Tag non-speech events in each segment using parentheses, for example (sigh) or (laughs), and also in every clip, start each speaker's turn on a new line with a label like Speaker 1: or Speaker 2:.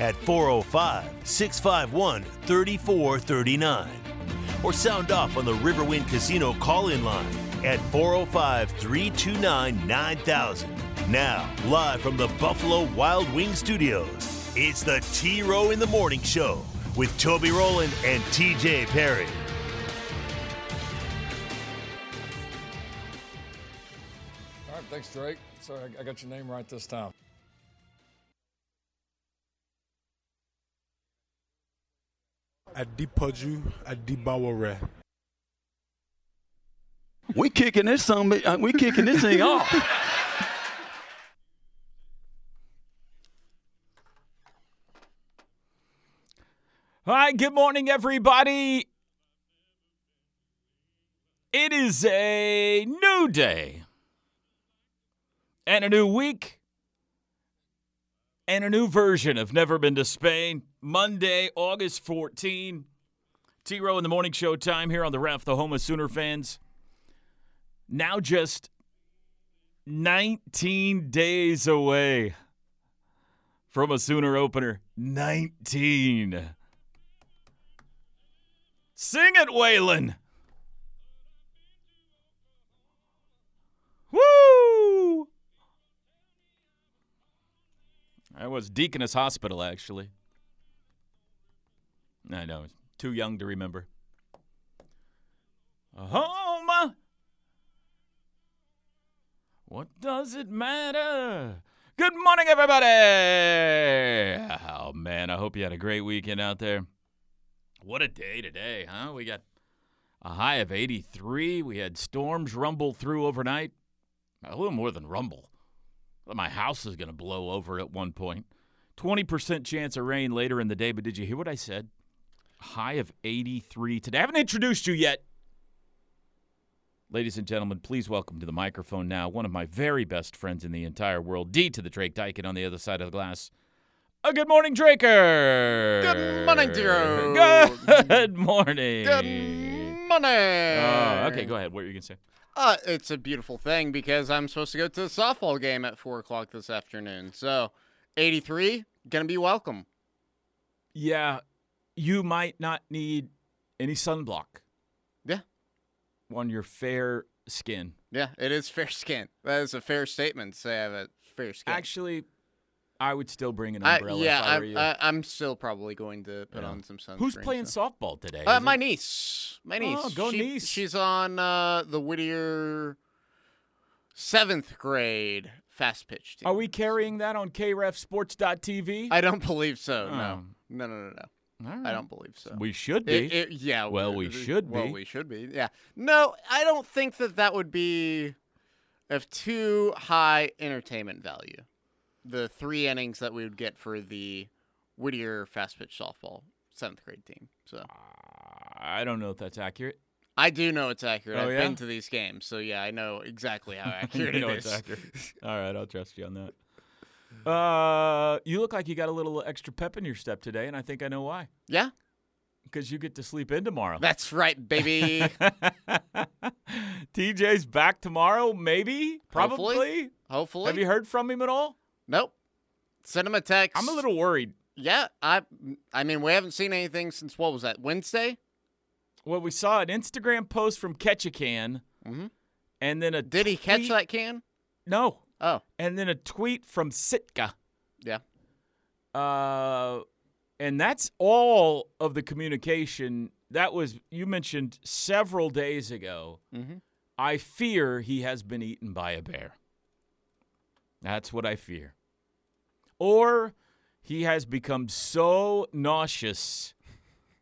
Speaker 1: at 405 651 3439 or sound off on the Riverwind Casino call in line at 405 329 9000. Now, live from the Buffalo Wild Wing Studios, it's the T Row in the Morning Show with Toby Rowland and TJ Perry.
Speaker 2: All right, thanks, Drake. Sorry, I- I got your name right this time.
Speaker 3: Adipoju Adibaware.
Speaker 4: We kicking this some. uh, We kicking this thing off.
Speaker 5: All right, good morning, everybody. It is a new day and a new week and a new version of Never Been to Spain. Monday, August 14. T Row in the Morning Show time here on the Ref, the home of Sooner fans. Now just 19 days away from a Sooner opener. 19. Sing it, Waylon. Woo! I was Deaconess Hospital, actually. I know, too young to remember. Home. What does it matter? Good morning, everybody. Oh man, I hope you had a great weekend out there. What a day today, huh? We got a high of 83. We had storms rumble through overnight. A little more than rumble. My house is going to blow over at one point. 20% chance of rain later in the day, but did you hear what I said? High of 83 today. I haven't introduced you yet. Ladies and gentlemen, please welcome to the microphone now one of my very best friends in the entire world, D to the Drake Dykin on the other side of the glass. A good morning, Draker.
Speaker 6: Good morning, Drew.
Speaker 5: Good (laughs) morning.
Speaker 6: Good morning.
Speaker 5: Oh, okay, go ahead. What are you going to say?
Speaker 6: Uh, it's a beautiful thing because I'm supposed to go to the softball game at four o'clock this afternoon. So, 83 gonna be welcome.
Speaker 5: Yeah, you might not need any sunblock
Speaker 6: Yeah,
Speaker 5: on your fair skin.
Speaker 6: yeah, it is fair (laughs) skin. That is a fair statement to say I have a fair skin.
Speaker 5: Actually, I would still bring an
Speaker 6: I-
Speaker 5: umbrella
Speaker 6: yeah,
Speaker 5: if I were
Speaker 6: I'm-
Speaker 5: you.
Speaker 6: I, I'm still probably going to put
Speaker 5: Yeah.
Speaker 6: on some sunscreen.
Speaker 5: Who's playing
Speaker 6: so.
Speaker 5: softball today?
Speaker 6: Uh,
Speaker 5: Is
Speaker 6: my
Speaker 5: it-
Speaker 6: niece. My niece.
Speaker 5: Oh, go
Speaker 6: She-
Speaker 5: niece.
Speaker 6: She's on uh, the Whittier seventh grade fast pitch team.
Speaker 5: Are we carrying that on krefsports.tv?
Speaker 6: I don't (laughs) believe so. No.
Speaker 5: Oh.
Speaker 6: No, no, no, no.
Speaker 5: All
Speaker 6: I
Speaker 5: right.
Speaker 6: don't believe so.
Speaker 5: We should be.
Speaker 6: It- it- yeah.
Speaker 5: Well,
Speaker 6: w-
Speaker 5: we
Speaker 6: th-
Speaker 5: should be.
Speaker 6: Well, we should be. Yeah. No, I don't think that that would be of too high entertainment value. The three innings that we would get for the Whittier fast pitch softball seventh grade team. So
Speaker 5: Ah. I don't know if that's accurate. (laughs)
Speaker 6: I do know it's accurate.
Speaker 5: Oh,
Speaker 6: I've
Speaker 5: yeah?
Speaker 6: been to these games, so yeah, I know exactly
Speaker 5: (laughs)
Speaker 6: how
Speaker 5: You
Speaker 6: accurate
Speaker 5: know
Speaker 6: it
Speaker 5: it's
Speaker 6: is.
Speaker 5: accurate. All right, I'll trust you on that. Uh, you look like you got a little extra pep in your step today, and I think I know why.
Speaker 6: Yeah,
Speaker 5: Because you get to sleep in tomorrow.
Speaker 6: that's right,
Speaker 5: (laughs)
Speaker 6: baby.
Speaker 5: TJ's back tomorrow, maybe, probably.
Speaker 6: Hopefully. Hopefully.
Speaker 5: Have you heard from him at all?
Speaker 6: Nope. Send him a text.
Speaker 5: I'm a little worried.
Speaker 6: Yeah, I. I mean, we haven't seen anything since what was that Wednesday?
Speaker 5: Well, we saw an Instagram post from Ketchikan,
Speaker 6: Mhm.
Speaker 5: and then a
Speaker 6: Did he catch
Speaker 5: tweet-
Speaker 6: that can?
Speaker 5: No,
Speaker 6: Oh,
Speaker 5: and then a tweet from Sitka.
Speaker 6: yeah.
Speaker 5: Uh, and that's all of the communication. That was you mentioned several days ago.
Speaker 6: Mhm.
Speaker 5: I fear he has been eaten by a bear. That's what I fear. Or he has become so nauseous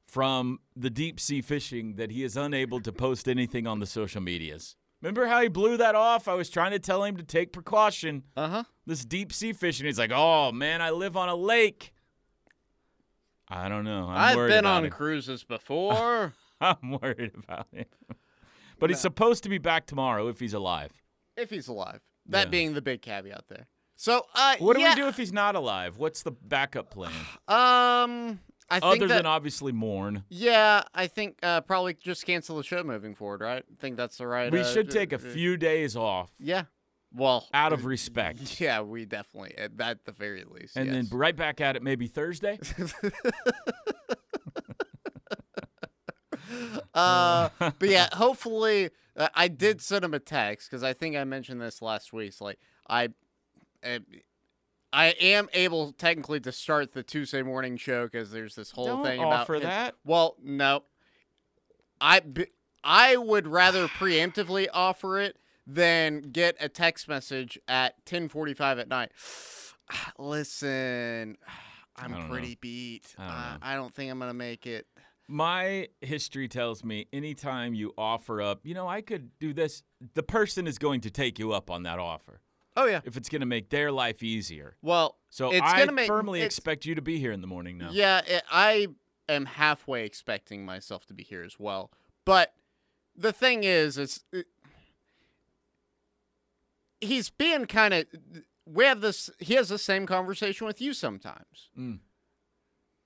Speaker 5: from the deep sea fishing that he is unable to post anything on the social medias. Remember how he blew that off? I was trying to tell him to take precaution
Speaker 6: Uh huh.
Speaker 5: this deep sea fishing. He's like, oh man, I live on a lake. I don't know. I'm
Speaker 6: i have
Speaker 5: worried
Speaker 6: been
Speaker 5: about
Speaker 6: on
Speaker 5: him.
Speaker 6: cruises before.
Speaker 5: (laughs) I'm worried about him. but he's supposed to be back tomorrow if he's alive.
Speaker 6: if he's alive. That
Speaker 5: Yeah.
Speaker 6: being the big caveat there. So, uh,
Speaker 5: What do
Speaker 6: yeah,
Speaker 5: we do if he's not alive? What's the backup
Speaker 6: (sighs)
Speaker 5: plan?
Speaker 6: Um, I think
Speaker 5: Other
Speaker 6: that,
Speaker 5: than obviously mourn.
Speaker 6: yeah, I think uh, probably just cancel the show moving forward. Right? I think that's the right.
Speaker 5: We
Speaker 6: uh, uh,
Speaker 5: should
Speaker 6: d-
Speaker 5: take a
Speaker 6: d-
Speaker 5: few days off
Speaker 6: Yeah. Well, (laughs)
Speaker 5: out of respect.
Speaker 6: yeah, we definitely at that the very least.
Speaker 5: And
Speaker 6: yes.
Speaker 5: then right back at it maybe
Speaker 6: (laughs)
Speaker 5: Thursday. (laughs)
Speaker 6: Uh, but yeah, hopefully, uh, I did send him a text because I think I mentioned this last week. So like, I, I, I am able technically to start the Tuesday morning show because there's this whole
Speaker 5: Don't
Speaker 6: thing
Speaker 5: offer
Speaker 6: about
Speaker 5: that.
Speaker 6: Well, no, I b- I would rather preemptively offer it than get a text message at 10:45 at night. (sighs) Listen, (sighs)
Speaker 5: I don't
Speaker 6: I'm
Speaker 5: know.
Speaker 6: pretty beat.
Speaker 5: I don't
Speaker 6: Uh,
Speaker 5: know.
Speaker 6: I don't think I'm gonna make it.
Speaker 5: My history tells me anytime you offer up, you know, I could do this, the person is going to take you up on that offer
Speaker 6: Oh yeah.
Speaker 5: if it's going to make their life easier.
Speaker 6: Well,
Speaker 5: So
Speaker 6: it's
Speaker 5: I
Speaker 6: gonna make,
Speaker 5: firmly
Speaker 6: it's-
Speaker 5: expect you to be here in the morning now.
Speaker 6: Yeah, it, I am halfway expecting myself to be here as well. But the thing is, is it, he's being kind of. We have this. He has the same conversation with you sometimes.
Speaker 5: Mm.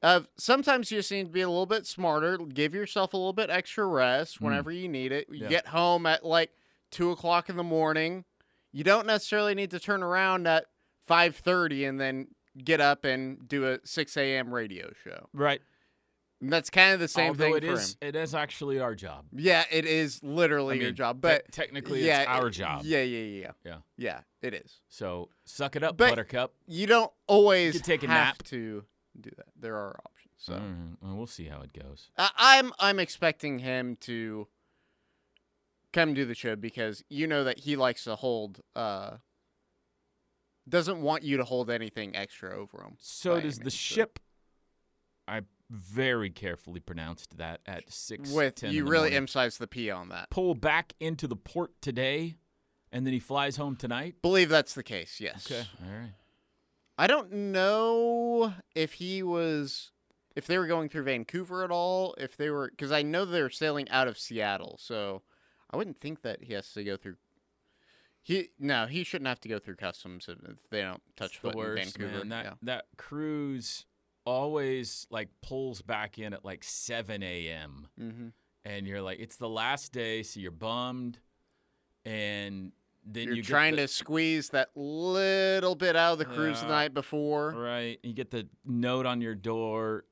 Speaker 6: Of sometimes you just need to be a little bit smarter. Give yourself a little bit extra rest whenever you need it. You
Speaker 5: Mm. Yeah.
Speaker 6: Get home at like two o'clock in the morning. You don't necessarily need to turn around at five thirty and then get up and do a six a.m. radio show.
Speaker 5: Right.
Speaker 6: And that's kind of the same
Speaker 5: Although
Speaker 6: thing
Speaker 5: it
Speaker 6: for
Speaker 5: is-
Speaker 6: him.
Speaker 5: it is actually our job.
Speaker 6: Yeah, it is literally
Speaker 5: I
Speaker 6: your
Speaker 5: mean,
Speaker 6: job,
Speaker 5: te-
Speaker 6: but
Speaker 5: technically
Speaker 6: yeah,
Speaker 5: it's our
Speaker 6: it-
Speaker 5: job.
Speaker 6: Yeah, yeah, yeah,
Speaker 5: Yeah.
Speaker 6: yeah. It is.
Speaker 5: So suck it up,
Speaker 6: But-
Speaker 5: Buttercup.
Speaker 6: You don't always
Speaker 5: could take a
Speaker 6: have
Speaker 5: nap. Mm.
Speaker 6: to do that. There are options. So
Speaker 5: All right. Well, we'll see how it goes.
Speaker 6: I, I'm I'm expecting him to come do the show because you know that he likes to hold. uh Doesn't want you to hold anything extra over him.
Speaker 5: So
Speaker 6: by
Speaker 5: does the
Speaker 6: any means, so-
Speaker 5: ship? I very carefully pronounced that at six.
Speaker 6: With
Speaker 5: 10 in
Speaker 6: you
Speaker 5: the
Speaker 6: really
Speaker 5: morning.
Speaker 6: emphasize the P on that.
Speaker 5: pull back into the port today, and then he flies home tonight.
Speaker 6: Believe that's the case. Yes.
Speaker 5: All right.
Speaker 6: I don't know if he was if they were going through Vancouver at all, if they were cuz I know they're sailing out of Seattle. So I wouldn't think that he has to go through he no, he shouldn't have to go through customs if if they don't touch
Speaker 5: It's the
Speaker 6: foot in
Speaker 5: worst,
Speaker 6: Vancouver.
Speaker 5: man. That
Speaker 6: yeah.
Speaker 5: that cruise always like pulls back in at like seven a.m.
Speaker 6: Mhm.
Speaker 5: and you're like, it's the last day, so you're bummed, and then
Speaker 6: You're
Speaker 5: you get
Speaker 6: trying
Speaker 5: the-
Speaker 6: to squeeze that little bit out of the cruise the
Speaker 5: Yeah.
Speaker 6: night before.
Speaker 5: Right. You get the note on your door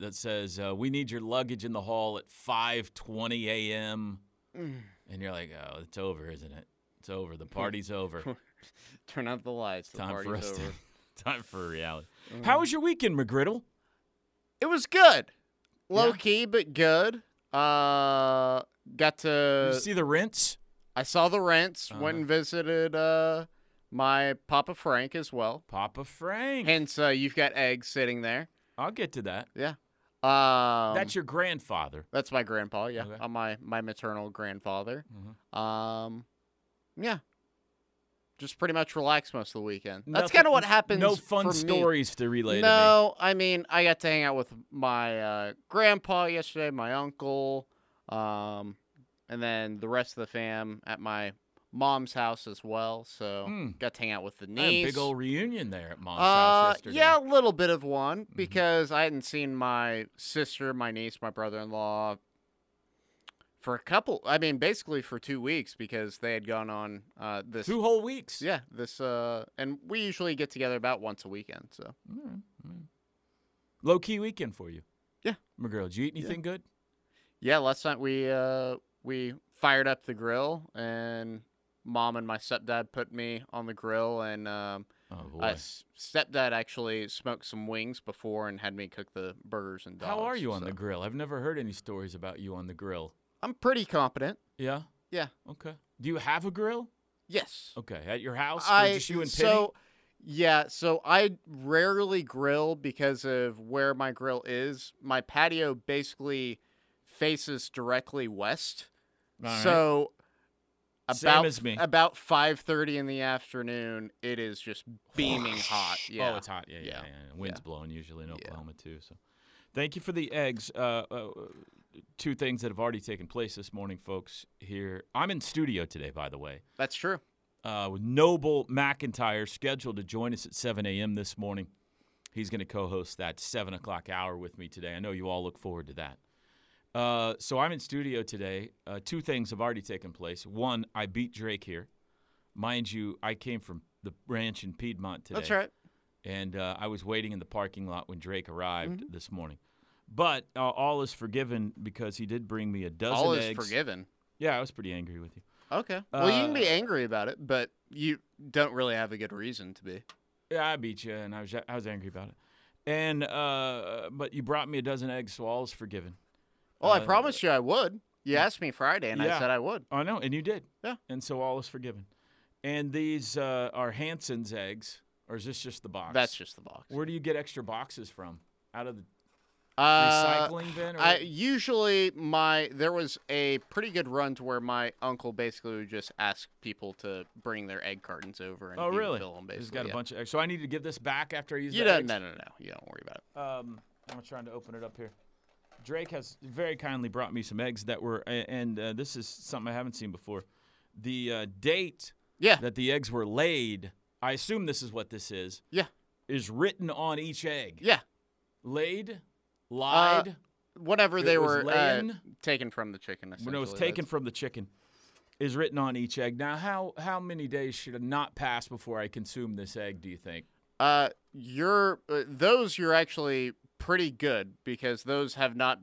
Speaker 5: that says, uh, "We need your luggage in the hall at 5:20 a.m."
Speaker 6: Mm.
Speaker 5: And you're like, "Oh, it's over, isn't it? It's over. The party's
Speaker 6: (laughs)
Speaker 5: over.
Speaker 6: Turn out the lights. The
Speaker 5: time for
Speaker 6: party's
Speaker 5: us (laughs)
Speaker 6: over. Mm-hmm. Mm.
Speaker 5: to time for reality." How was your weekend, McGriddle?
Speaker 6: It was good. Low key but good. Uh
Speaker 5: Did
Speaker 6: got to
Speaker 5: you see Uh-huh. the rents?
Speaker 6: I saw the rents, went and visited uh, my Papa Frank as well.
Speaker 5: Papa Frank.
Speaker 6: Hence, uh, you've got eggs sitting there.
Speaker 5: I'll get to that.
Speaker 6: Yeah. Um,
Speaker 5: That's your grandfather.
Speaker 6: that's my grandpa. Yeah,
Speaker 5: Okay.
Speaker 6: uh, my my maternal grandfather. Um, yeah. Just pretty much relaxed most of the weekend. that's
Speaker 5: Nothing-
Speaker 6: kind of what happens.
Speaker 5: No fun
Speaker 6: for me.
Speaker 5: stories to relay to me.
Speaker 6: No, I mean I got to hang out with my uh, grandpa yesterday, my uncle, um, and then the rest of the fam at my mom's house as well. So
Speaker 5: Mm.
Speaker 6: got to hang out with the
Speaker 5: I had a
Speaker 6: niece.
Speaker 5: big old reunion there at mom's
Speaker 6: uh,
Speaker 5: house yesterday. Mm-hmm.
Speaker 6: yeah, a little bit of one because I hadn't seen my sister, my niece, my brother-in-law for a couple. I mean, basically for two weeks because they had gone on uh, this.
Speaker 5: Two whole weeks.
Speaker 6: Yeah, this uh, and we usually get together about once a weekend. So
Speaker 5: Low key weekend for you.
Speaker 6: Yeah.
Speaker 5: McGriddle, did you eat anything good?
Speaker 6: Yeah, last night we uh we fired up the grill and mom and my stepdad put me on the grill and um
Speaker 5: Oh boy.
Speaker 6: uh, s- stepdad actually smoked some wings before and had me cook the burgers and dogs.
Speaker 5: How are you on the
Speaker 6: so-
Speaker 5: grill? I've never heard any stories about you on the grill.
Speaker 6: I'm pretty competent.
Speaker 5: Yeah.
Speaker 6: Yeah.
Speaker 5: Okay. Do you have a grill?
Speaker 6: Yes.
Speaker 5: Okay. At your house? or
Speaker 6: I
Speaker 5: just you and Penny?
Speaker 6: so yeah, so I rarely grill because of where my grill is. My patio basically faces directly west.
Speaker 5: All right.
Speaker 6: so
Speaker 5: Same
Speaker 6: about
Speaker 5: as me.
Speaker 6: about 5:30 in the afternoon, it is just beaming hot. Yeah.
Speaker 5: Oh, it's hot. Yeah. Yeah. yeah,
Speaker 6: Yeah.
Speaker 5: yeah. Wind's blowing usually in
Speaker 6: Yeah.
Speaker 5: Oklahoma too. So. Thank you for the eggs. Uh, uh, two things that have already taken place this morning, folks. Here, I'm in studio today, by the way.
Speaker 6: That's true.
Speaker 5: Uh, with Noble McIntyre scheduled to join us at 7 a.m. this morning. He's going to co-host that seven o'clock hour with me today. I know you all look forward to that. Uh, so I'm in studio today. Uh, two things have already taken place. One, I beat Drake here. Mind you, I came from the ranch in Piedmont today
Speaker 6: That's right.
Speaker 5: and uh, I was waiting in the parking lot when Drake arrived
Speaker 6: Mm-hmm.
Speaker 5: this morning. But uh, all is forgiven because he did bring me a dozen
Speaker 6: All is
Speaker 5: eggs.
Speaker 6: forgiven.
Speaker 5: Yeah, I was pretty angry with you.
Speaker 6: Okay. Well, you can be
Speaker 5: Uh,
Speaker 6: angry about it, but you don't really have a good reason to be.
Speaker 5: Yeah, I beat you, and I was I was angry about it. And uh, but you brought me a dozen eggs, so all is forgiven.
Speaker 6: Well, Oh, I promised you I would. You asked me Friday, and
Speaker 5: uh, yeah.
Speaker 6: I said I would.
Speaker 5: Oh, I know, and you did.
Speaker 6: Yeah.
Speaker 5: And so all is forgiven. And these uh, are Hanson's eggs, or is this just the box?
Speaker 6: That's just the box.
Speaker 5: Where do you get extra boxes from? Out of the
Speaker 6: Uh,
Speaker 5: recycling bin? Or
Speaker 6: I usually my there was a pretty good run to where my uncle basically would just ask people to bring their egg cartons over and
Speaker 5: oh,
Speaker 6: he would
Speaker 5: really?
Speaker 6: fill them
Speaker 5: He's
Speaker 6: basically.
Speaker 5: got a
Speaker 6: yeah.
Speaker 5: bunch of eggs. So I need to give this back after I use
Speaker 6: You
Speaker 5: the
Speaker 6: don't
Speaker 5: eggs?
Speaker 6: no no no you don't worry about it.
Speaker 5: Um, I'm trying to open it up here. Drake has very kindly brought me some eggs that were, a- and uh, this is something I haven't seen before. The uh, date
Speaker 6: Yeah
Speaker 5: that the eggs were laid, I assume this is what this is,
Speaker 6: yeah
Speaker 5: is written on each egg.
Speaker 6: yeah Uh,
Speaker 5: Laid, lied.
Speaker 6: whatever
Speaker 5: It
Speaker 6: they
Speaker 5: was
Speaker 6: were uh,
Speaker 5: laying-
Speaker 6: taken from the chicken.
Speaker 5: when it was
Speaker 6: essentially,
Speaker 5: taken
Speaker 6: that's-
Speaker 5: from the chicken, is written on each egg. Now, how how many days should not pass before I consume this egg? Do you think?
Speaker 6: Uh, you're uh, those you're actually pretty good because those have not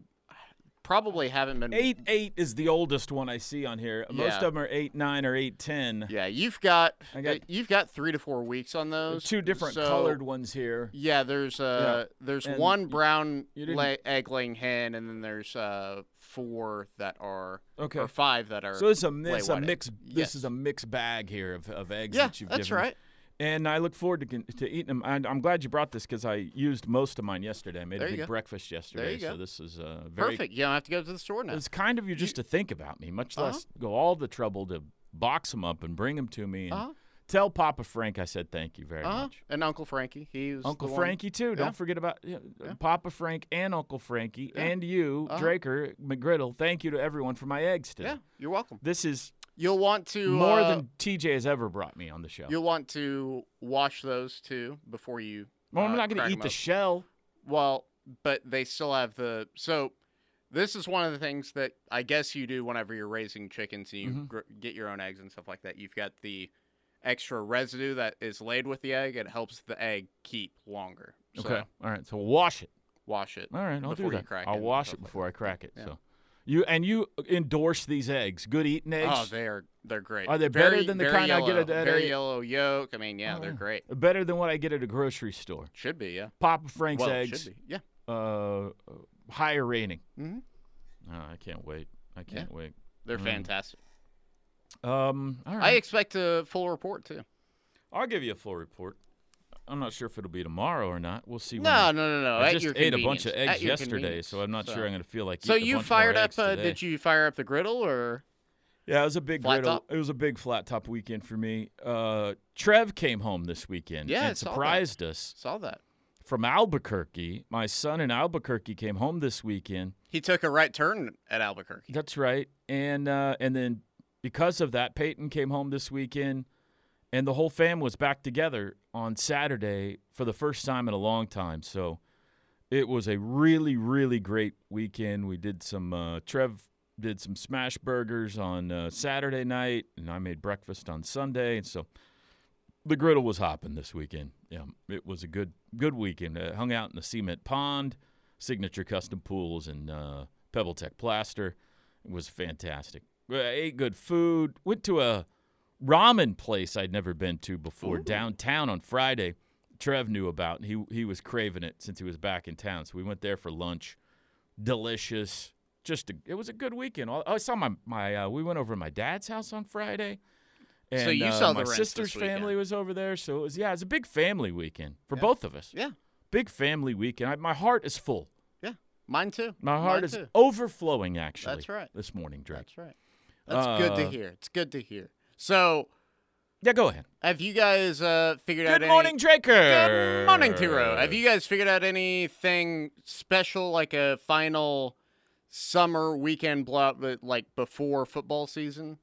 Speaker 6: probably haven't been
Speaker 5: Eight eight is the oldest one I see on here. Most
Speaker 6: Yeah.
Speaker 5: of them are eight nine or eight ten.
Speaker 6: Yeah, you've got,
Speaker 5: I got-
Speaker 6: uh, you've got three to four weeks on those.
Speaker 5: Two different
Speaker 6: so-
Speaker 5: colored ones here.
Speaker 6: Yeah, there's uh, there's
Speaker 5: and
Speaker 6: one brown
Speaker 5: you didn't-
Speaker 6: la- egg laying hen, and then there's uh four that are
Speaker 5: Okay.
Speaker 6: or five that are.
Speaker 5: So it's a this
Speaker 6: lay
Speaker 5: a
Speaker 6: white egg.
Speaker 5: mix. This
Speaker 6: Yes.
Speaker 5: is a mixed bag here of, of eggs
Speaker 6: Yeah,
Speaker 5: that you've
Speaker 6: that's
Speaker 5: given me.
Speaker 6: right.
Speaker 5: And I look forward to con- to eating them. And I'm glad you brought this because I used most of mine yesterday. I made
Speaker 6: There
Speaker 5: a
Speaker 6: you
Speaker 5: big
Speaker 6: go.
Speaker 5: breakfast yesterday,
Speaker 6: you go.
Speaker 5: so this is uh, very
Speaker 6: Perfect. Uh-huh. You don't have to go to the store now.
Speaker 5: It's kind of you just to think about me, much less go all the trouble to box them up and bring them to me and
Speaker 6: Uh-huh.
Speaker 5: tell Papa Frank I said thank you very
Speaker 6: Uh-huh.
Speaker 5: much.
Speaker 6: And Uncle Frankie, he was
Speaker 5: Uncle
Speaker 6: the one-
Speaker 5: Frankie too.
Speaker 6: Yeah. Uh-huh.
Speaker 5: Don't forget about yeah, Papa Frank and Uncle Frankie and you, Draker McGriddle. Thank you to everyone for my eggs today.
Speaker 6: Yeah, you're welcome.
Speaker 5: This is
Speaker 6: You'll want to
Speaker 5: more
Speaker 6: uh,
Speaker 5: than TJ has ever brought me on the show.
Speaker 6: You'll want to wash those too before you.
Speaker 5: well, I'm
Speaker 6: uh,
Speaker 5: not going
Speaker 6: crack
Speaker 5: to
Speaker 6: 'em
Speaker 5: eat the
Speaker 6: up.
Speaker 5: shell.
Speaker 6: well, but they still have the. So, this is one of the things that I guess you do whenever you're raising chickens and you
Speaker 5: Mm-hmm.
Speaker 6: gr- get your own eggs and stuff like that. You've got the extra residue that is laid with the egg. It helps the egg keep longer. So,
Speaker 5: okay. All right. So wash it.
Speaker 6: Wash it.
Speaker 5: All right. I'll
Speaker 6: before
Speaker 5: do
Speaker 6: you
Speaker 5: that.
Speaker 6: crack
Speaker 5: I'll
Speaker 6: and
Speaker 5: wash
Speaker 6: stuff
Speaker 5: it
Speaker 6: like
Speaker 5: before I crack it.
Speaker 6: Yeah.
Speaker 5: So you and you endorse these eggs. Good eating
Speaker 6: that.
Speaker 5: eggs.
Speaker 6: Oh, they are they're great.
Speaker 5: Are they better
Speaker 6: very,
Speaker 5: than the Mm.
Speaker 6: very
Speaker 5: kind I get
Speaker 6: yellow-
Speaker 5: at- at
Speaker 6: very
Speaker 5: a-
Speaker 6: yellow yolk? I mean, yeah, they're great.
Speaker 5: Better than what I get at a grocery store.
Speaker 6: Should be, yeah.
Speaker 5: Papa Frank's
Speaker 6: well, it
Speaker 5: eggs,
Speaker 6: should be, yeah.
Speaker 5: uh, higher rating.
Speaker 6: Mhm.
Speaker 5: Oh, I can't wait. I can't wait.
Speaker 6: They're fantastic.
Speaker 5: Um, Mm. all
Speaker 6: I
Speaker 5: right.
Speaker 6: expect a full report too.
Speaker 5: I'll give you a full report. I'm not sure if it'll be tomorrow or not. We'll see. when
Speaker 6: No,
Speaker 5: I-
Speaker 6: no, no, no.
Speaker 5: I
Speaker 6: Oh, at
Speaker 5: just
Speaker 6: your
Speaker 5: ate a bunch of
Speaker 6: convenience. At
Speaker 5: eggs
Speaker 6: your
Speaker 5: yesterday,
Speaker 6: convenience.
Speaker 5: so I'm not
Speaker 6: So-
Speaker 5: sure I'm going to feel like.
Speaker 6: So
Speaker 5: eating a
Speaker 6: you
Speaker 5: bunch
Speaker 6: fired
Speaker 5: more
Speaker 6: up?
Speaker 5: eggs
Speaker 6: Uh,
Speaker 5: today.
Speaker 6: did you fire up the griddle or?
Speaker 5: Yeah, it was a big
Speaker 6: Flat
Speaker 5: griddle.
Speaker 6: top?
Speaker 5: It was a big flat top weekend for me. Uh, Trev came home this weekend
Speaker 6: Yeah, I
Speaker 5: and
Speaker 6: saw that.
Speaker 5: surprised us
Speaker 6: Saw that.
Speaker 5: from Albuquerque. My son in Albuquerque came home this weekend.
Speaker 6: He took a right turn at Albuquerque.
Speaker 5: That's right. And uh, and then because of that, Peyton came home this weekend, and the whole fam was back together on Saturday for the first time in a long time. So it was a really really great weekend. We did some uh, Trev did some smash burgers on uh, Saturday night, and I made breakfast on Sunday, and so. The griddle was hopping this weekend. Yeah, it was a good good weekend. Uh, hung out in the cement pond, signature custom pools, and uh, Pebble Tech plaster. It was fantastic. I ate good food. Went to a ramen place I'd never been to before downtown on Friday. Trev knew about, and he he was craving it since he was back in town. So we went there for lunch. Delicious. Just a, it was a good weekend. I, I saw my my uh, we went over to my dad's house on Friday. And,
Speaker 6: So you
Speaker 5: uh,
Speaker 6: saw the
Speaker 5: my
Speaker 6: Rents this
Speaker 5: sister's
Speaker 6: weekend.
Speaker 5: family was over there, so it was yeah, it was a big family weekend for both of us.
Speaker 6: Yeah,
Speaker 5: Big family weekend. I, my heart is full.
Speaker 6: yeah. Mine too.
Speaker 5: My heart
Speaker 6: Mine
Speaker 5: is
Speaker 6: Too.
Speaker 5: overflowing, actually.
Speaker 6: That's right.
Speaker 5: This morning, Drake.
Speaker 6: That's right. That's good to
Speaker 5: Uh,
Speaker 6: hear. It's good to hear. So
Speaker 5: Yeah, go ahead.
Speaker 6: Have you guys uh, figured out
Speaker 5: Good
Speaker 6: any?
Speaker 5: morning, Draker.
Speaker 6: Good morning, Tiro. Have you guys figured out anything special, like a final summer weekend block, but, like before football season?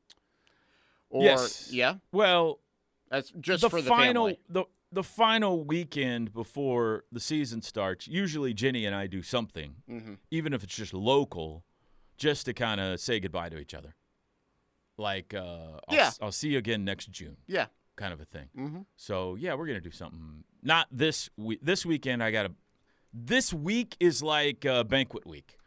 Speaker 6: Or,
Speaker 5: Yes.
Speaker 6: Yeah,
Speaker 5: Well,
Speaker 6: that's just
Speaker 5: the
Speaker 6: for the
Speaker 5: final
Speaker 6: family.
Speaker 5: the the final weekend before the season starts, usually Jenny and I do something,
Speaker 6: Mm-hmm.
Speaker 5: even if it's just local, just to kind of say goodbye to each other. Like, uh, I'll,
Speaker 6: Yeah.
Speaker 5: s- I'll see you again next June,
Speaker 6: Yeah. Mm-hmm.
Speaker 5: kind of a thing. So yeah, we're gonna do something. Not this week. This weekend, I gotta. This week is like uh, banquet week.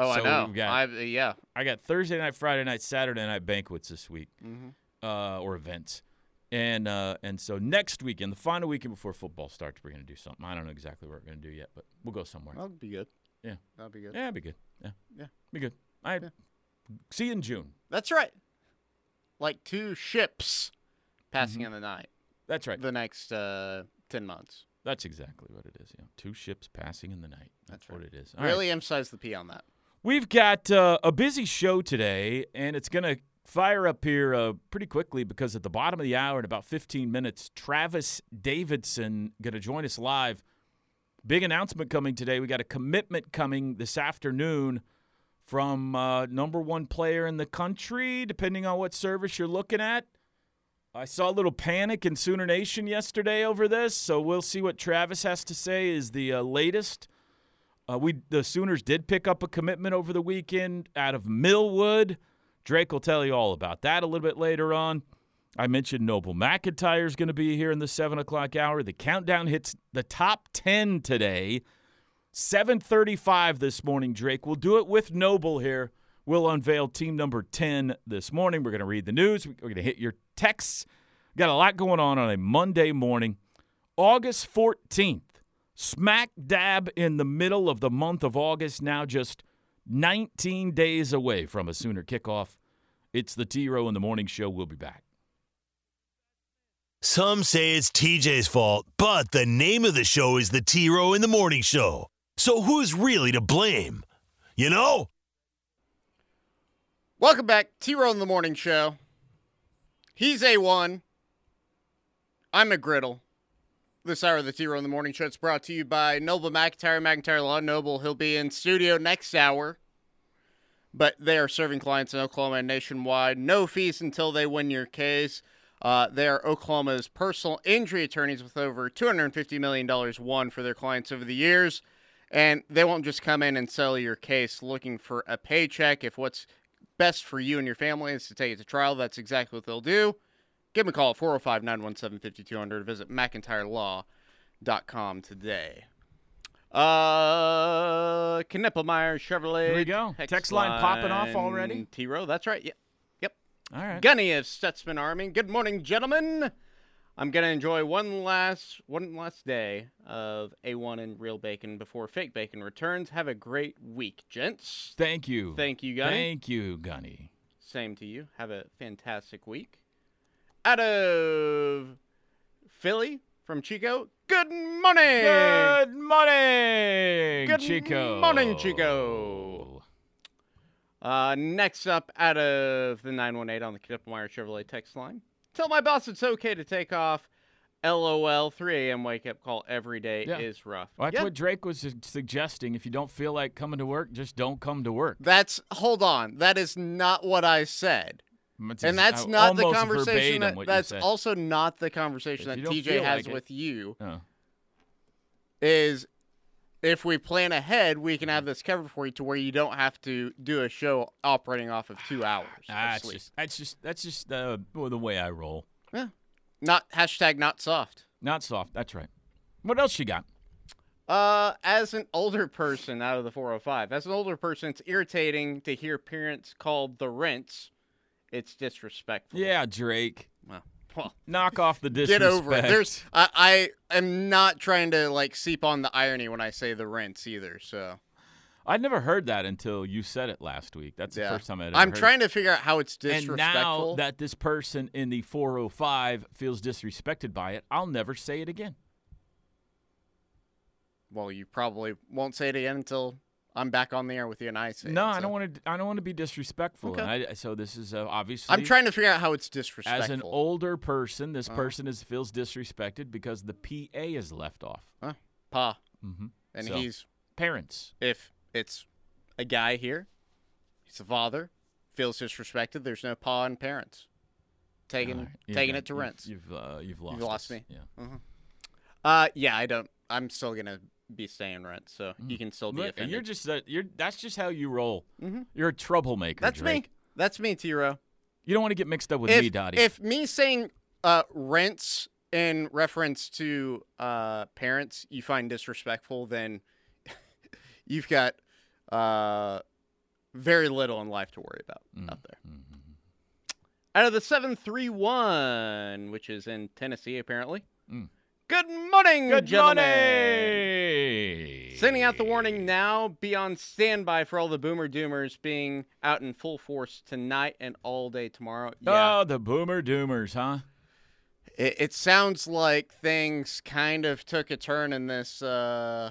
Speaker 6: Oh,
Speaker 5: So
Speaker 6: I know.
Speaker 5: we've got-
Speaker 6: I, yeah.
Speaker 5: I got Thursday night, Friday night, Saturday night banquets this week,
Speaker 6: Mm-hmm.
Speaker 5: uh, or events, and uh, and so next weekend, the final weekend before football starts, we're gonna do something. I don't know exactly what we're gonna do yet, but we'll go somewhere.
Speaker 6: That'd be good.
Speaker 5: Yeah.
Speaker 6: That'd be good.
Speaker 5: Yeah, it'd be good. Yeah,
Speaker 6: Yeah.
Speaker 5: be good. I see you in June.
Speaker 6: That's right. Like two ships passing in the night
Speaker 5: That's right.
Speaker 6: the next uh, 10 months.
Speaker 5: That's exactly what it is. Yeah, two ships passing in the night. That's, what it is. All right.
Speaker 6: really emphasize the P on that.
Speaker 5: We've got uh, a busy show today, and it's going to fire up here uh, pretty quickly because at the bottom of the hour, in about 15 minutes, Travis Davidson going to join us live. Big announcement coming today. We got a commitment coming this afternoon from uh, number one player in the country, depending on what service you're looking at. I saw a little panic in Sooner Nation yesterday over this, so we'll see what Travis has to say. Is the uh, latest. Uh, we the Sooners did pick up a commitment over the weekend out of Millwood. Drake will tell you all about that a little bit later on. I mentioned Noble McIntyre is going to be here in the seven o'clock hour. The countdown hits the top ten today, seven thirty-five this morning. Drake, we'll do it with Noble here. We'll unveil team number ten this morning. We're going to read the news. We're going to hit your texts. Got a lot going on on a Monday morning, August fourteenth smack dab in the middle of the month of August, now just 19 days away from a sooner kickoff. It's the T Row in the Morning Show. We'll be back.
Speaker 1: Some say it's TJ's fault, but the name of the show is the T Row in the Morning Show. So who's really to blame? You know?
Speaker 6: Welcome back, T Row in the Morning Show. He's A1. I'm a griddle. This hour of the T Row in the Morning Show is brought to you by Noble McIntyre, McIntyre Law Noble. He'll be in studio next hour, but they are serving clients in Oklahoma and nationwide. No fees until they win your case. Uh, they are Oklahoma's personal injury attorneys with over $250 million won for their clients over the years. And they won't just come in and sell your case looking for a paycheck. If what's best for you and your family is to take it to trial, that's exactly what they'll do. Give them a call at 405 917 5200 or visit McIntyreLaw.com today. Uh, Knippelmeyer Chevrolet.
Speaker 5: Here we go. Text line popping off already.
Speaker 6: T Row, that's right. Yep. Yep.
Speaker 5: All right.
Speaker 6: Gunny of Stutzman Army. Good morning, gentlemen. I'm gonna enjoy one last one last day of A1 and real bacon before fake bacon returns. Have a great week, gents.
Speaker 5: Thank you.
Speaker 6: Thank you, Gunny.
Speaker 5: Thank you, Gunny.
Speaker 6: Same to you. Have a fantastic week. Out of Philly from Chico. Good morning.
Speaker 5: Good morning,
Speaker 6: Good
Speaker 5: Chico. Oh,
Speaker 6: morning, Chico. Uh, next up, out of the 918 on the Knippelmeyer Chevrolet text line. Tell my boss it's okay to take off. LOL, 3 a.m. wake up call every day
Speaker 5: Yeah.
Speaker 6: is rough.
Speaker 5: Well, that's
Speaker 6: Yeah.
Speaker 5: what Drake was su- suggesting. If you don't feel like coming to work, just don't come to work.
Speaker 6: That's, hold on. That is not what I said.
Speaker 5: It's
Speaker 6: and
Speaker 5: ex-
Speaker 6: that's not the
Speaker 5: almost
Speaker 6: conversation.
Speaker 5: verbatim
Speaker 6: That,
Speaker 5: what you
Speaker 6: that's
Speaker 5: said.
Speaker 6: also not the conversation
Speaker 5: If
Speaker 6: that
Speaker 5: you don't
Speaker 6: TJ
Speaker 5: feel
Speaker 6: has
Speaker 5: like it.
Speaker 6: with you.
Speaker 5: Oh.
Speaker 6: Is if we plan ahead, we can have this covered for you to where you don't have to do a show operating off of two hours. of
Speaker 5: That's
Speaker 6: sleep.
Speaker 5: just that's just that's just uh, the way I roll.
Speaker 6: Yeah. Not hashtag not soft.
Speaker 5: Not soft. That's right. What else you got?
Speaker 6: Uh, as an older person out of the 405, as an older person, it's irritating to hear parents called the rents. It's disrespectful.
Speaker 5: Yeah, Drake.
Speaker 6: Well, well,
Speaker 5: Knock off the
Speaker 6: (laughs) get
Speaker 5: disrespect.
Speaker 6: over it. There's I, I am not trying to like seep on the irony when I say the rents either. So
Speaker 5: I'd never heard that until you said it last week. That's
Speaker 6: yeah,
Speaker 5: the first time I'd ever
Speaker 6: I'm
Speaker 5: heard
Speaker 6: trying
Speaker 5: it.
Speaker 6: to figure out how it's
Speaker 5: And now
Speaker 6: disrespectful.
Speaker 5: that this person in the 405 feels disrespected by it, I'll never say it again.
Speaker 6: well, you probably won't say it again until I'm back on the air with you and I say
Speaker 5: No, I don't want to. I don't want to be disrespectful. And I, so this is uh, obviously.
Speaker 6: I'm trying to Uh-huh. figure out how it's disrespectful.
Speaker 5: As an older person, this person is feels disrespected because the PA is left off.
Speaker 6: Huh? pa, and
Speaker 5: So-
Speaker 6: he's
Speaker 5: Parents.
Speaker 6: if it's a guy here, he's a father, feels disrespected. There's no pa and parents taking
Speaker 5: All right, you've
Speaker 6: taking
Speaker 5: got-
Speaker 6: it to
Speaker 5: you've-
Speaker 6: rents.
Speaker 5: You've uh, you've lost.
Speaker 6: lost
Speaker 5: us.
Speaker 6: me.
Speaker 5: Yeah.
Speaker 6: Uh, yeah, I don't. I'm still gonna be staying rent, so you can still
Speaker 5: Mm.
Speaker 6: be
Speaker 5: Look,
Speaker 6: offended.
Speaker 5: you're just that. You're that's just how you roll. You're a troublemaker.
Speaker 6: Mm-hmm. That's
Speaker 5: Drake.
Speaker 6: me. That's me, Tiro.
Speaker 5: You don't want to get mixed up with
Speaker 6: If
Speaker 5: me, Dottie.
Speaker 6: if me saying uh rents in reference to uh parents you find disrespectful, then (laughs) you've got uh very little in life to worry about
Speaker 5: Mm.
Speaker 6: out there.
Speaker 5: Mm-hmm.
Speaker 6: Out of the seven three one, which is in Tennessee apparently.
Speaker 5: Mm.
Speaker 6: Good morning,
Speaker 5: Good
Speaker 6: gentlemen.
Speaker 5: morning.
Speaker 6: Sending out the warning now. Be on standby for all the boomer doomers being out in full force tonight and all day tomorrow. Yeah.
Speaker 5: Oh, the boomer doomers, huh?
Speaker 6: It, it sounds like things kind of took a turn in this uh,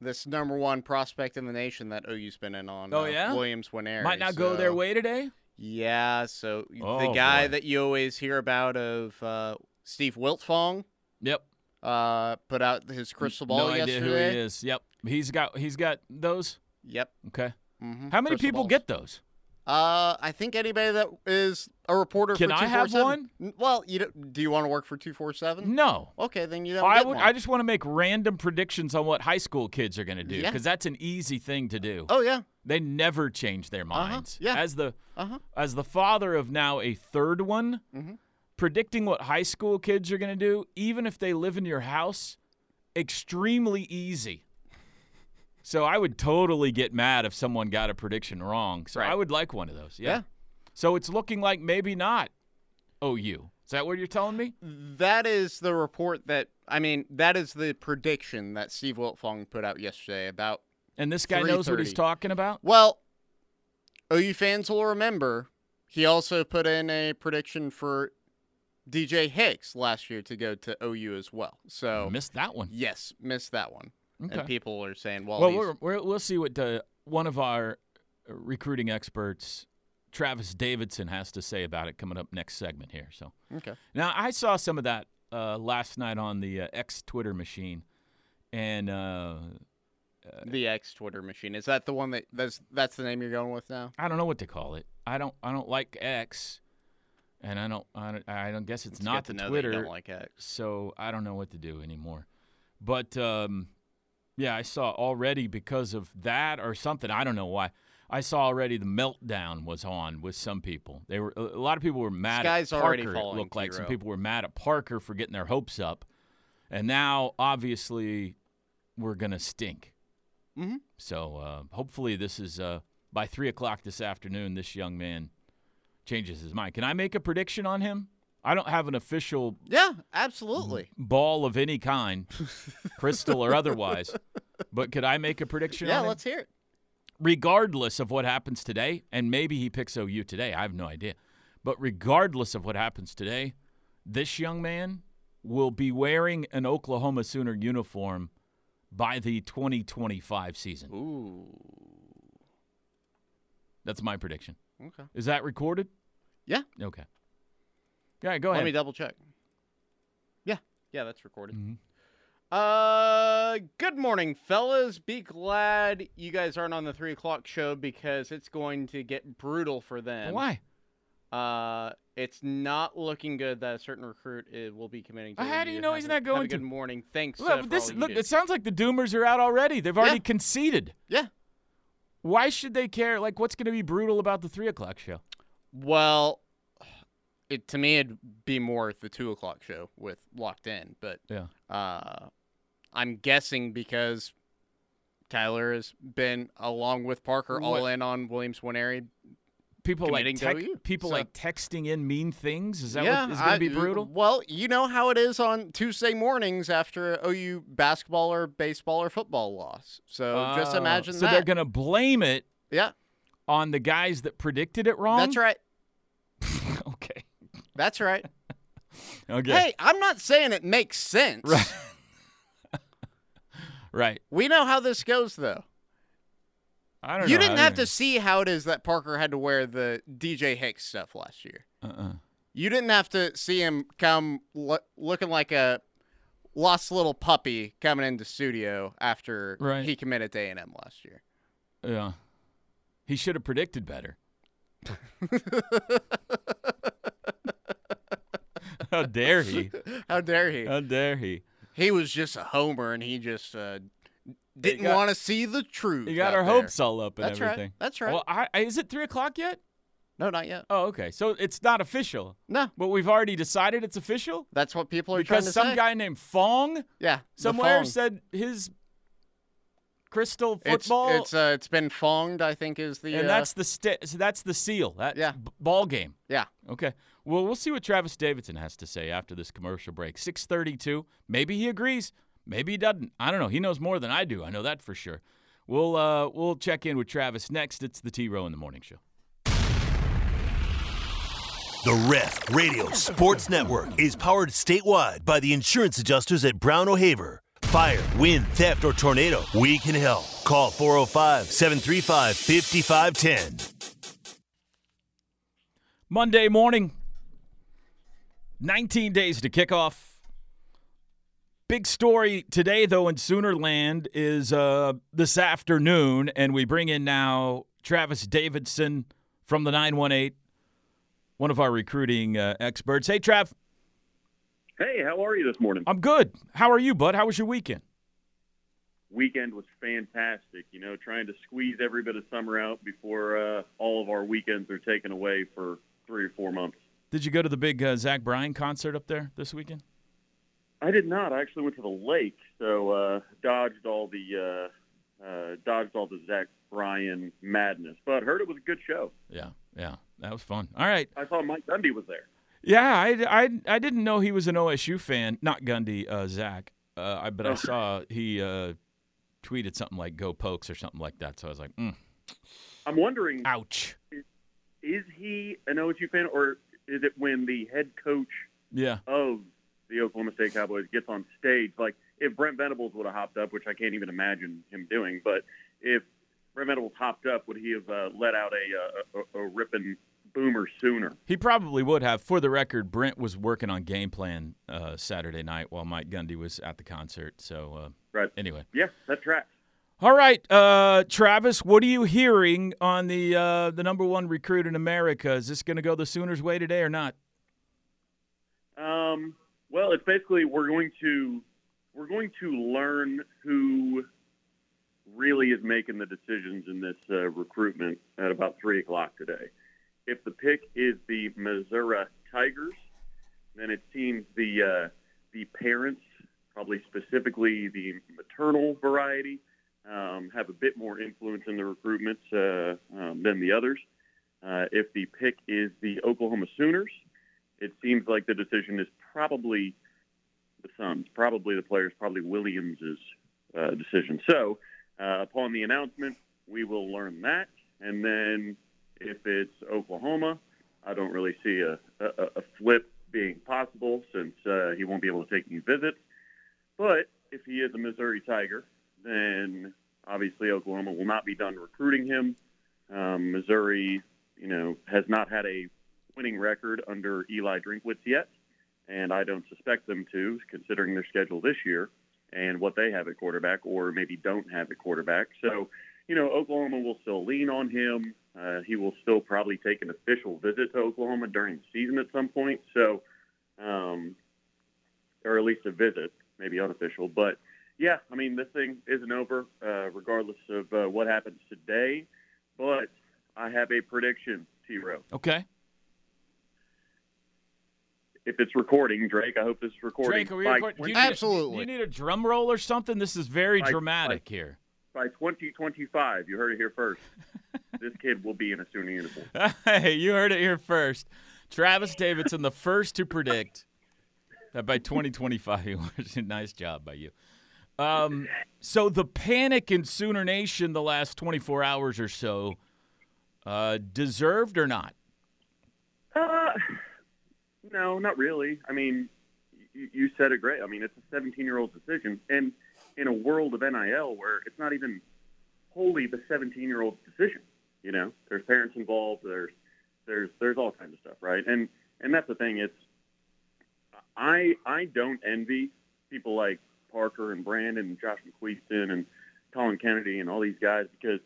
Speaker 6: this number one prospect in the nation that OU's been in on.
Speaker 5: Oh,
Speaker 6: uh,
Speaker 5: yeah?
Speaker 6: Williams Winery.
Speaker 5: Might not go their
Speaker 6: so-
Speaker 5: way today.
Speaker 6: Yeah. So y- the
Speaker 5: Oh,
Speaker 6: guy
Speaker 5: boy.
Speaker 6: that you always hear about of uh, Steve Wiltfong
Speaker 5: Yep.
Speaker 6: uh, put out his crystal ball
Speaker 5: no
Speaker 6: yesterday.
Speaker 5: idea who he is. Yep. He's got he's got those.
Speaker 6: Yep.
Speaker 5: Okay.
Speaker 6: mhm,
Speaker 5: How many
Speaker 6: crystal
Speaker 5: people
Speaker 6: balls.
Speaker 5: get those?
Speaker 6: Uh, I think anybody that is a reporter.
Speaker 5: Can
Speaker 6: for
Speaker 5: I have
Speaker 6: 247 N- Well, you don't, do you want to work for two four seven?
Speaker 5: No.
Speaker 6: Okay, then you Mm-hmm. don't.
Speaker 5: I
Speaker 6: get
Speaker 5: would.
Speaker 6: one.
Speaker 5: I just want to make random predictions on what high school kids are going to do
Speaker 6: Yeah.
Speaker 5: because that's an easy thing to do.
Speaker 6: Oh yeah.
Speaker 5: They never change their minds.
Speaker 6: Yeah.
Speaker 5: As the
Speaker 6: Uh-huh.
Speaker 5: as the father of now a third one,
Speaker 6: Mm-hmm.
Speaker 5: predicting what high school kids are going to do, even if they live in your house, extremely easy. So I would totally get mad if someone got a prediction wrong. So I
Speaker 6: Right.
Speaker 5: would like one of those. Yeah.
Speaker 6: Yeah.
Speaker 5: So it's looking like maybe not OU. Is that what you're telling me?
Speaker 6: That is the report that I mean. That is the prediction that Steve Wiltfong put out yesterday about.
Speaker 5: And this guy knows what he's
Speaker 6: 3:30.
Speaker 5: talking about?
Speaker 6: Well, OU fans will remember he also put in a prediction for DJ Hicks last year to go to OU as well. So
Speaker 5: Missed that one.
Speaker 6: yes, missed that one.
Speaker 5: Okay.
Speaker 6: And people are saying, well,
Speaker 5: Well,
Speaker 6: he's-
Speaker 5: we're, we're, we'll see what uh, one of our recruiting experts, Travis Davidson, has to say about it coming up next segment here. So
Speaker 6: okay,
Speaker 5: now I saw some of that uh, last night on the uh, X Twitter machine, and uh,
Speaker 6: the ex Twitter machine is that the one that that's that's the name you're going with now?
Speaker 5: I don't know what to call it. I don't I don't like X, and I don't I don't, I don't guess it's,
Speaker 6: It's
Speaker 5: not
Speaker 6: good
Speaker 5: the
Speaker 6: to know that you
Speaker 5: Twitter.
Speaker 6: don't like X.
Speaker 5: so I don't know what to do anymore. But um, yeah, I saw already because of that or something. I don't know why. I saw already the meltdown was on with some people. They were a a lot of people were mad.
Speaker 6: Sky's
Speaker 5: at
Speaker 6: already
Speaker 5: Parker,
Speaker 6: falling,
Speaker 5: It looked like some
Speaker 6: T-Row.
Speaker 5: people were mad at Parker for getting their hopes up, and now obviously we're gonna stink.
Speaker 6: Mhm.
Speaker 5: So uh, hopefully this is uh, by three o'clock this afternoon. This young man changes his mind. Can I make a prediction on him? I don't have an official
Speaker 6: Yeah, absolutely.
Speaker 5: ball of any kind, (laughs) crystal or otherwise. But could I make a prediction?
Speaker 6: Yeah,
Speaker 5: on him?
Speaker 6: let's hear it.
Speaker 5: Regardless of what happens today, and maybe he picks OU today. I have no idea. But regardless of what happens today, this young man will be wearing an Oklahoma Sooner uniform by the 2025 season.
Speaker 6: Ooh,
Speaker 5: That's my prediction.
Speaker 6: okay.
Speaker 5: Is that recorded?
Speaker 6: Yeah.
Speaker 5: Okay. All right, go
Speaker 6: Let
Speaker 5: ahead.
Speaker 6: me double check. Yeah, yeah, that's recorded.
Speaker 5: Mm-hmm.
Speaker 6: Uh, good morning, fellas. Be glad you guys aren't on the three o'clock show because it's going to get brutal for them.
Speaker 5: Why?
Speaker 6: Uh, it's not looking good that a certain recruit is, will be committing. to
Speaker 5: How do
Speaker 6: OU.
Speaker 5: you know
Speaker 6: Have
Speaker 5: he's
Speaker 6: a-
Speaker 5: not
Speaker 6: have a
Speaker 5: going
Speaker 6: Good
Speaker 5: to?
Speaker 6: morning. Thanks. uh,
Speaker 5: Look,
Speaker 6: for
Speaker 5: this,
Speaker 6: all you
Speaker 5: look
Speaker 6: do.
Speaker 5: it sounds like the Doomers are out already. They've already conceded.
Speaker 6: Yeah.
Speaker 5: Why should they care? Like, what's going to be brutal about the three o'clock show?
Speaker 6: Well, it to me it'd be more the two o'clock show with locked in, but
Speaker 5: Yeah.
Speaker 6: uh, I'm guessing because Tyler has been along with Parker all
Speaker 5: What-
Speaker 6: in on Williams Winery.
Speaker 5: People like
Speaker 6: Committing to
Speaker 5: tec-
Speaker 6: OU,
Speaker 5: people
Speaker 6: so-
Speaker 5: like texting in mean things. Is that
Speaker 6: yeah,
Speaker 5: what is going
Speaker 6: I-
Speaker 5: to be brutal?
Speaker 6: Well, you know how it is on Tuesday mornings after OU basketball or baseball or football loss. So just
Speaker 5: Uh,
Speaker 6: imagine
Speaker 5: so
Speaker 6: that.
Speaker 5: they're going to blame it
Speaker 6: yeah,
Speaker 5: on the guys that predicted it wrong.
Speaker 6: that's right.
Speaker 5: (laughs) okay.
Speaker 6: That's right.
Speaker 5: Okay.
Speaker 6: Hey, I'm not saying it makes sense.
Speaker 5: Right. Right.
Speaker 6: We know how this goes, though.
Speaker 5: I don't
Speaker 6: You
Speaker 5: know.
Speaker 6: didn't
Speaker 5: I
Speaker 6: have to see how it is that Parker had to wear the DJ Hicks stuff last year.
Speaker 5: Uh-uh.
Speaker 6: You didn't have to see him come lo- looking like a lost little puppy coming into studio after
Speaker 5: Right.
Speaker 6: he committed to A&M last year.
Speaker 5: Yeah. He should have predicted
Speaker 6: (laughs)
Speaker 5: better. (laughs) How dare he?
Speaker 6: How dare he?
Speaker 5: How dare he?
Speaker 6: He was just a homer, and he just uh, didn't
Speaker 5: got-
Speaker 6: want to see the truth.
Speaker 5: You got
Speaker 6: out
Speaker 5: our
Speaker 6: there.
Speaker 5: hopes all up and
Speaker 6: That's right.
Speaker 5: everything.
Speaker 6: That's right.
Speaker 5: Well, I, I- is it three o'clock yet?
Speaker 6: No, not yet.
Speaker 5: Oh, okay. So it's not official,
Speaker 6: No,
Speaker 5: but we've already decided it's official
Speaker 6: that's what people are trying
Speaker 5: because
Speaker 6: to
Speaker 5: some
Speaker 6: say.
Speaker 5: guy named Fong
Speaker 6: yeah, the
Speaker 5: somewhere
Speaker 6: Fong.
Speaker 5: said his crystal
Speaker 6: it's
Speaker 5: football,
Speaker 6: it's uh, it's been fonged. I think is the
Speaker 5: and
Speaker 6: uh,
Speaker 5: that's the sta- so that's the seal. That's
Speaker 6: Yeah.
Speaker 5: b- ball game.
Speaker 6: yeah.
Speaker 5: Okay. Well, we'll see what Travis Davidson has to say after this commercial break. 632. Maybe he agrees. Maybe he doesn't. I don't know. He knows more than I do. I know that for sure. We'll uh, we'll check in with Travis next. It's the T Row in the Morning Show.
Speaker 1: The Ref Radio Sports Network is powered statewide by the insurance adjusters at Brown O'Haver. Fire, wind, theft, or tornado, we can help. Call 405 735 5510.
Speaker 5: Monday morning. 19 days to kick off. Big story today, though, in Soonerland is uh, this afternoon, and we bring in now Travis Davidson from the 918, one of our recruiting uh, experts. Hey, Trav,
Speaker 7: Hey, how are you this morning?
Speaker 5: I'm good. How are you, bud? How was your weekend?
Speaker 7: Weekend was fantastic. You know, trying to squeeze every bit of summer out before uh, all of our weekends are taken away for three or four months.
Speaker 5: Did you go to the big uh, Zach Bryan concert up there this weekend?
Speaker 7: I did not. I actually went to the lake, so uh, dodged all the uh, uh, dodged all the Zach Bryan madness. But heard it was a good show.
Speaker 5: Yeah, yeah. That was fun. All right.
Speaker 7: I thought Mike Dundee was there.
Speaker 5: Yeah, I, I, I didn't know he was an OSU fan. Not Gundy, uh, Zach. Uh, I, but I saw he uh, tweeted something like "Go Pokes" or something like that. So I was like, mm,
Speaker 7: I'm wondering,
Speaker 5: "Ouch."
Speaker 7: is he an OSU fan, or is it when the head coach
Speaker 5: Yeah,
Speaker 7: of the Oklahoma State Cowboys gets on stage, like if Brent Venables would have hopped up, which I can't even imagine him doing, but if Brent Venables hopped up, would he have uh, let out a, uh, a, a ripping boomer sooner?
Speaker 5: he probably would have. For the record, Brent was working on game plan uh, Saturday night while Mike Gundy was at the concert. So uh,
Speaker 7: Right.
Speaker 5: anyway,
Speaker 7: Yeah, that tracks.
Speaker 5: all right, uh, Travis, what are you hearing on the uh, the number one recruit in America? Is this going to go the Sooners' way today or not?
Speaker 7: Um, well, it's basically we're going to we're going to learn who really is making the decisions in this uh, recruitment at about three o'clock today. If the pick is the Missouri Tigers, then it seems the uh, the parents, probably specifically the maternal variety, um, have a bit more influence in the recruitments uh, um, than the others. Uh, if the pick is the Oklahoma Sooners, it seems like the decision is probably the Suns, probably the players, probably Williams's uh, decision. So, uh, upon the announcement, we will learn that, and then if it's Oklahoma, I don't really see a, a, a flip being possible since uh, he won't be able to take any visits. But if he is a Missouri Tiger, then obviously Oklahoma will not be done recruiting him. Um, Missouri, you know, has not had a winning record under Eli Drinkwitz yet, and I don't suspect them to, considering their schedule this year and what they have at quarterback, or maybe don't have at quarterback. So, you know, Oklahoma will still lean on him. Uh, he will still probably take an official visit to Oklahoma during the season at some point. So, um, or at least a visit, maybe unofficial. But yeah, I mean, this thing isn't over, uh, regardless of uh, what happens today. But I have a prediction, T. Rowe
Speaker 5: Okay,
Speaker 7: if it's recording, Drake, I hope this is recording.
Speaker 5: Drake, are we
Speaker 7: by,
Speaker 5: recording? Do
Speaker 7: 20,
Speaker 5: you need-
Speaker 6: Absolutely.
Speaker 5: you need a drum roll or something. This is very
Speaker 7: Mike,
Speaker 5: dramatic
Speaker 7: Mike.
Speaker 5: here. (laughs)
Speaker 7: by 2025, you heard it here first. this kid will be in a Sooner uniform.
Speaker 5: Hey, you heard it here first. Travis Davidson, the first to predict that by 2025 (laughs) he was. Nice job by you. Um, so the panic in Sooner Nation the last 24 hours or so, uh, deserved or not?
Speaker 7: Uh, no, not really. I mean, you, you said it great. I mean, it's a 17-year-old decision, and in a world of NIL where it's not even wholly the 17 year old's decision. You know, there's parents involved. There's there's there's all kinds of stuff, right? And and that's the thing. It's I I don't envy people like Parker and Brandon and Josh McQueeston and Colin Kennedy and all these guys because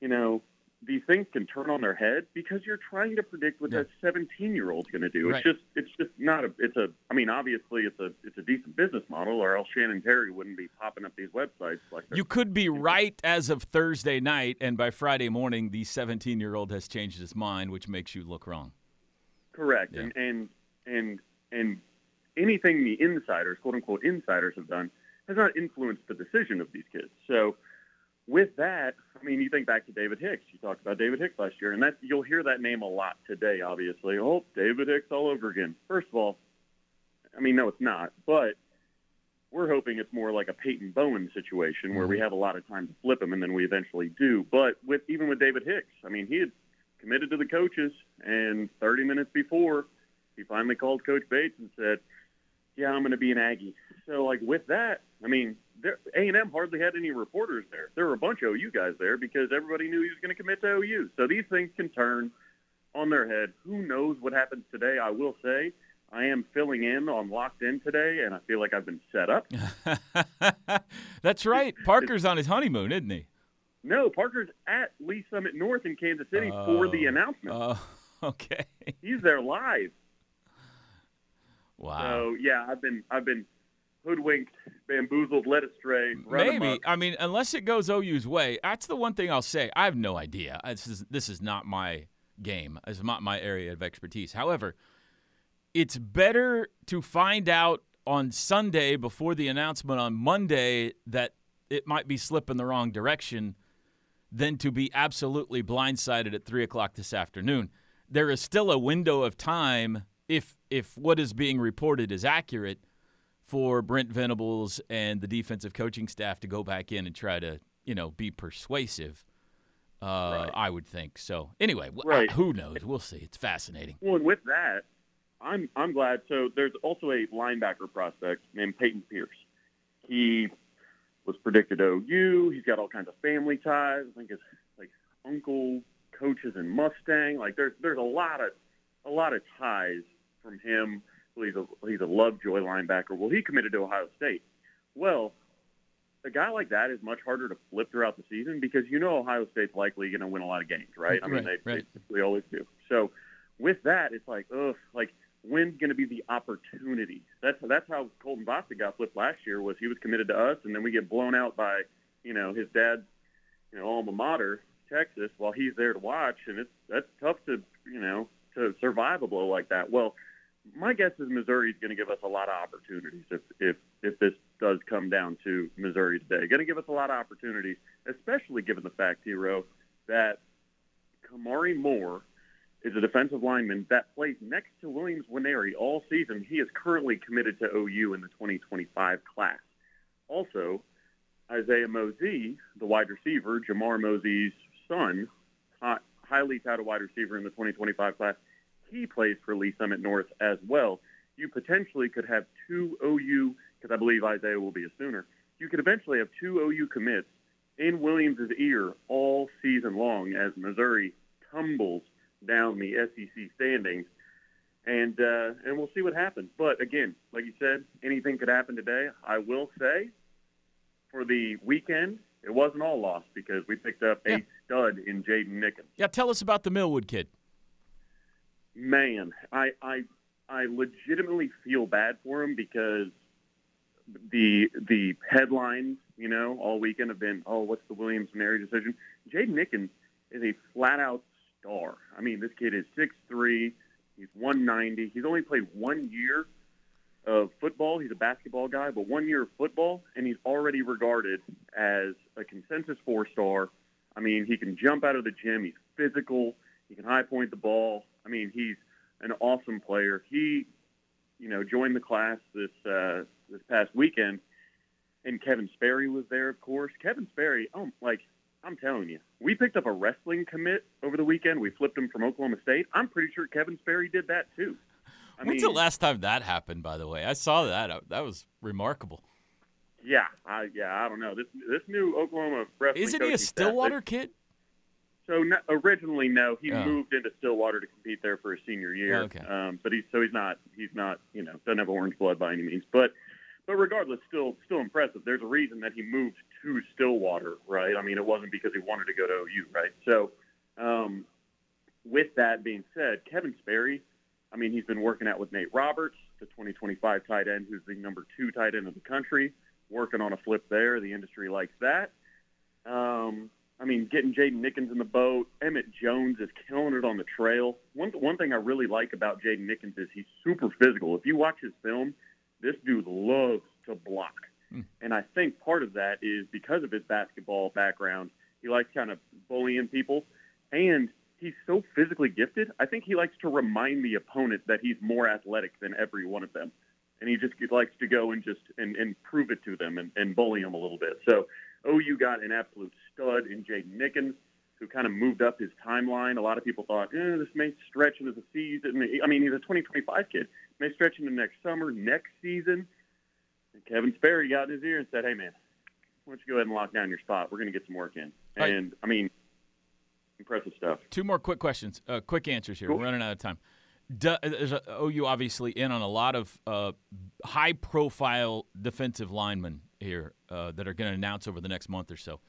Speaker 7: you know these things can turn on their head because you're trying to predict what
Speaker 5: Yeah.
Speaker 7: that 17 year old's going to do.
Speaker 5: Right.
Speaker 7: It's just it's just not a it's a I mean obviously it's a it's a decent business model or else Shannon Terry wouldn't be popping up these websites like they're
Speaker 5: You could be right as of Thursday night, and by Friday morning, the 17 year old has changed his mind, which makes you look wrong.
Speaker 7: Correct.
Speaker 5: Yeah.
Speaker 7: And, and and and anything the insiders, quote unquote insiders have done has not influenced the decision of these kids. So with that, I mean you think back to David Hicks. You talked about David Hicks last year and that you'll hear that name a lot today, obviously. Oh, David Hicks all over again. First of all, I mean no it's not, but we're hoping it's more like a Peyton Bowen situation where we have a lot of time to flip him and then we eventually do. But with even with David Hicks, I mean he had committed to the coaches. And 30 minutes before, he finally called Coach Bates and said, "Yeah, I'm going to be an Aggie." So, like with that, I mean, A and M hardly had any reporters there. There were a bunch of OU guys there because everybody knew he was going to commit to OU. So these things can turn on their head. Who knows what happens today? I will say. I am filling in on locked in today, and I feel like I've been set up.
Speaker 5: (laughs) That's right. Parker's on his honeymoon, isn't he?
Speaker 7: No, Parker's at Lee Summit North in Kansas City for the announcement.
Speaker 5: Oh, (laughs) okay.
Speaker 7: He's there live.
Speaker 5: Wow.
Speaker 7: So yeah, I've been I've been hoodwinked, bamboozled, led astray. run
Speaker 5: Maybe.
Speaker 7: amok.
Speaker 5: I mean, unless it goes OU's way, that's the one thing I'll say. I have no idea. Uh, This is this is not my game. This is not my area of expertise. However, it's better to find out on Sunday before the announcement on Monday that it might be slipping the wrong direction than to be absolutely blindsided at three o'clock this afternoon. There is still a window of time if if what is being reported is accurate for Brent Venables and the defensive coaching staff to go back in and try to, you know, be persuasive. Uh, I would think so. Anyway, w-
Speaker 7: Right.
Speaker 5: who knows? We'll see. It's fascinating.
Speaker 7: Well, and with that, I'm I'm glad. So there's also a linebacker prospect named Peyton Pierce. He was predicted to OU. He's got all kinds of family ties. I think his like uncle coaches in Mustang. Like there's there's a lot of a lot of ties from him. Well, he's a he's a Lovejoy linebacker. Well, he committed to Ohio State. Well, a guy like that is much harder to flip throughout the season because you know Ohio State's likely going to win a lot of games, right? I
Speaker 5: Right,
Speaker 7: mean, they,
Speaker 5: right.
Speaker 7: they typically always do. So with that, it's like, ugh, like when's going to be the opportunity? That's that's how Colton Bostic got flipped last year. Was he was committed to us, and then we get blown out by you know his dad's you know alma mater, Texas, while he's there to watch, and it's that's tough to you know to survive a blow like that. Well, my guess is Missouri is going to give us a lot of opportunities if if if this does come down to Missouri today. Going to give us a lot of opportunities, especially given the fact, Hero, that Kamari Moore is a defensive lineman that plays next to Williams Winery all season. He is currently committed to OU in the 2025 class. Also, Isaiah Mosey, the wide receiver, Jamar Mosey's son, hi- highly touted wide receiver in the 2025 class, he plays for Lee Summit North as well. You potentially could have two OU, because I believe Isaiah will be a Sooner. You could eventually have two OU commits in Williams' ear all season long as Missouri tumbles down the SEC standings. And uh, and we'll see what happens. But again, like you said, anything could happen today. I will say, for the weekend, it wasn't all lost because we picked up
Speaker 5: Yeah.
Speaker 7: a stud in Jaden Nickens
Speaker 5: Yeah, tell us about the Millwood kid.
Speaker 7: man, I I I legitimately feel bad for him because the the headlines, you know, all weekend have been, oh, what's the Williams Mary decision? Jaden Nickens is a flat out star. I mean, this kid is six three, he's one ninety. He's only played one year of football. He's a basketball guy, but one year of football, and he's already regarded as a consensus four star. I mean, he can jump out of the gym. He's physical. He can high point the ball. I mean, he's an awesome player. He, you know, joined the class this uh, this past weekend, and Kevin Sperry was there, of course. Kevin Sperry, um, like I'm telling you, we picked up a wrestling commit over the weekend. We flipped him from Oklahoma State. I'm pretty sure Kevin Sperry did that too. I
Speaker 5: When's
Speaker 7: mean,
Speaker 5: the last time that happened, by the way? I saw that. Uh, That was remarkable.
Speaker 7: Yeah, I, yeah, I don't know. This this new Oklahoma freshman
Speaker 5: Isn't he
Speaker 7: coaching
Speaker 5: a
Speaker 7: staff, they-
Speaker 5: Stillwater kid?
Speaker 7: So no, originally, no, he
Speaker 5: Oh.
Speaker 7: moved into Stillwater to compete there for his senior year.
Speaker 5: Okay.
Speaker 7: Um, but he's so he's not he's not you know doesn't have orange blood by any means. But but regardless, still still impressive. There's a reason that he moved to Stillwater, right? I mean, it wasn't because he wanted to go to OU, right? So um, with that being said, Kevin Sperry, I mean, he's been working out with Nate Roberts, the 2025 tight end, who's the number two tight end of the country, working on a flip there. The industry likes that. Um, I mean, getting Jaden Nickens in the boat. Emmett Jones is killing it on the trail. One one thing I really like about Jaden Nickens is he's super physical. If you watch his film, this dude loves to block, and I think part of that is because of his basketball background. He likes kind of bullying people, and he's so physically gifted. I think he likes to remind the opponent that he's more athletic than every one of them, and he just likes to go and just and, and prove it to them and, and bully them a little bit. So OU got an absolute stud in Jaden Nickens, who kind of moved up his timeline. A lot of people thought, eh, this may stretch into the season. I mean, he's a 2025 kid. May stretch into next summer, next season. And Kevin Sperry got in his ear and said, hey, man, why don't you go ahead and lock down your spot? We're going to get some work in.
Speaker 5: All right.
Speaker 7: And, I mean, impressive stuff.
Speaker 5: Two more quick questions, uh, quick answers here.
Speaker 7: Cool.
Speaker 5: We're running out of time. Do, there's a, OU obviously in on a lot of uh, high-profile defensive linemen here uh, that are going to announce over the next month or so.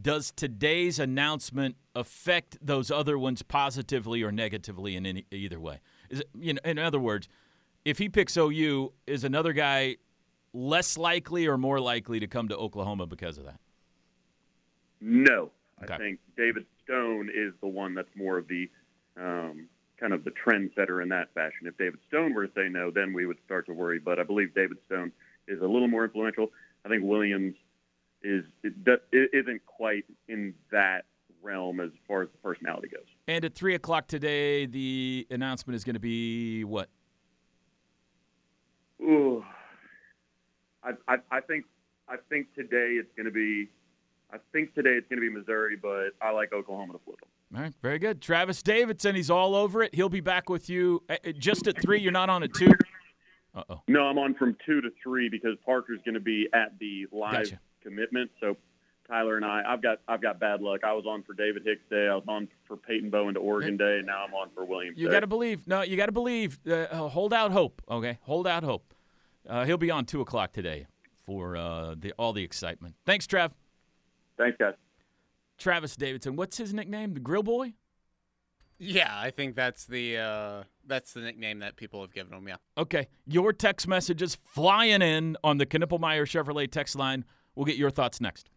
Speaker 5: Does today's announcement affect those other ones positively or negatively in any, either way? Is it, you know, in other words, if he picks OU, is another guy less likely or more likely to come to Oklahoma because of that?
Speaker 7: No,
Speaker 5: Okay.
Speaker 7: I think David Stone is the one that's more of the um, kind of the trendsetter in that fashion. If David Stone were to say no, then we would start to worry. But I believe David Stone is a little more influential. I think Williams is it, do- it isn't quite in that realm as far as the personality goes.
Speaker 5: And at three o'clock today, the announcement is going to be what?
Speaker 7: Ooh, I, I, I think I think today it's going to be. I think today it's going to be Missouri, but I like Oklahoma to flip them.
Speaker 5: All right, very good. Travis Davidson, he's all over it. He'll be back with you uh, uh, just at three. You're not on at two. Uh oh.
Speaker 7: No, I'm on from two to three because Parker's going to be at the live
Speaker 5: Gotcha.
Speaker 7: commitment. So Tyler and I, I've got I've got bad luck. I was on for David Hicks Day. I was on for Peyton Bowen to Oregon Day, and now I'm on for Williams.
Speaker 5: You
Speaker 7: Day.
Speaker 5: got to believe. No, you got to believe. Uh, uh, hold out hope. Okay, hold out hope. Uh, he'll be on two o'clock today for uh, the all the excitement. Thanks, Trav.
Speaker 7: Thanks, guys.
Speaker 5: Travis Davidson. What's his nickname? The Grill Boy.
Speaker 6: Yeah, I think that's the uh, that's the nickname that people have given him. Yeah.
Speaker 5: Okay, your text messages flying in on the Knippelmeyer Chevrolet text line. We'll get your thoughts next.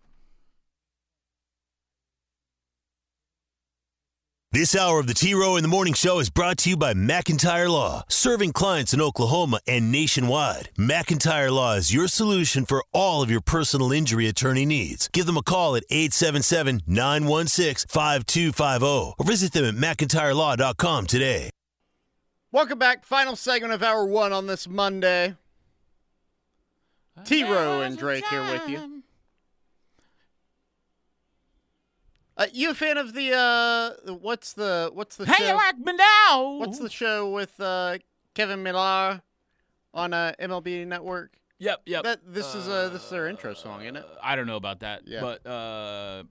Speaker 1: This hour of the T Row in the Morning Show is brought to you by McIntyre Law, serving clients in Oklahoma and nationwide. McIntyre Law is your solution for all of your personal injury attorney needs. Give them a call at 877 916 5250 or visit them at McIntyreLaw.com today.
Speaker 6: Welcome back. Final segment of hour one on this Monday. T Row and Drake here with you. Uh, you a fan of the uh, the- what's the what's the
Speaker 5: Hey,
Speaker 6: show?
Speaker 5: you like me now?
Speaker 6: What's the show with uh, Kevin Millar on uh, MLB Network?
Speaker 5: Yep, yep. Uh,
Speaker 6: That this is uh, this is their intro song, isn't it?
Speaker 5: I don't know about that,
Speaker 6: Yeah.
Speaker 5: but uh,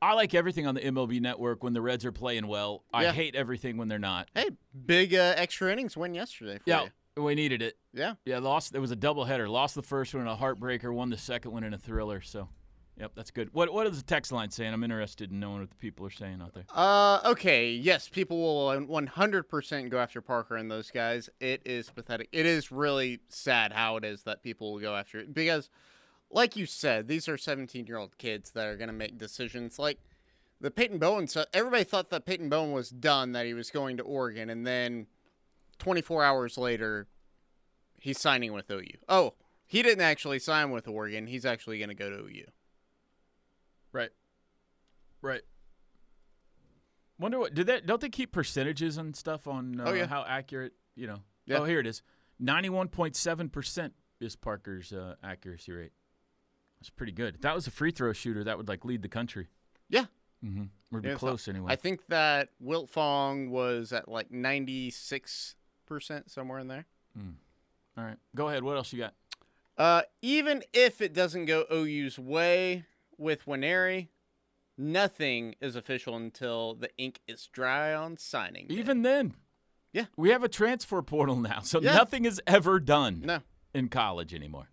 Speaker 5: I like everything on the MLB Network when the Reds are playing well. I
Speaker 6: Yeah.
Speaker 5: hate everything when they're not.
Speaker 6: Hey, big uh, extra innings win yesterday for
Speaker 5: Yeah,
Speaker 6: you.
Speaker 5: we needed it.
Speaker 6: Yeah.
Speaker 5: Yeah, lost. There was a doubleheader. Lost the first one in a heartbreaker. Won the second one in a thriller. So, yep, that's good. What What is the text line saying? I'm interested in knowing what the people are saying out there.
Speaker 6: Uh, okay. Yes, people will 100% go after Parker and those guys. It is pathetic. It is really sad how it is that people will go after it because, like you said, these are 17 year old kids that are going to make decisions. Like the Peyton Bowen stuff, everybody thought that Peyton Bowen was done, that he was going to Oregon, and then 24 hours later, he's signing with OU. Oh, he didn't actually sign with Oregon. He's actually going to go to OU.
Speaker 5: Right. Right. Wonder what do they don't they keep percentages and stuff on uh,
Speaker 6: Oh, yeah.
Speaker 5: how accurate you know?
Speaker 6: Yeah.
Speaker 5: Oh, here it is. Ninety-one point seven percent is Parker's uh, accuracy rate. That's pretty good. If that was a free throw shooter, that would like lead the country.
Speaker 6: Yeah.
Speaker 5: Mm-hmm. We'd be
Speaker 6: Yeah, so
Speaker 5: close anyway.
Speaker 6: I think that Wilt Fong was at like 96% somewhere in there.
Speaker 5: All right, go ahead. What else you got?
Speaker 6: Uh, even if it doesn't go OU's way with Winery, nothing is official until the ink is dry on signing. day.
Speaker 5: Even then,
Speaker 6: Yeah.
Speaker 5: we have a transfer portal now, so
Speaker 6: Yeah.
Speaker 5: nothing is ever done
Speaker 6: no.
Speaker 5: in college anymore.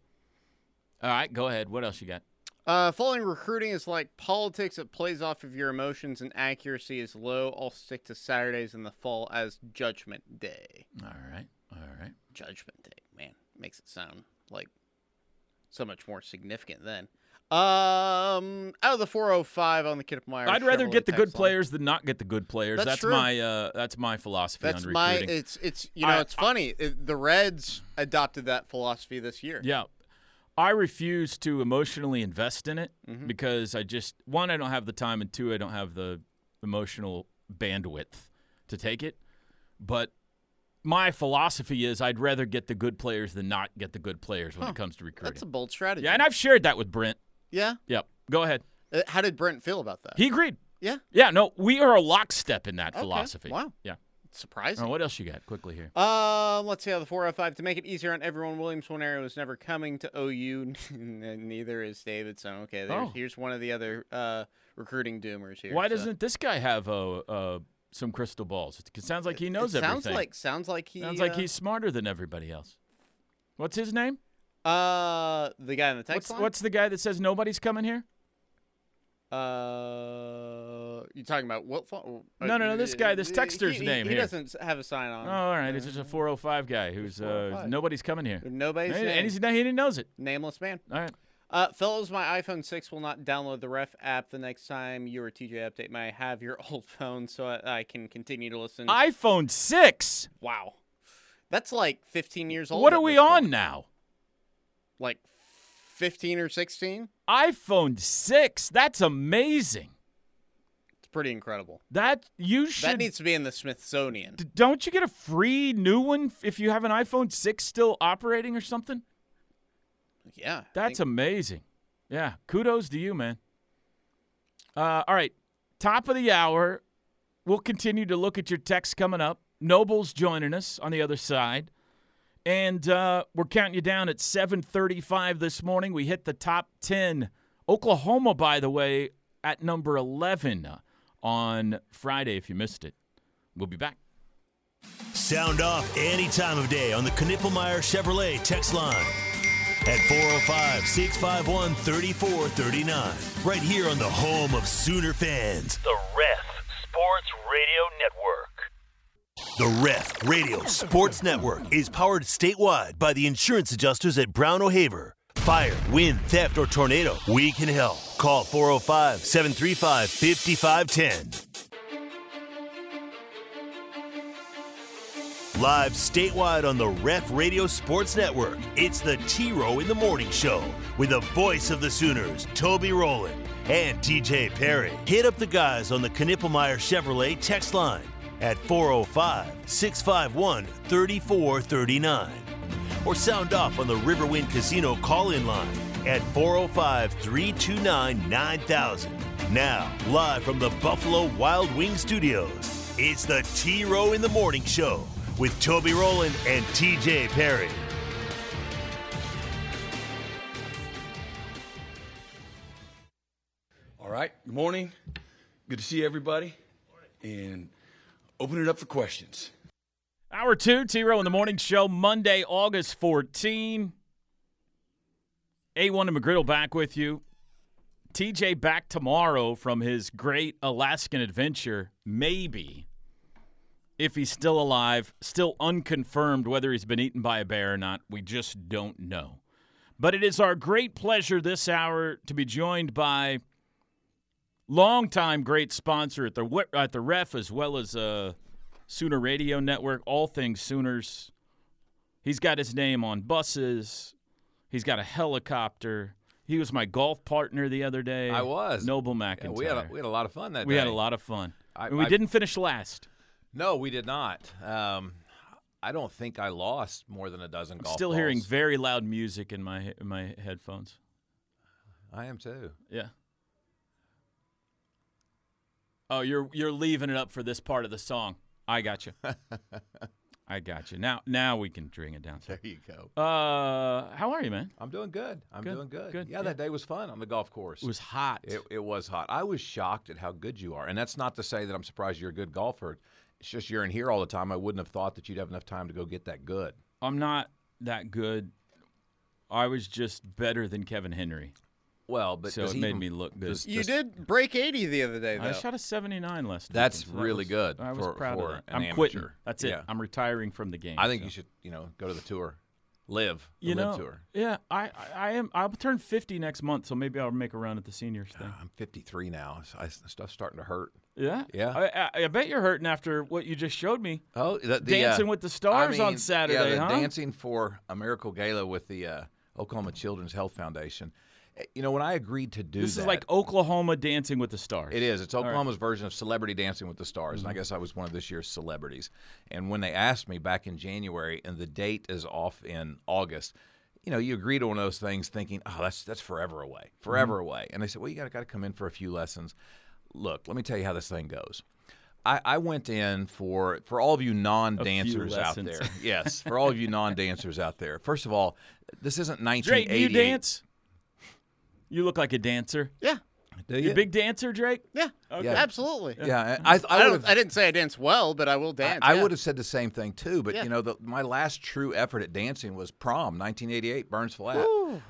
Speaker 5: All right, go ahead. What else you got?
Speaker 6: Uh, following recruiting is like politics. It plays off of your emotions and accuracy is low. I'll stick to Saturdays in the fall as Judgment Day.
Speaker 5: All right, all right.
Speaker 6: Judgment Day, man, makes it sound like so much more significant then. Um, out of the 405 on the Kiddermeyer,
Speaker 5: I'd rather
Speaker 6: Chevrolet
Speaker 5: get the good
Speaker 6: text line.
Speaker 5: players than not get the good players.
Speaker 6: That's
Speaker 5: That's,
Speaker 6: true.
Speaker 5: my uh, that's my philosophy
Speaker 6: That's
Speaker 5: on
Speaker 6: my.
Speaker 5: recruiting.
Speaker 6: It's it's you know
Speaker 5: I-
Speaker 6: it's funny. It- the Reds adopted that philosophy this year.
Speaker 5: Yeah. I refuse to emotionally invest in it
Speaker 6: Mm-hmm.
Speaker 5: because I just one, I don't have the time, and two, I don't have the emotional bandwidth to take it. But my philosophy is I'd rather get the good players than not get the good players when it comes to
Speaker 6: that's a
Speaker 5: recruiting.
Speaker 6: bold strategy.
Speaker 5: yeah, and I've shared that with Brent.
Speaker 6: yeah.
Speaker 5: Yep. Go ahead.
Speaker 6: Uh, How did Brent feel about that?
Speaker 5: He agreed.
Speaker 6: yeah,
Speaker 5: Yeah, no, we are a lockstep in that
Speaker 6: Okay.
Speaker 5: philosophy.
Speaker 6: Wow.
Speaker 5: Yeah.
Speaker 6: it's surprising.
Speaker 5: All right, what else you got quickly here?
Speaker 6: Um, let's see how the 405 to make it easier on everyone. Williams one area was never coming to (laughs) OU, and neither is Davidson. Okay, there,
Speaker 5: Oh.
Speaker 6: here's one of the other uh, recruiting doomers here.
Speaker 5: Why
Speaker 6: so-
Speaker 5: doesn't this guy have uh, uh, some crystal balls? It sounds like he knows
Speaker 6: it sounds
Speaker 5: everything.
Speaker 6: like sounds like he
Speaker 5: Sounds like
Speaker 6: uh,
Speaker 5: he's smarter than everybody else. What's his name?
Speaker 6: uh the guy in the text
Speaker 5: What's,
Speaker 6: line?
Speaker 5: what's the guy that says nobody's coming here?
Speaker 6: uh you talking about what phone?
Speaker 5: No, no, no, this guy, this texter's
Speaker 6: he, he-
Speaker 5: name
Speaker 6: He,
Speaker 5: here.
Speaker 6: doesn't have a sign on. Uh,
Speaker 5: Oh, all right. It's just a 405 guy who's uh,
Speaker 6: 405.
Speaker 5: nobody's coming here.
Speaker 6: Nobody's
Speaker 5: and
Speaker 6: name.
Speaker 5: and he's, no, he knows it.
Speaker 6: nameless man.
Speaker 5: All right.
Speaker 6: Uh, fellows, my iPhone 6 will not download the ref app the next time you or TJ update my have your (laughs) old phone so I, I can continue to listen.
Speaker 5: iPhone 6.
Speaker 6: wow. That's like 15 years old.
Speaker 5: What
Speaker 6: at
Speaker 5: are we
Speaker 6: this
Speaker 5: on
Speaker 6: point.
Speaker 5: now?
Speaker 6: Like 15 or 16?
Speaker 5: iPhone 6. That's amazing.
Speaker 6: It's pretty incredible.
Speaker 5: That you should.
Speaker 6: That needs to be in the Smithsonian.
Speaker 5: D- don't you get a free new one f- if you have an iPhone 6 still operating or something?
Speaker 6: yeah. I
Speaker 5: That's
Speaker 6: think-
Speaker 5: amazing. Yeah, kudos to you, man. Uh, all right, top of the hour. We'll continue to look at your text coming up. Noble's joining us on the other side, and uh, we're counting you down at 7:35 this morning. We hit the top 10. Oklahoma, by the way, at number 11 on Friday. If you missed it, we'll be back.
Speaker 1: Sound off any time of day on the Knippelmeyer Chevrolet text line at 405 651 3439. Right here on the home of Sooner fans,
Speaker 8: The Ref Sports Radio Network.
Speaker 1: the Ref Radio Sports Network is powered statewide by the insurance adjusters at Brown O'Haver. Fire, wind, theft, or tornado, we can help. Call 405 735 5510. Live statewide on the Ref Radio Sports Network, it's the T Row in the Morning Show with the voice of the Sooners, Toby Rowland and TJ Perry. Hit up the guys on the Knippelmeyer Chevrolet text line at 405 651 3439 or sound off on the Riverwind Casino call in line at 405 329 9000. Now, live from the Buffalo Wild Wing Studios, it's the T Row in the Morning Show with Toby Rowland and TJ Perry.
Speaker 3: (laughs) All right. Good morning. Good to see everybody. And open it up for questions.
Speaker 5: Hour two, T Row in the Morning Show, Monday, August 14. A1 and McGriddle back with you. TJ back tomorrow from his great Alaskan adventure, maybe, if he's still alive, still unconfirmed whether he's been eaten by a bear or not. We just don't know. But it is our great pleasure this hour to be joined by longtime great sponsor at the we- at the ref as well as uh, Sooner Radio Network, all things Sooners. He's got his name on buses. He's got a helicopter. He was my golf partner the other day.
Speaker 9: I was.
Speaker 5: Noble McIntyre.
Speaker 9: Yeah, we had a, we had a lot of fun that
Speaker 5: We
Speaker 9: day.
Speaker 5: had a lot of fun.
Speaker 9: I-
Speaker 5: And we
Speaker 9: I-
Speaker 5: didn't finish last.
Speaker 9: No, we did not. Um, I don't think I lost more than a dozen golf.
Speaker 5: Still hearing
Speaker 9: balls.
Speaker 5: very loud music in my in my headphones.
Speaker 9: I am too.
Speaker 5: Yeah.
Speaker 9: (laughs)
Speaker 5: Oh, you're you're leaving it up for this part of the song. I got you. I got you. Now, now we can bring it down.
Speaker 9: There you go.
Speaker 5: Uh, how are you, man?
Speaker 9: I'm doing good. I'm
Speaker 5: Good,
Speaker 9: doing good.
Speaker 5: good,
Speaker 9: Yeah,
Speaker 5: yeah.
Speaker 9: that day was fun on the golf course.
Speaker 5: It was hot.
Speaker 9: It, it was hot. I was shocked at how good you are. And that's not to say that I'm surprised you're a good golfer. It's just you're in here all the time. I wouldn't have thought that you'd have enough time to go get that good.
Speaker 5: I'm not that good. I was just better than Kevin Henry,
Speaker 9: Well, but
Speaker 5: so
Speaker 9: does
Speaker 5: it
Speaker 9: he
Speaker 5: made
Speaker 9: even-
Speaker 5: me look good.
Speaker 9: does-
Speaker 6: You did break 80 the other day, though.
Speaker 5: I shot a 79 last.
Speaker 9: That's
Speaker 5: weekend, so that
Speaker 9: really
Speaker 5: was-
Speaker 9: good
Speaker 5: I was
Speaker 9: for-
Speaker 5: proud
Speaker 9: for
Speaker 5: of that.
Speaker 9: an
Speaker 5: I'm quitting.
Speaker 9: amateur.
Speaker 5: That's it.
Speaker 9: Yeah.
Speaker 5: I'm retiring from the game.
Speaker 9: I think
Speaker 5: so.
Speaker 9: you should, you know, go to the tour, live the
Speaker 5: You
Speaker 9: live
Speaker 5: know,
Speaker 9: tour.
Speaker 5: yeah, I, I, I am. I'll turn 50 next month, so maybe I'll make a run at the seniors
Speaker 9: (gasps)
Speaker 5: thing.
Speaker 9: I'm 53 now. So I, stuff's starting to hurt.
Speaker 5: Yeah,
Speaker 9: Yeah.
Speaker 5: I, I, I bet you're hurting after what you just showed me.
Speaker 9: Oh, the, the,
Speaker 5: Dancing
Speaker 9: uh,
Speaker 5: with the
Speaker 9: I
Speaker 5: Stars
Speaker 9: mean,
Speaker 5: on
Speaker 9: yeah,
Speaker 5: Saturday,
Speaker 9: the
Speaker 5: huh?
Speaker 9: Dancing for a Miracle Gala with the uh, Oklahoma Children's Health Foundation. Eh, You know, when I agreed to do
Speaker 5: This
Speaker 9: that,
Speaker 5: is like Oklahoma Dancing with the Stars.
Speaker 9: It is. It's Oklahoma's version of Celebrity Dancing with the Stars, and I guess I was one of this year's celebrities. And when they asked me back in January, and the date is off in August, you know, you agree to one of those things, thinking, "Oh, that's that's forever away, forever away." And they said, "Well, you got got to come in for a few lessons." Look, let me tell you how this thing goes. I, I went in for for all of you non-dancers out
Speaker 5: lessons.
Speaker 9: there. Yes, for all of you non-dancers out there. First of all, this isn't
Speaker 5: Drake,
Speaker 9: 1980.
Speaker 5: do you dance? You look like a dancer.
Speaker 6: yeah.
Speaker 9: Do
Speaker 5: You
Speaker 9: you?
Speaker 5: a big dancer, Drake?
Speaker 6: Yeah.
Speaker 5: Okay.
Speaker 6: Absolutely.
Speaker 9: yeah, I, I,
Speaker 6: I,
Speaker 9: would've-
Speaker 6: don't, I didn't say I dance well, but I will dance.
Speaker 9: I, I
Speaker 6: yeah.
Speaker 9: would have said the same thing too, but
Speaker 6: Yeah.
Speaker 9: you know, the, my last true effort at dancing was prom, 1988, Burns Flat.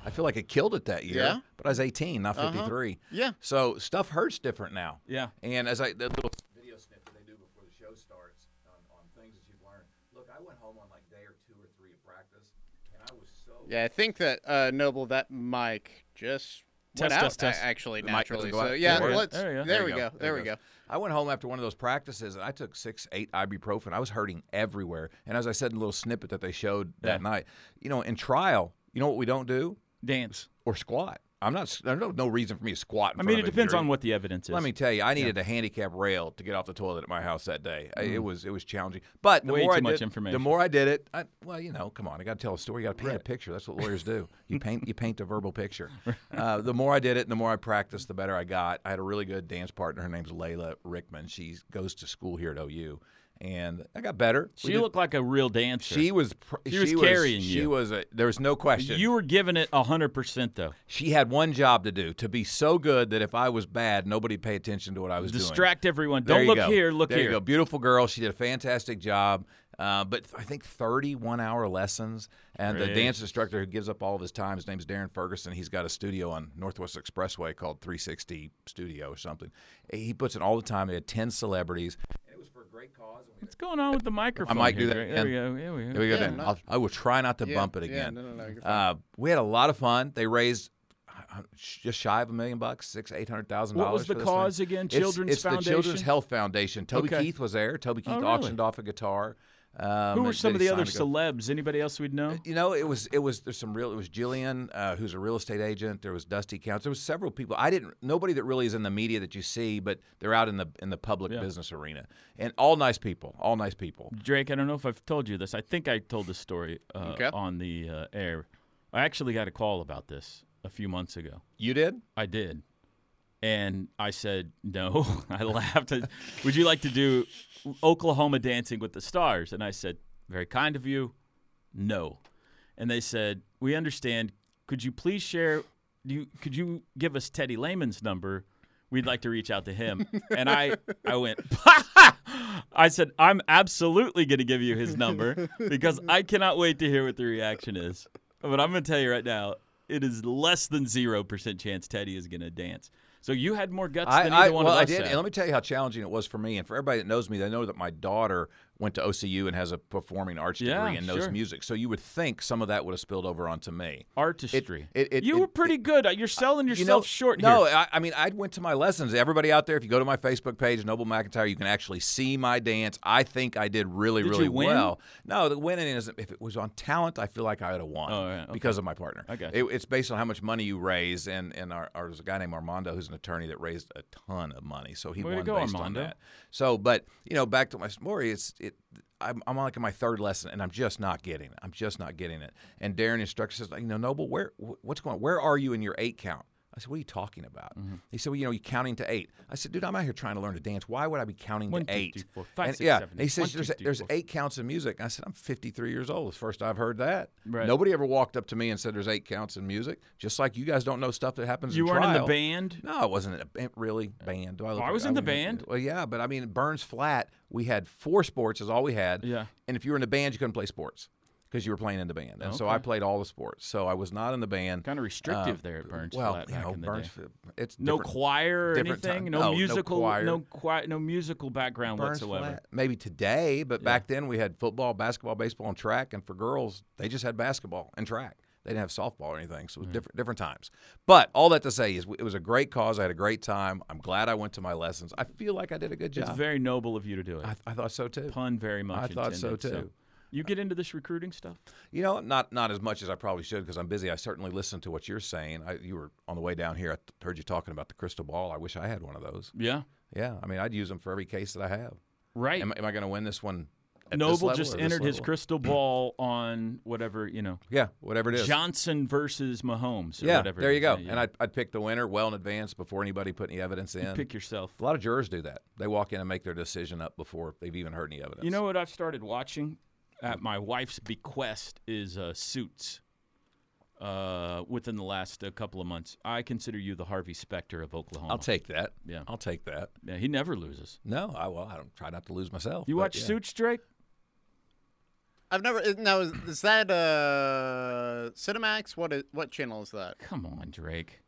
Speaker 9: I feel like I killed it that year,
Speaker 6: Yeah.
Speaker 9: but I was 18, not
Speaker 5: Uh-huh.
Speaker 9: 53.
Speaker 6: Yeah.
Speaker 9: So stuff hurts different now.
Speaker 5: Yeah.
Speaker 9: And as I the little video snippet they do before the show starts on, on things that you've learned. Look, I went home on like day or two or three of practice, and I was so
Speaker 6: Yeah, I think that uh, Noble that mic just went
Speaker 5: Test,
Speaker 6: out
Speaker 5: test,
Speaker 6: a-
Speaker 5: test.
Speaker 6: actually
Speaker 9: The mic doesn't
Speaker 6: naturally.
Speaker 9: go out.
Speaker 6: So yeah,
Speaker 9: There you go.
Speaker 6: let's
Speaker 5: There you
Speaker 6: there,
Speaker 5: go.
Speaker 6: we go. There we
Speaker 9: it
Speaker 6: go.
Speaker 9: goes. I went home after one of those practices and I took six, eight ibuprofen. I was hurting everywhere. And as I said in a little snippet that they showed that night, you know, in trial, you know what we don't do?
Speaker 5: Dance.
Speaker 9: Or squat. I'm not, there's no, no reason for me to squat. in
Speaker 5: I
Speaker 9: front
Speaker 5: mean, it
Speaker 9: of a
Speaker 5: depends
Speaker 9: jury.
Speaker 5: on what the evidence is.
Speaker 9: Let me tell you, I needed a handicap rail to get off the toilet at my house that day. I- It was it was challenging, but the
Speaker 5: Way
Speaker 9: more
Speaker 5: too
Speaker 9: I
Speaker 5: much
Speaker 9: did, the
Speaker 5: information.
Speaker 9: more I did it, I, well, you know, come on, I got to tell a story. You got to paint a picture. That's what lawyers do. You paint you paint a verbal picture. Uh, the more I did it, and the more I practiced, the better I got. I had a really good dance partner. Her name's Layla Rickman. She goes to school here at OU, and I got better. We
Speaker 5: She
Speaker 9: did-
Speaker 5: looked like a real dancer.
Speaker 9: She was pr-
Speaker 5: She was carrying
Speaker 9: She
Speaker 5: you.
Speaker 9: was a, there was no question.
Speaker 5: you were giving it hundred percent though.
Speaker 9: she had one job to do to be so good that if I was bad, nobody'd pay attention to what I was doing.
Speaker 5: Distract everyone.
Speaker 9: There
Speaker 5: Don't
Speaker 9: you
Speaker 5: look
Speaker 9: go.
Speaker 5: here. Look
Speaker 9: there
Speaker 5: here.
Speaker 9: You go. Beautiful girl. She did a fantastic job. Uh, but I think 31 hour lessons. And the
Speaker 5: Great.
Speaker 9: dance instructor who gives up all of his time, his name's Darren Ferguson. He's got a studio on Northwest Expressway called 360 Studio or something. He puts in all the time. They had 10 celebrities. And it was for a great cause. And we
Speaker 5: What's going on with the microphone?
Speaker 9: might do
Speaker 5: here,
Speaker 9: that again.
Speaker 5: Greg? There we go. Here we go.
Speaker 9: there we go. Then. I'll, I will try not to
Speaker 6: Yeah,
Speaker 9: bump it
Speaker 6: yeah,
Speaker 9: again.
Speaker 6: no, no, no, you're fine.
Speaker 9: Uh, we had a lot of fun. They raised uh, just shy of a million bucks, six, eight hundred thousand dollars.
Speaker 5: What was the cause again? Children's
Speaker 9: it's, it's the Children's
Speaker 5: Foundation?
Speaker 9: Health Foundation. Toby
Speaker 5: Okay. Oh,
Speaker 9: Keith was there. Toby Keith
Speaker 5: really?
Speaker 9: auctioned off a guitar. Um,
Speaker 5: Who were
Speaker 9: that
Speaker 5: some of
Speaker 9: he
Speaker 5: the other
Speaker 9: signed to go-
Speaker 5: celebs? Anybody else we'd know?
Speaker 9: You know, it was it was there's some real. It was Jillian, uh, who's a real estate agent. There was Dusty Counts. There was several people. I didn't nobody that really is in the media that you see, but they're out in the in the public business arena, and all nice people. All nice people.
Speaker 5: Drake, I don't know if I've told you this. I think I told this story uh,
Speaker 6: Okay.
Speaker 5: on the uh, air. I actually got a call about this a few months ago.
Speaker 9: You did?
Speaker 5: I did. And I said, no. (laughs) I laughed. I- Would you like to do Oklahoma Dancing with the Stars? And I said, very kind of you. No. And they said, we understand. Could you please share? Do you, could you give us Teddy Lehman's number? We'd like to reach out
Speaker 9: (laughs)
Speaker 5: to him. And I, I went, (laughs) I said, I'm absolutely going to give you his number because I cannot wait to hear what the reaction is. But I'm going to tell you right now, it is less than 0% chance Teddy is going to dance. So you had more guts than either one
Speaker 9: well,
Speaker 5: of us.
Speaker 9: I did.
Speaker 5: had.
Speaker 9: And let me tell you how challenging it was for me. And for everybody that knows me, they know that my daughter went to OCU and has a performing arts
Speaker 5: Yeah,
Speaker 9: degree and knows
Speaker 5: sure.
Speaker 9: music. So you would think some of that would have spilled over onto me.
Speaker 5: Artistry.
Speaker 9: it- it-
Speaker 5: you
Speaker 9: it-
Speaker 5: were pretty good. You're selling yourself
Speaker 9: You know,
Speaker 5: short
Speaker 9: no,
Speaker 5: here.
Speaker 9: I, I mean, I went to my lessons. Everybody out there, if you go to my Facebook page, Noble McIntyre, you can actually see my dance. I think I did really,
Speaker 5: Did
Speaker 9: really
Speaker 5: you win?
Speaker 9: well. No, the winning is if it was on talent, I feel like I would have won
Speaker 5: Oh, yeah, okay.
Speaker 9: because of my partner.
Speaker 5: I got
Speaker 9: It- it's based on how much money you raise, and and our, our, there's a guy named Armando who's an attorney that raised a ton of money, so he
Speaker 5: Way to
Speaker 9: won
Speaker 5: go,
Speaker 9: based
Speaker 5: Armando.
Speaker 9: on that. So, but you know, back to my story, it's it. I'm, I'm on like in my third lesson, and I'm just not getting it. I'm just not getting it. And Darren instructor says, you know, Noble, where wh- what's going? on? Where are you in your eight count? I I said, "What are you talking about?"
Speaker 5: Mm-hmm.
Speaker 9: He said, "Well, you know, you're counting to eight. I said, "Dude, I'm out here trying to learn to dance. Why would I be counting
Speaker 5: One,
Speaker 9: to
Speaker 5: two,
Speaker 9: eight?
Speaker 5: three, four, five,
Speaker 9: And-
Speaker 5: six,
Speaker 9: yeah.
Speaker 5: seven,
Speaker 9: and he
Speaker 5: eight.
Speaker 9: says,
Speaker 5: One, two,
Speaker 9: "There's,
Speaker 5: three,
Speaker 9: there's
Speaker 5: four,
Speaker 9: eight counts of music." And I said, "I'm 53 years old. It's the first I've heard that.
Speaker 5: Right.
Speaker 9: Nobody ever walked up to me and said there's eight counts in music. Just like you guys don't know stuff that happens.
Speaker 5: You
Speaker 9: in
Speaker 5: weren't in the
Speaker 9: trial.
Speaker 5: band?
Speaker 9: No, I wasn't in a band, really band. Do Oh, I, look
Speaker 5: I
Speaker 9: like-
Speaker 5: was in the
Speaker 9: mean,
Speaker 5: band.
Speaker 9: Well, yeah, but I mean, Burns Flat, we had four sports is all we had.
Speaker 5: Yeah.
Speaker 9: And if you were in the band, you couldn't play sports because you were playing in the band. And so I played all the sports. So I was not in the band.
Speaker 5: Kind of restrictive there at Burns
Speaker 9: uh, well,
Speaker 5: Flat
Speaker 9: you
Speaker 5: back
Speaker 9: know,
Speaker 5: in the
Speaker 9: Burns,
Speaker 5: day.
Speaker 9: F- it's
Speaker 5: No
Speaker 9: different.
Speaker 5: choir or
Speaker 9: different
Speaker 5: anything.
Speaker 9: time.
Speaker 5: No,
Speaker 9: No, no
Speaker 5: musical.
Speaker 9: choir.
Speaker 5: No choir. No musical background
Speaker 9: Burns
Speaker 5: whatsoever.
Speaker 9: Flat. Maybe today, but back then we had football, basketball, baseball, and track. And for girls, they just had basketball and track. They didn't have softball or anything,
Speaker 5: Mm-hmm.
Speaker 9: so it was different different times. But all that to say is, it was a great cause. I had a great time. I'm glad I went to my lessons. I feel like I did a good
Speaker 5: It's
Speaker 9: job.
Speaker 5: very noble of you to do it.
Speaker 9: I, I thought so too.
Speaker 5: Pun very much.
Speaker 9: I thought so,
Speaker 5: intended,
Speaker 9: too.
Speaker 5: You get into this recruiting stuff.
Speaker 9: You know, not not as much as I probably should because I'm busy. I certainly listened to what you're saying. I, you were on the way down here. I th- heard you talking about the crystal ball. I wish I had one of those.
Speaker 5: Yeah.
Speaker 9: Yeah, I mean, I'd use them for every case that I have.
Speaker 5: Right.
Speaker 9: Am, I- am I going to win this one? at this
Speaker 5: Noble
Speaker 9: level
Speaker 5: just
Speaker 9: or this
Speaker 5: entered his
Speaker 9: level?
Speaker 5: crystal ball on whatever you know.
Speaker 9: Yeah, whatever it is.
Speaker 5: Johnson versus Mahomes. Or
Speaker 9: yeah,
Speaker 5: whatever
Speaker 9: there you
Speaker 5: it is.
Speaker 9: go.
Speaker 5: Yeah, yeah.
Speaker 9: And I'd, I'd pick the winner well in advance before anybody put any evidence in.
Speaker 5: pick yourself.
Speaker 9: a lot of jurors do that. They walk in and make their decision up before they've even heard any evidence.
Speaker 5: You know what I've started watching at my wife's bequest is uh, Suits. Uh, within the last uh, couple of months, I consider you the Harvey Specter of Oklahoma.
Speaker 9: I'll take that.
Speaker 5: Yeah.
Speaker 9: I'll take that.
Speaker 5: Yeah, he never loses.
Speaker 9: No, I well, I don't try not to lose myself.
Speaker 5: You
Speaker 9: but
Speaker 5: watch
Speaker 9: yeah.
Speaker 5: Suits, Drake?
Speaker 6: I've never. is- Now is, is that uh Cinemax? What is what channel is that?
Speaker 5: Come on, Drake.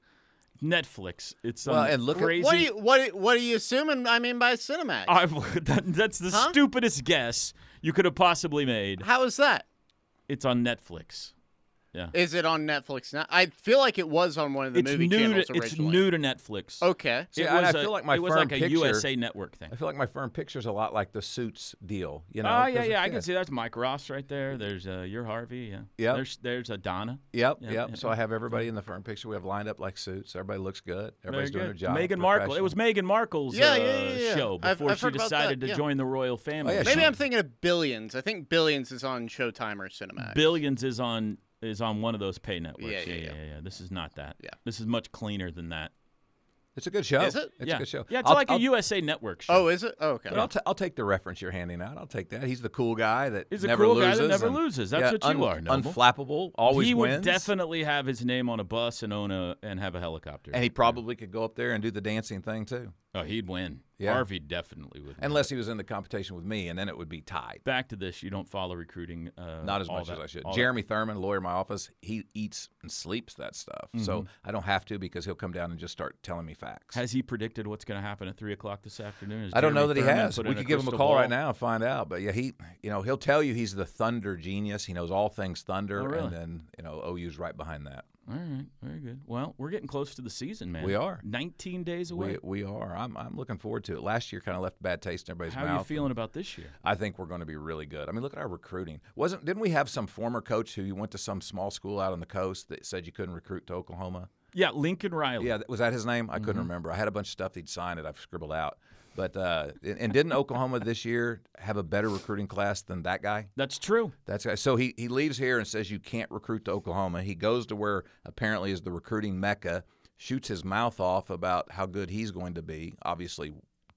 Speaker 5: Netflix. It's some
Speaker 9: Well, and look at-
Speaker 5: crazy.
Speaker 6: What do you what do- what are you assuming? I mean by Cinemax?
Speaker 5: (laughs) I, (laughs) that, that's the
Speaker 6: Huh?
Speaker 5: stupidest guess you could have possibly made.
Speaker 6: How is that?
Speaker 5: It's on Netflix.
Speaker 6: Is it on Netflix now? I feel like it was on one of the
Speaker 5: it's
Speaker 6: movie
Speaker 5: new.
Speaker 6: channels
Speaker 5: to, it's
Speaker 6: originally.
Speaker 5: new to Netflix.
Speaker 6: Okay.
Speaker 9: See,
Speaker 5: It
Speaker 9: and
Speaker 5: was
Speaker 9: I
Speaker 5: a-
Speaker 9: feel like my
Speaker 5: it was
Speaker 9: firm
Speaker 5: like a
Speaker 9: picture,
Speaker 5: USA Network thing.
Speaker 9: I feel like my firm picture's a lot like the Suits deal. You know?
Speaker 5: oh yeah,
Speaker 9: 'cause it-
Speaker 5: yeah, I can see that's Mike Ross right there. There's uh, your Harvey. Yeah.
Speaker 9: Yep.
Speaker 5: There's there's a Donna.
Speaker 9: Yep,
Speaker 5: Yeah,
Speaker 9: yep.
Speaker 5: yeah,
Speaker 9: So I have everybody in the firm picture. We have lined up like suits. Everybody looks good. Everybody's doing
Speaker 5: Very
Speaker 9: their
Speaker 5: good.
Speaker 9: job.
Speaker 5: Meghan Markle. It was Meghan Markle's
Speaker 6: Yeah,
Speaker 5: uh,
Speaker 6: yeah, yeah, yeah.
Speaker 5: show
Speaker 6: I've-
Speaker 5: before
Speaker 6: I've
Speaker 5: she
Speaker 6: heard about
Speaker 5: decided
Speaker 6: that,
Speaker 5: to
Speaker 6: yeah.
Speaker 5: join the royal family.
Speaker 9: Oh, yeah,
Speaker 6: Maybe
Speaker 9: Sure.
Speaker 6: I'm thinking of Billions. I think Billions is on Showtime or Cinemax.
Speaker 5: Billions is on is on one of those pay networks.
Speaker 6: Yeah,
Speaker 5: yeah,
Speaker 6: yeah,
Speaker 5: yeah.
Speaker 6: yeah.
Speaker 5: yeah. This is not that.
Speaker 6: Yeah.
Speaker 5: This is much cleaner than that.
Speaker 9: It's a good show.
Speaker 6: Is it?
Speaker 9: It's
Speaker 5: yeah.
Speaker 9: a good show.
Speaker 5: Yeah, it's
Speaker 9: I'll-
Speaker 5: like a
Speaker 9: I'll-
Speaker 5: USA Network show.
Speaker 6: oh, is it? Oh, okay.
Speaker 9: But I'll, t- I'll take the reference you're handing out. I'll take that. He's the cool guy that
Speaker 5: He's a
Speaker 9: never
Speaker 5: cool guy that
Speaker 9: loses.
Speaker 5: never
Speaker 9: and-
Speaker 5: loses. That's
Speaker 9: yeah,
Speaker 5: what you are, Noble.
Speaker 9: Unflappable. Always
Speaker 5: he would
Speaker 9: wins.
Speaker 5: definitely have his name on a bus and own a and have a helicopter.
Speaker 9: And he probably could go up there and do the dancing thing too,
Speaker 5: oh, he'd win.
Speaker 9: Yeah.
Speaker 5: Harvey definitely would. win.
Speaker 9: unless he was in the competition with me, and then it would be tied.
Speaker 5: back to this, you don't follow recruiting. Uh,
Speaker 9: Not as
Speaker 5: all
Speaker 9: much
Speaker 5: that-
Speaker 9: as I should.
Speaker 5: all that-
Speaker 9: Jeremy Thurman, lawyer in my office, he eats and sleeps that stuff, so
Speaker 5: Mm-hmm.
Speaker 9: I don't have to because he'll come down and just start telling me facts.
Speaker 5: Has he predicted what's going to happen at three o'clock this afternoon? Has
Speaker 9: I don't know
Speaker 5: Jeremy
Speaker 9: that he
Speaker 5: Thurman
Speaker 9: has.
Speaker 5: put
Speaker 9: We
Speaker 5: in
Speaker 9: could give him a
Speaker 5: crystal
Speaker 9: call
Speaker 5: ball?
Speaker 9: right now and find out. But yeah, he, you know, he'll tell you he's the Thunder genius. He knows all things Thunder,
Speaker 5: Oh, really?
Speaker 9: and then you know OU's right behind that.
Speaker 5: All right, very good. Well, we're getting close to the season, man.
Speaker 9: We are.
Speaker 5: nineteen days away.
Speaker 9: We, we are. I'm, I'm looking forward to it. Last year kind of left a bad taste in everybody's
Speaker 5: How
Speaker 9: mouth.
Speaker 5: are you feeling about this year?
Speaker 9: I think we're going to be really good. I mean, look at our recruiting. Wasn't didn't we have some former coach who you went to some small school out on the coast that said you couldn't recruit to Oklahoma?
Speaker 5: Yeah, Lincoln Riley.
Speaker 9: Yeah, that- was that his name? I couldn't remember. I had a bunch of stuff he'd signed that I've scribbled out. But uh, and and didn't Oklahoma this year have a better recruiting class than that guy?
Speaker 5: that's true.
Speaker 9: That's right. So he, he leaves here and says you can't recruit to Oklahoma. He goes to where apparently is the recruiting mecca, shoots his mouth off about how good he's going to be. Obviously,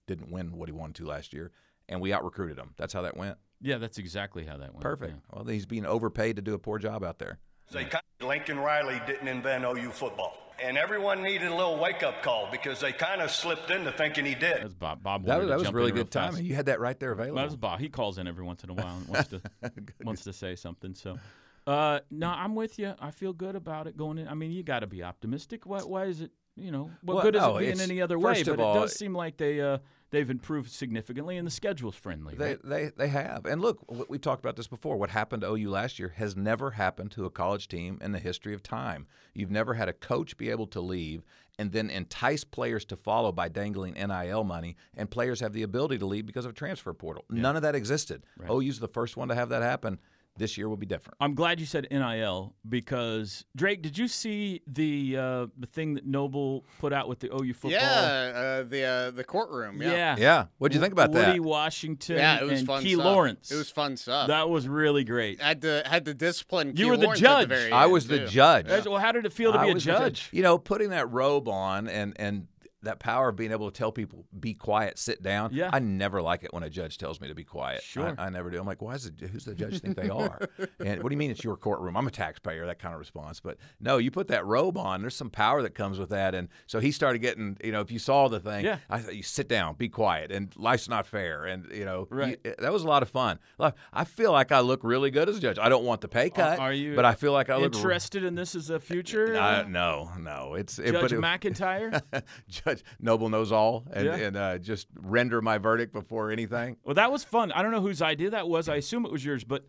Speaker 9: didn't win what he wanted to last year, and we out recruited him. That's how that went.
Speaker 5: Yeah, that's exactly how that went.
Speaker 9: Perfect.
Speaker 5: yeah.
Speaker 9: Well, he's being overpaid to do a poor job out there.
Speaker 10: They kind of- Lincoln Riley didn't invent OU football, and everyone needed a little wake-up call because they kind of slipped into thinking he did.
Speaker 5: That's Bob. Bob
Speaker 9: That
Speaker 5: wanted
Speaker 9: was,
Speaker 5: to
Speaker 9: that was
Speaker 5: jump
Speaker 9: really
Speaker 5: in real
Speaker 9: good timing.
Speaker 5: fast.
Speaker 9: You had that right there available.
Speaker 5: That was Bob. He calls in every once in a while and wants to wants to say something. So, uh, no, I'm with you. I feel good about it going in. I mean, you got to be optimistic. Why, why is it? You know, what
Speaker 9: Well,
Speaker 5: good is
Speaker 9: no,
Speaker 5: it being
Speaker 9: it's-
Speaker 5: any other way?
Speaker 9: first
Speaker 5: But
Speaker 9: of
Speaker 5: it
Speaker 9: all-
Speaker 5: does seem like they uh, they've improved significantly, and the schedule's friendly.
Speaker 9: They,
Speaker 5: right?
Speaker 9: they they have. And look, w- we've talked about this before. What happened to OU last year has never happened to a college team in the history of time. You've never had a coach be able to leave and then entice players to follow by dangling NIL money, and
Speaker 7: Oh,
Speaker 9: players have the ability to leave because of a transfer portal. None of that existed. OU's the first one to have that happen.
Speaker 7: This year will be different.
Speaker 5: I'm glad you said NIL because Drake, did you see the uh, the thing that Noble put out with the OU football?
Speaker 6: Yeah, uh, the uh, the courtroom.
Speaker 5: Yeah.
Speaker 6: Yeah.
Speaker 7: What'd you think about that?
Speaker 5: Woody Washington
Speaker 6: Yeah, it was
Speaker 5: and
Speaker 6: fun
Speaker 5: Key
Speaker 6: stuff.
Speaker 5: Lawrence.
Speaker 6: It was fun stuff.
Speaker 5: That was really great.
Speaker 6: Had to had to discipline.
Speaker 5: You
Speaker 6: Key
Speaker 5: were the
Speaker 6: Lawrence at
Speaker 5: judge.
Speaker 6: very
Speaker 7: I
Speaker 6: end,
Speaker 7: was the
Speaker 6: too.
Speaker 7: judge.
Speaker 5: That's- Well, how did it feel to
Speaker 7: I
Speaker 5: be a
Speaker 7: was the
Speaker 5: judge?
Speaker 7: You know, putting that robe on and and that power of being able to tell people be quiet, sit down.
Speaker 5: Yeah.
Speaker 7: I never like it when a judge tells me to be quiet. I-
Speaker 5: Sure.
Speaker 7: I, never do. I'm like, why is it? Who's the judge
Speaker 5: (laughs)
Speaker 7: think they are? and what do you mean it's your courtroom? I'm a taxpayer. That kind of response. But no, you put that robe on. There's some power that comes with that. And so he started getting. You know, if you saw the thing,
Speaker 5: Yeah.
Speaker 7: I thought you sit down, be quiet, and life's not fair. And you know, you-
Speaker 5: Right.
Speaker 7: that was a lot of fun. Like, I feel like I look really good as a judge. I don't want the pay cut.
Speaker 5: are you
Speaker 7: But I feel like I look re-
Speaker 5: Interested in this as a
Speaker 7: (laughs)
Speaker 5: future?
Speaker 7: uh, no, no. It's it,
Speaker 5: Judge
Speaker 7: but it- (laughs)
Speaker 5: McIntyre?
Speaker 7: Judge Noble knows all, and,
Speaker 5: Yeah.
Speaker 7: and uh, just render my verdict before anything.
Speaker 5: Well, that was fun. I don't know whose idea that was. I assume it was yours, but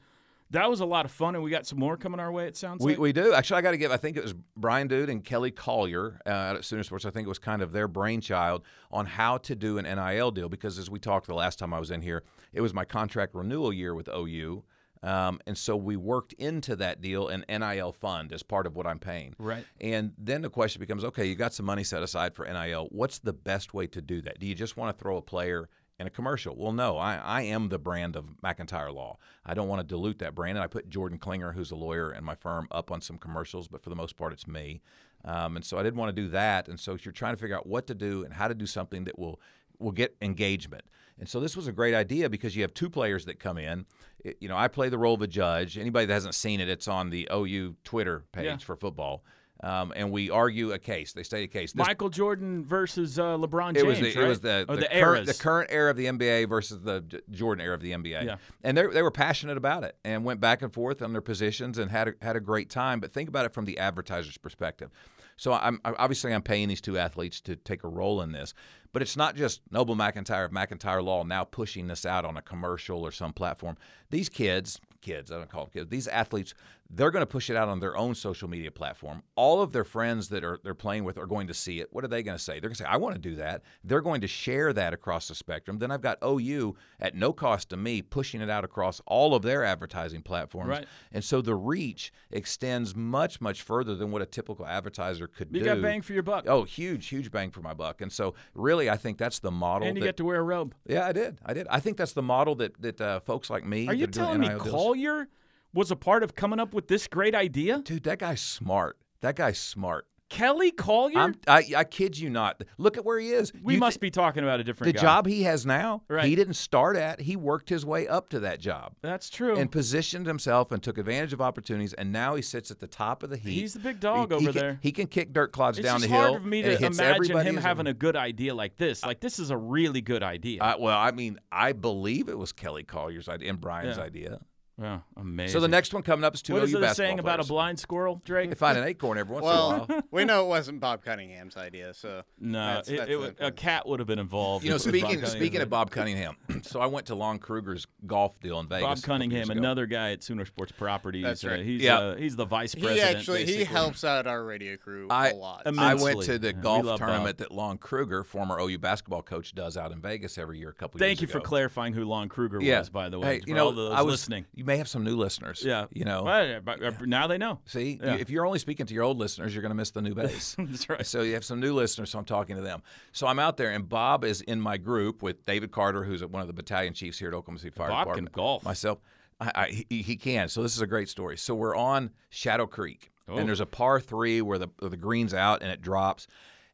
Speaker 5: that was a lot of fun, and we got some more coming our way. It sounds
Speaker 7: We,
Speaker 5: like.
Speaker 7: we do actually. I got to give. I think it was Brian Dude and Kelly Collier uh, out at Sooner Sports. I think it was kind of their brainchild on how to do an NIL deal because, as we talked the last time I was in here, it was my contract renewal year with OU. Um, and so we worked into that deal an NIL fund as part of what I'm paying.
Speaker 5: Right.
Speaker 7: And then the question becomes okay, you got some money set aside for NIL. What's the best way to do that? Do you just want to throw a player in a commercial? Well, no, I, I am the brand of McIntyre Law. I don't want to dilute that brand. And I put Jordan Klinger, who's a lawyer in my firm, up on some commercials, but for the most part, it's me. Um, and so I didn't want to do that. And so you're trying to figure out what to do and how to do something that will will get engagement. And so this was a great idea because you have two players that come in. It- you know, I play the role of a judge. Anybody that hasn't seen it, it's on the OU Twitter page
Speaker 5: Yeah.
Speaker 7: for football. Um, and we argue a case. They state a case. This-
Speaker 5: Michael Jordan versus uh, LeBron James.
Speaker 7: it was the
Speaker 5: right?
Speaker 7: it was the,
Speaker 5: Or
Speaker 7: the,
Speaker 5: the,
Speaker 7: current,
Speaker 5: eras.
Speaker 7: the current era of the NBA versus the J- Jordan era of the NBA.
Speaker 5: Yeah.
Speaker 7: And they they were passionate about it and went back and forth on their positions and had a, had a great time. But think about it from the advertiser's perspective. So I'm I- obviously I'm paying these two athletes to take a role in this, but it's not just Noble McIntyre of McIntyre Law now pushing this out on a commercial or some platform. These kids, kids, I don't call them kids. These athletes, they're going to push it out on their own social media platform. All of their friends that are they're playing with are going to see it. What are they going to say? They're going to say, "I want to do that." They're going to share that across the spectrum. Then I've got OU at no cost to me pushing it out across all of their advertising platforms,
Speaker 5: Right.
Speaker 7: and so the reach extends much much further than what a typical advertiser could
Speaker 5: You
Speaker 7: do.
Speaker 5: got bang for your buck.
Speaker 7: Oh, huge, huge bang for my buck. And so, really, I think that's the model.
Speaker 5: and you
Speaker 7: that-
Speaker 5: get to wear a robe.
Speaker 7: yeah, I did. I did. I think that's the model that that uh, folks like me.
Speaker 5: Are you
Speaker 7: that doing
Speaker 5: telling me
Speaker 7: NIL deals-
Speaker 5: Collier was a part of coming up with this great idea?
Speaker 7: dude? That guy's smart. That guy's smart.
Speaker 5: Kelly Collier?
Speaker 7: I'm, I, I kid you not. Look at where he is.
Speaker 5: we
Speaker 7: You
Speaker 5: must
Speaker 7: thi-
Speaker 5: be talking about a different
Speaker 7: the
Speaker 5: guy.
Speaker 7: job he has now.
Speaker 5: Right.
Speaker 7: He didn't start at. He worked his way up to that job
Speaker 5: That's true.
Speaker 7: and positioned himself and took advantage of opportunities. And now he sits at the top of the heat.
Speaker 5: He's the big dog
Speaker 7: He- he
Speaker 5: over
Speaker 7: can-
Speaker 5: there.
Speaker 7: He can kick dirt clods
Speaker 5: it's
Speaker 7: down
Speaker 5: just
Speaker 7: the hill.
Speaker 5: hard for me
Speaker 7: and
Speaker 5: to
Speaker 7: it hits
Speaker 5: imagine
Speaker 7: everybody
Speaker 5: him
Speaker 7: as
Speaker 5: having a good idea like this. Like this is a really good idea.
Speaker 7: I- well, I mean, I believe it was Kelly Collier's idea and Brian's
Speaker 5: Yeah.
Speaker 7: idea.
Speaker 5: Yeah, amazing.
Speaker 7: So the next one coming up is two
Speaker 5: what
Speaker 7: OU
Speaker 5: is it
Speaker 7: basketball
Speaker 5: saying about a
Speaker 7: players.
Speaker 5: blind squirrel, Drake?
Speaker 7: They find an acorn every once in a while.
Speaker 6: Well, (laughs) we know it wasn't Bob Cunningham's idea, so
Speaker 5: No,
Speaker 6: that's-
Speaker 5: it,
Speaker 6: that's
Speaker 5: it would- a
Speaker 6: okay.
Speaker 5: cat would have been involved.
Speaker 7: You know,
Speaker 5: if it was Bob
Speaker 7: speaking
Speaker 5: Cunningham.
Speaker 7: speaking of Bob Cunningham, (clears throat) so I went to Lon Kruger's golf deal in
Speaker 5: Bob
Speaker 7: Vegas. a couple years
Speaker 5: Cunningham,
Speaker 7: ago.
Speaker 5: another guy at Sooner Sports Properties.
Speaker 6: That's
Speaker 5: Uh,
Speaker 6: right.
Speaker 5: he's
Speaker 7: Yeah.
Speaker 5: uh, he's the vice
Speaker 6: he
Speaker 5: president.
Speaker 6: actually he
Speaker 5: basically.
Speaker 6: helps out our radio crew a
Speaker 7: I,
Speaker 6: lot.
Speaker 7: I went
Speaker 5: Immensely.
Speaker 7: to the
Speaker 5: Yeah, we
Speaker 7: golf
Speaker 5: love Bob.
Speaker 7: tournament that Lon Kruger, former OU basketball coach, does out in Vegas every year. A couple.
Speaker 5: Thank you
Speaker 7: years
Speaker 5: for
Speaker 7: ago.
Speaker 5: clarifying who Lon Kruger
Speaker 7: Yeah.
Speaker 5: was, by the
Speaker 7: Hey,
Speaker 5: way.
Speaker 7: you
Speaker 5: for
Speaker 7: know,
Speaker 5: all those
Speaker 7: I was
Speaker 5: listening.
Speaker 7: You may have some new listeners.
Speaker 5: Yeah,
Speaker 7: You know.
Speaker 5: Well, but- uh, but now they know. (laughs)
Speaker 7: See,
Speaker 5: Yeah.
Speaker 7: you- if you're only speaking to your old listeners, you're going to miss the new base.
Speaker 5: That's (laughs) right.
Speaker 7: So you have some new listeners, so I'm talking to them. So I'm out there, and Bob is in my group with David Carter, who's one of the battalion chiefs here at Oklahoma City Fire
Speaker 5: Bob can
Speaker 7: Department.
Speaker 5: golf.
Speaker 7: Myself, I, I, he, he can. So this is a great story. So we're on Shadow Creek,
Speaker 5: Oh.
Speaker 7: and there's a par three where the where the green's out and it drops,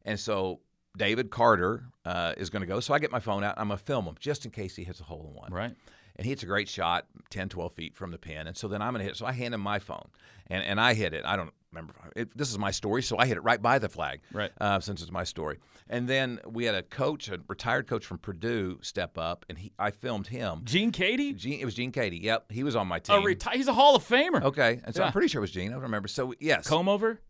Speaker 7: and so. David Carter uh, is going to go. So I get my phone out. I'm going to film him just in case he hits a hole in one
Speaker 5: Right.
Speaker 7: and he hits a great shot 10 12 feet from the pin and so then i'm going to hit so i hand him my phone and, and i hit it i don't remember it, this is my story so i hit it right by the flag
Speaker 5: Right.
Speaker 7: uh, since it's my story and then we had a coach a retired coach from purdue step up and he, i filmed him
Speaker 5: Gene Cady?
Speaker 7: Gene, it was Gene Cady. Yep, he was on my
Speaker 5: A
Speaker 7: team.
Speaker 5: reti- he's a Hall of Famer.
Speaker 7: okay, and so
Speaker 5: Yeah.
Speaker 7: I'm pretty sure it was Gene. I don't remember. So yes,
Speaker 5: Comb over?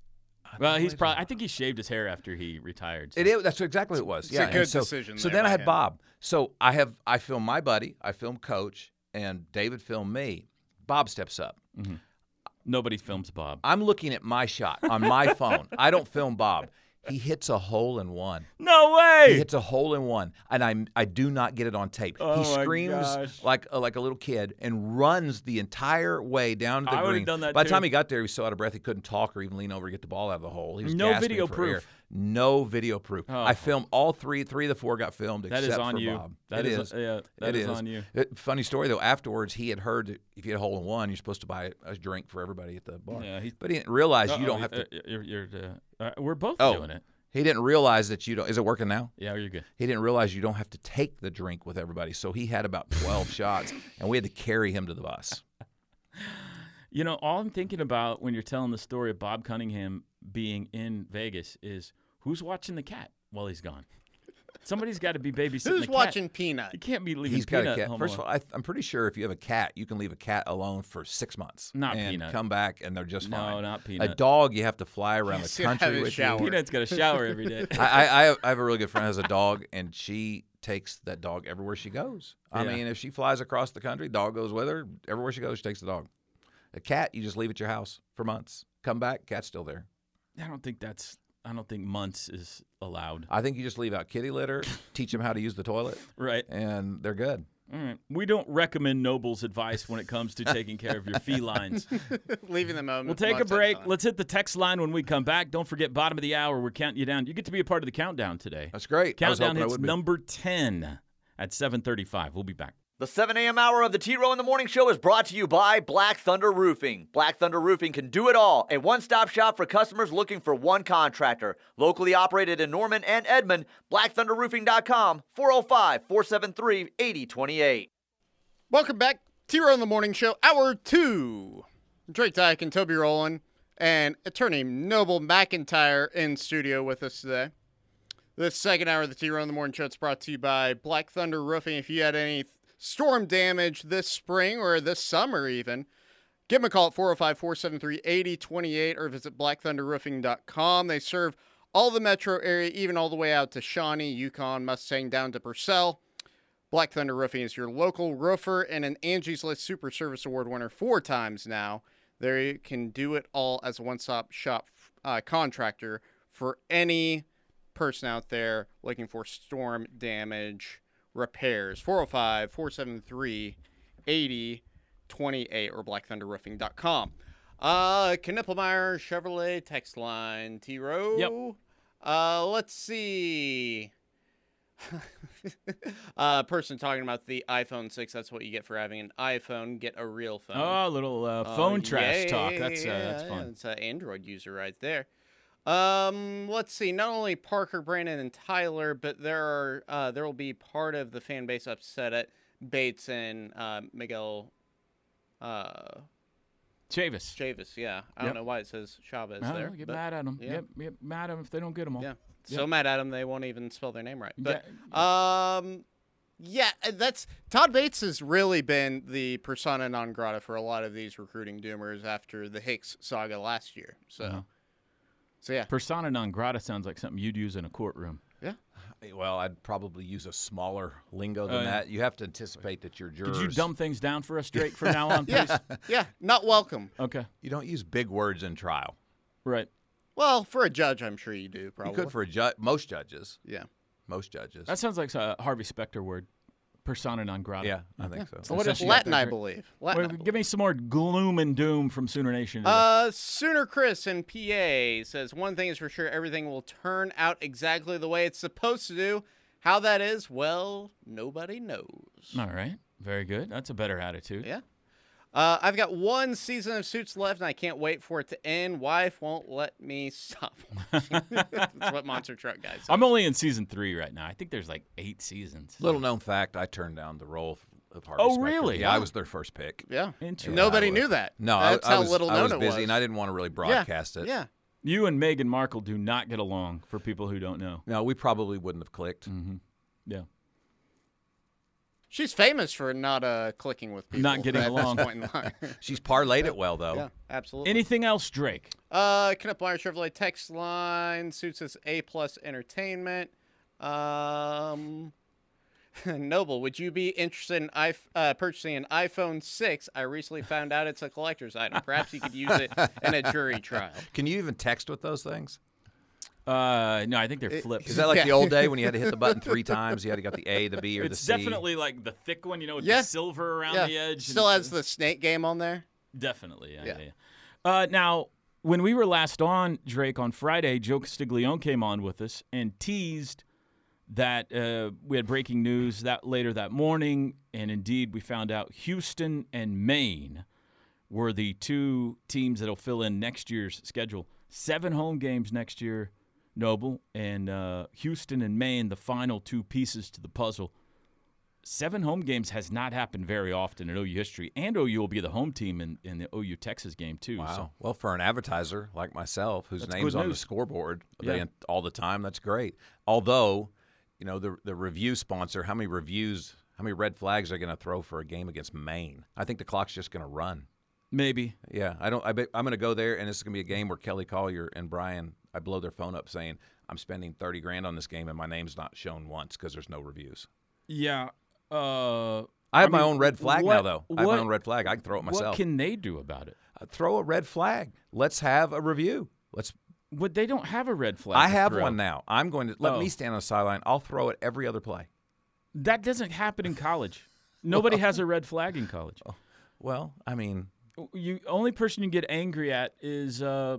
Speaker 5: Well, he's
Speaker 7: believe
Speaker 5: probably. I think he shaved his hair after he retired. so-
Speaker 7: It is. That's exactly what it was.
Speaker 6: a
Speaker 7: yeah. and
Speaker 6: good
Speaker 7: so,
Speaker 6: decision
Speaker 7: So
Speaker 6: there
Speaker 7: then I
Speaker 6: by
Speaker 7: had
Speaker 6: him.
Speaker 7: Bob. So I have I film my buddy, I film coach, and David film me. Bob steps up.
Speaker 5: Nobody films Bob.
Speaker 7: I'm looking at my shot on my phone. I don't film Bob.
Speaker 9: He hits a hole in one.
Speaker 5: No way.
Speaker 9: He hits a hole in one, and I I do not get it on tape.
Speaker 5: Oh
Speaker 9: he
Speaker 5: my
Speaker 9: screams
Speaker 5: gosh.
Speaker 9: like uh, like a little kid and runs the entire way down to the
Speaker 5: I would've
Speaker 9: green.
Speaker 5: done that
Speaker 9: By the
Speaker 5: too.
Speaker 9: time he got there, he was so out of breath he couldn't talk or even lean over to get the ball out of the hole. He was
Speaker 5: No
Speaker 9: gasping
Speaker 5: video
Speaker 9: for
Speaker 5: proof.
Speaker 9: air. No video proof.
Speaker 5: Oh.
Speaker 9: I filmed all three. Three of the four got filmed.
Speaker 5: That is
Speaker 9: except
Speaker 5: on
Speaker 9: for
Speaker 5: you.
Speaker 9: Bob.
Speaker 5: That
Speaker 9: It
Speaker 5: is-
Speaker 9: is.
Speaker 5: yeah,
Speaker 9: It
Speaker 5: that is on you.
Speaker 9: It- funny story though. Afterwards, he had heard that if you had a hole in one, you're supposed to buy a drink for everybody at the bar.
Speaker 5: Yeah, he-
Speaker 9: but he didn't realize you
Speaker 5: Uh-oh,
Speaker 9: don't have to.
Speaker 5: uh, You're, you're, uh, uh, we're both
Speaker 9: Oh,
Speaker 5: doing it.
Speaker 9: He didn't realize that you don't. Is it working now?
Speaker 5: Yeah, you're good.
Speaker 9: He didn't realize you don't have to take the drink with everybody. So he had about 12 (laughs) shots, and we had to carry him to the bus.
Speaker 5: You know, all I'm thinking about when you're telling the story of Bob Cunningham being in Vegas is who's watching the cat while he's gone. Somebody's got to be babysitting.
Speaker 6: Who's
Speaker 5: the cat.
Speaker 6: watching Peanut?
Speaker 5: You can't be leaving
Speaker 9: He's got
Speaker 5: Peanut
Speaker 9: a cat.
Speaker 5: home
Speaker 9: First of
Speaker 5: alone.
Speaker 9: all, I, I'm pretty sure if you have a cat, you can leave a cat alone for six months.
Speaker 5: Not
Speaker 9: and
Speaker 5: Peanut.
Speaker 9: Come back, and they're just
Speaker 5: No,
Speaker 9: fine.
Speaker 5: not Peanut.
Speaker 9: A dog, you have to fly
Speaker 6: (laughs)
Speaker 9: around
Speaker 6: Yes,
Speaker 9: the
Speaker 6: you have
Speaker 9: country
Speaker 6: a
Speaker 9: with
Speaker 6: shower.
Speaker 9: you.
Speaker 5: (laughs)
Speaker 9: (laughs)
Speaker 5: Peanut's got a shower every day.
Speaker 9: I, I- I, have, I have a really good friend who has a dog, and she takes that dog everywhere she goes. I
Speaker 5: Yeah.
Speaker 9: mean, if she flies across the country, dog goes with her. Everywhere she goes, she takes the dog. A cat, you just leave at your house for months. Come back, cat's still there.
Speaker 5: I don't think that's. I don't think months is allowed.
Speaker 9: I think you just leave out kitty
Speaker 11: (laughs)
Speaker 9: litter, teach them how to use the toilet,
Speaker 5: Right.
Speaker 9: eh. and they're good.
Speaker 5: All right. We don't recommend Noble's advice when it comes to taking care of your
Speaker 9: (laughs)
Speaker 5: felines.
Speaker 6: (laughs) Leaving them out.
Speaker 5: We'll take a
Speaker 6: much
Speaker 5: break.
Speaker 6: unthought.
Speaker 5: Let's hit the text line when we come back. Don't forget, bottom of the hour, we're counting you down. You get to be a part of the countdown today.
Speaker 9: That's great. I was
Speaker 5: Countdown
Speaker 9: hoping I
Speaker 5: hits
Speaker 9: would be.
Speaker 5: number 10 at 735. We'll be back.
Speaker 11: The 7 a.m. hour of the T Row in the Morning Show is brought to you by Black Thunder Roofing. Black Thunder Roofing can do it all. A one stop shop for customers looking for one contractor. Locally operated in Norman and Edmond, blackthunderroofing.com, 405 473 8028.
Speaker 6: Welcome back. T-Row in the Morning Show, Hour 2. Drake Dyke and Toby Rowland and attorney Noble McIntyre in studio with us today. This second hour of the T-Row in the Morning Show is brought to you by Black Thunder Roofing. If you had any storm damage this spring or this summer even, give them a call at 405-473-8028 or visit blackthunderroofing.com. They serve all the metro area, even all the way out to Shawnee, Yukon, Mustang, down to Purcell. Black Thunder Roofing is your local roofer and an Angie's List Super Service Award winner four times now. They can do it all as a one stop shop uh, contractor for any person out there looking for storm damage repairs. 405 473 8028 or blackthunderroofing.com. Uh, Knippelmeyer Chevrolet text line T Row.
Speaker 5: Yep.
Speaker 6: Uh, let's see. (laughs) uh, person talking about the iPhone 6. That's what you get for having an iPhone. Get a real phone.
Speaker 5: Oh, a little uh, phone
Speaker 6: Oh,
Speaker 5: trash
Speaker 6: yeah,
Speaker 5: talk.
Speaker 6: yeah,
Speaker 5: That's uh,
Speaker 6: yeah,
Speaker 5: that's
Speaker 6: yeah,
Speaker 5: fun.
Speaker 6: It's an Android user right there. Um, let's see. Not only Parker, Brandon, and Tyler, but there are uh, there will be part of the fan base upset at Bates and uh, Miguel uh,
Speaker 5: Chavis.
Speaker 6: Chavis. Yeah, I
Speaker 5: Yep.
Speaker 6: don't know why it says Chavez
Speaker 5: I don't
Speaker 6: there.
Speaker 5: know, get
Speaker 6: but-
Speaker 5: mad at them.
Speaker 6: yeah.
Speaker 5: Yep, yep, mad at them if they don't get them all.
Speaker 6: yeah.
Speaker 5: Yeah.
Speaker 6: So mad at them, they won't even spell their name right. But um, yeah, uh, that's Todd Bates has really been the persona non grata for a lot of these recruiting doomers after the Hicks saga last year. So,
Speaker 5: Uh-huh.
Speaker 6: so yeah,
Speaker 5: Persona non grata sounds like something you'd use in a courtroom.
Speaker 1: Oh,
Speaker 9: Well, I'd probably use a smaller lingo than
Speaker 5: Oh, yeah.
Speaker 9: that. You have to anticipate that your jurors.
Speaker 5: Could you dumb things down for us straight
Speaker 9: (laughs)
Speaker 5: from now on, please?
Speaker 6: yeah, (laughs) yeah, not welcome.
Speaker 5: Okay.
Speaker 9: You don't use big words in trial.
Speaker 5: Right.
Speaker 6: Well, for a judge, I'm sure you do probably.
Speaker 9: You could for a ju- most judges.
Speaker 6: yeah.
Speaker 9: Most judges.
Speaker 5: That sounds like a Harvey Specter word. Persona non grata.
Speaker 9: yeah, I think so.
Speaker 5: So what else you got
Speaker 6: Latin,
Speaker 5: there,
Speaker 6: I
Speaker 5: Greg?
Speaker 6: believe.
Speaker 5: Wait,
Speaker 6: Latin. I believe.
Speaker 5: give me some more gloom and doom from Sooner Nation. today.
Speaker 6: Uh, Sooner Chris in PA says one thing is for sure: everything will turn out exactly the way it's supposed to do. How that is, well, nobody knows.
Speaker 5: All right. Very good. That's a better attitude.
Speaker 6: Yeah. Uh, I've got one season of Suits left, and I can't wait for it to end. Wife won't let me (laughs) stop. watching. (laughs) That's what Monster Truck guys.
Speaker 5: I'm only in season three right now. I think there's like eight seasons.
Speaker 9: Little known fact, I turned down the role of- of Harvey
Speaker 5: Oh,
Speaker 9: Specter.
Speaker 5: really?
Speaker 9: Yeah, I
Speaker 5: Wow.
Speaker 9: was their first pick.
Speaker 6: Yeah.
Speaker 5: Interesting.
Speaker 6: Nobody
Speaker 9: Yeah, I
Speaker 6: knew
Speaker 9: was-
Speaker 6: that.
Speaker 9: No, I-
Speaker 6: that's
Speaker 9: I,
Speaker 6: how
Speaker 9: was,
Speaker 6: little known
Speaker 9: I was
Speaker 6: it
Speaker 9: busy, and I
Speaker 6: was.
Speaker 9: didn't want to really
Speaker 6: Yeah,
Speaker 9: broadcast it.
Speaker 6: Yeah.
Speaker 5: You and Meghan Markle do not get along. For people who don't know.
Speaker 9: No, we probably wouldn't have clicked.
Speaker 11: Mm.
Speaker 5: Yeah.
Speaker 6: She's famous for not uh, clicking with people.
Speaker 5: Not getting
Speaker 6: at this
Speaker 5: along.
Speaker 6: point in line.
Speaker 5: (laughs)
Speaker 9: She's parlayed it well, though.
Speaker 6: yeah, absolutely.
Speaker 5: Anything else, Drake?
Speaker 6: Uh, Canup Wire Chevrolet text line suits us A plus entertainment. Um, (laughs) Noble, would you be interested in I, uh, purchasing an iPhone 6? I recently found out it's
Speaker 5: (laughs)
Speaker 6: a collector's item. Perhaps you could use it in a jury trial.
Speaker 9: Can you even text with those things?
Speaker 5: Uh, no, I think they're
Speaker 9: It-
Speaker 5: flipped.
Speaker 9: Is that like the old day when you had to hit the button three times? You had to get the A, the B, or the
Speaker 5: It's
Speaker 9: C?
Speaker 5: definitely like the thick one, you know, with
Speaker 6: Yeah.
Speaker 5: the silver around
Speaker 6: yeah.
Speaker 5: the edge.
Speaker 6: Still
Speaker 5: and-
Speaker 6: has the snake game on there.
Speaker 5: Definitely, yeah,
Speaker 6: Yeah.
Speaker 5: yeah. yeah. Uh, now, when we were last on Drake on Friday, Joe Castiglione came on with us and teased that uh, we had breaking news that later that morning, and indeed, we found out Houston and Maine were the two teams that'll fill in next year's schedule. Seven home games next year, Noble and uh, Houston and Maine, the final two pieces to the puzzle seven home games has not happened very often in OU history, and OU will be the home team in, in the OU Texas game too.
Speaker 9: Wow.
Speaker 5: So
Speaker 9: Well, for an advertiser like myself, whose
Speaker 5: That's
Speaker 9: name's
Speaker 5: good
Speaker 9: on the
Speaker 5: news.
Speaker 9: scoreboard
Speaker 5: Yeah.
Speaker 9: they- all the time, that's great. Although, you know, the the review sponsor, how many reviews, how many red flags are going to throw for a game against Maine? I think the clock's just going to run.
Speaker 5: maybe
Speaker 9: Yeah, I don't. I bet I'm going to go there, and this is going to be a game where Kelly Collier and Brian, I blow their phone up saying I'm spending thirty grand on this game, and my name's not shown once because there's no reviews.
Speaker 5: yeah. Uh,
Speaker 9: I have my own red flag now, though. I have my own red flag. I can throw it myself.
Speaker 5: What can they do about it?
Speaker 9: Uh, throw a red flag. Let's have a review. Let's.
Speaker 5: But they don't have a red flag.
Speaker 9: I
Speaker 5: to
Speaker 9: have
Speaker 5: throw.
Speaker 9: one now. I'm going to let
Speaker 5: Oh.
Speaker 9: me stand on the sideline. I'll throw it every other play.
Speaker 5: That doesn't happen in college. Nobody has a red flag in college.
Speaker 9: Well, I mean,
Speaker 5: You only person you get angry at is uh,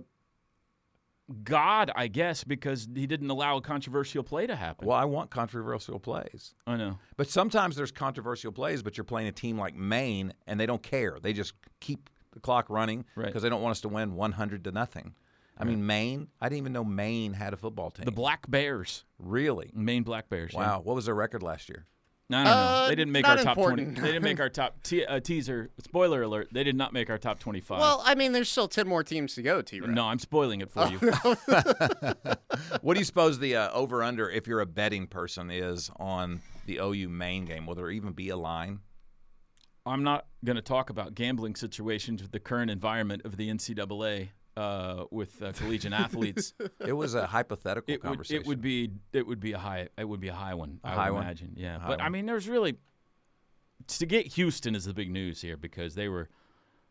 Speaker 5: God, I guess, because he didn't allow a controversial play to happen.
Speaker 9: well, I want controversial plays.
Speaker 5: I know.
Speaker 9: But sometimes there's controversial plays, but you're playing a team like Maine and they don't care. They just keep the clock running because
Speaker 5: Right.
Speaker 9: they don't want us to win 100 to nothing. I mean, Maine, I didn't even know Maine had a football team.
Speaker 5: The Black Bears,
Speaker 9: really?
Speaker 5: Maine Black Bears. yeah.
Speaker 9: Wow. What was their record last year?
Speaker 5: I don't know.
Speaker 6: Uh,
Speaker 5: They didn't make
Speaker 6: not
Speaker 5: our top
Speaker 6: important.
Speaker 5: twenty. They didn't make our top te- uh, teaser. Spoiler alert: They did not make our top twenty-five.
Speaker 6: Well, I mean, there's still ten more teams to go, T. Rex.
Speaker 5: Uh, no, I'm spoiling it for you. (laughs)
Speaker 9: What do you suppose the uh, over under, if you're a betting person, is on the OU Maine game? Will there even be a line?
Speaker 5: I'm not going to talk about gambling situations with the current environment of the NCAA uh, with uh, collegiate athletes.
Speaker 9: It was a hypothetical
Speaker 5: It would,
Speaker 9: conversation.
Speaker 5: it would be it would be a high it would be a high one.
Speaker 9: A
Speaker 5: I
Speaker 9: high
Speaker 5: would
Speaker 9: one?
Speaker 5: imagine. Yeah,
Speaker 9: A high
Speaker 5: but I
Speaker 9: one.
Speaker 5: mean, there's really to get Houston is the big news here because they were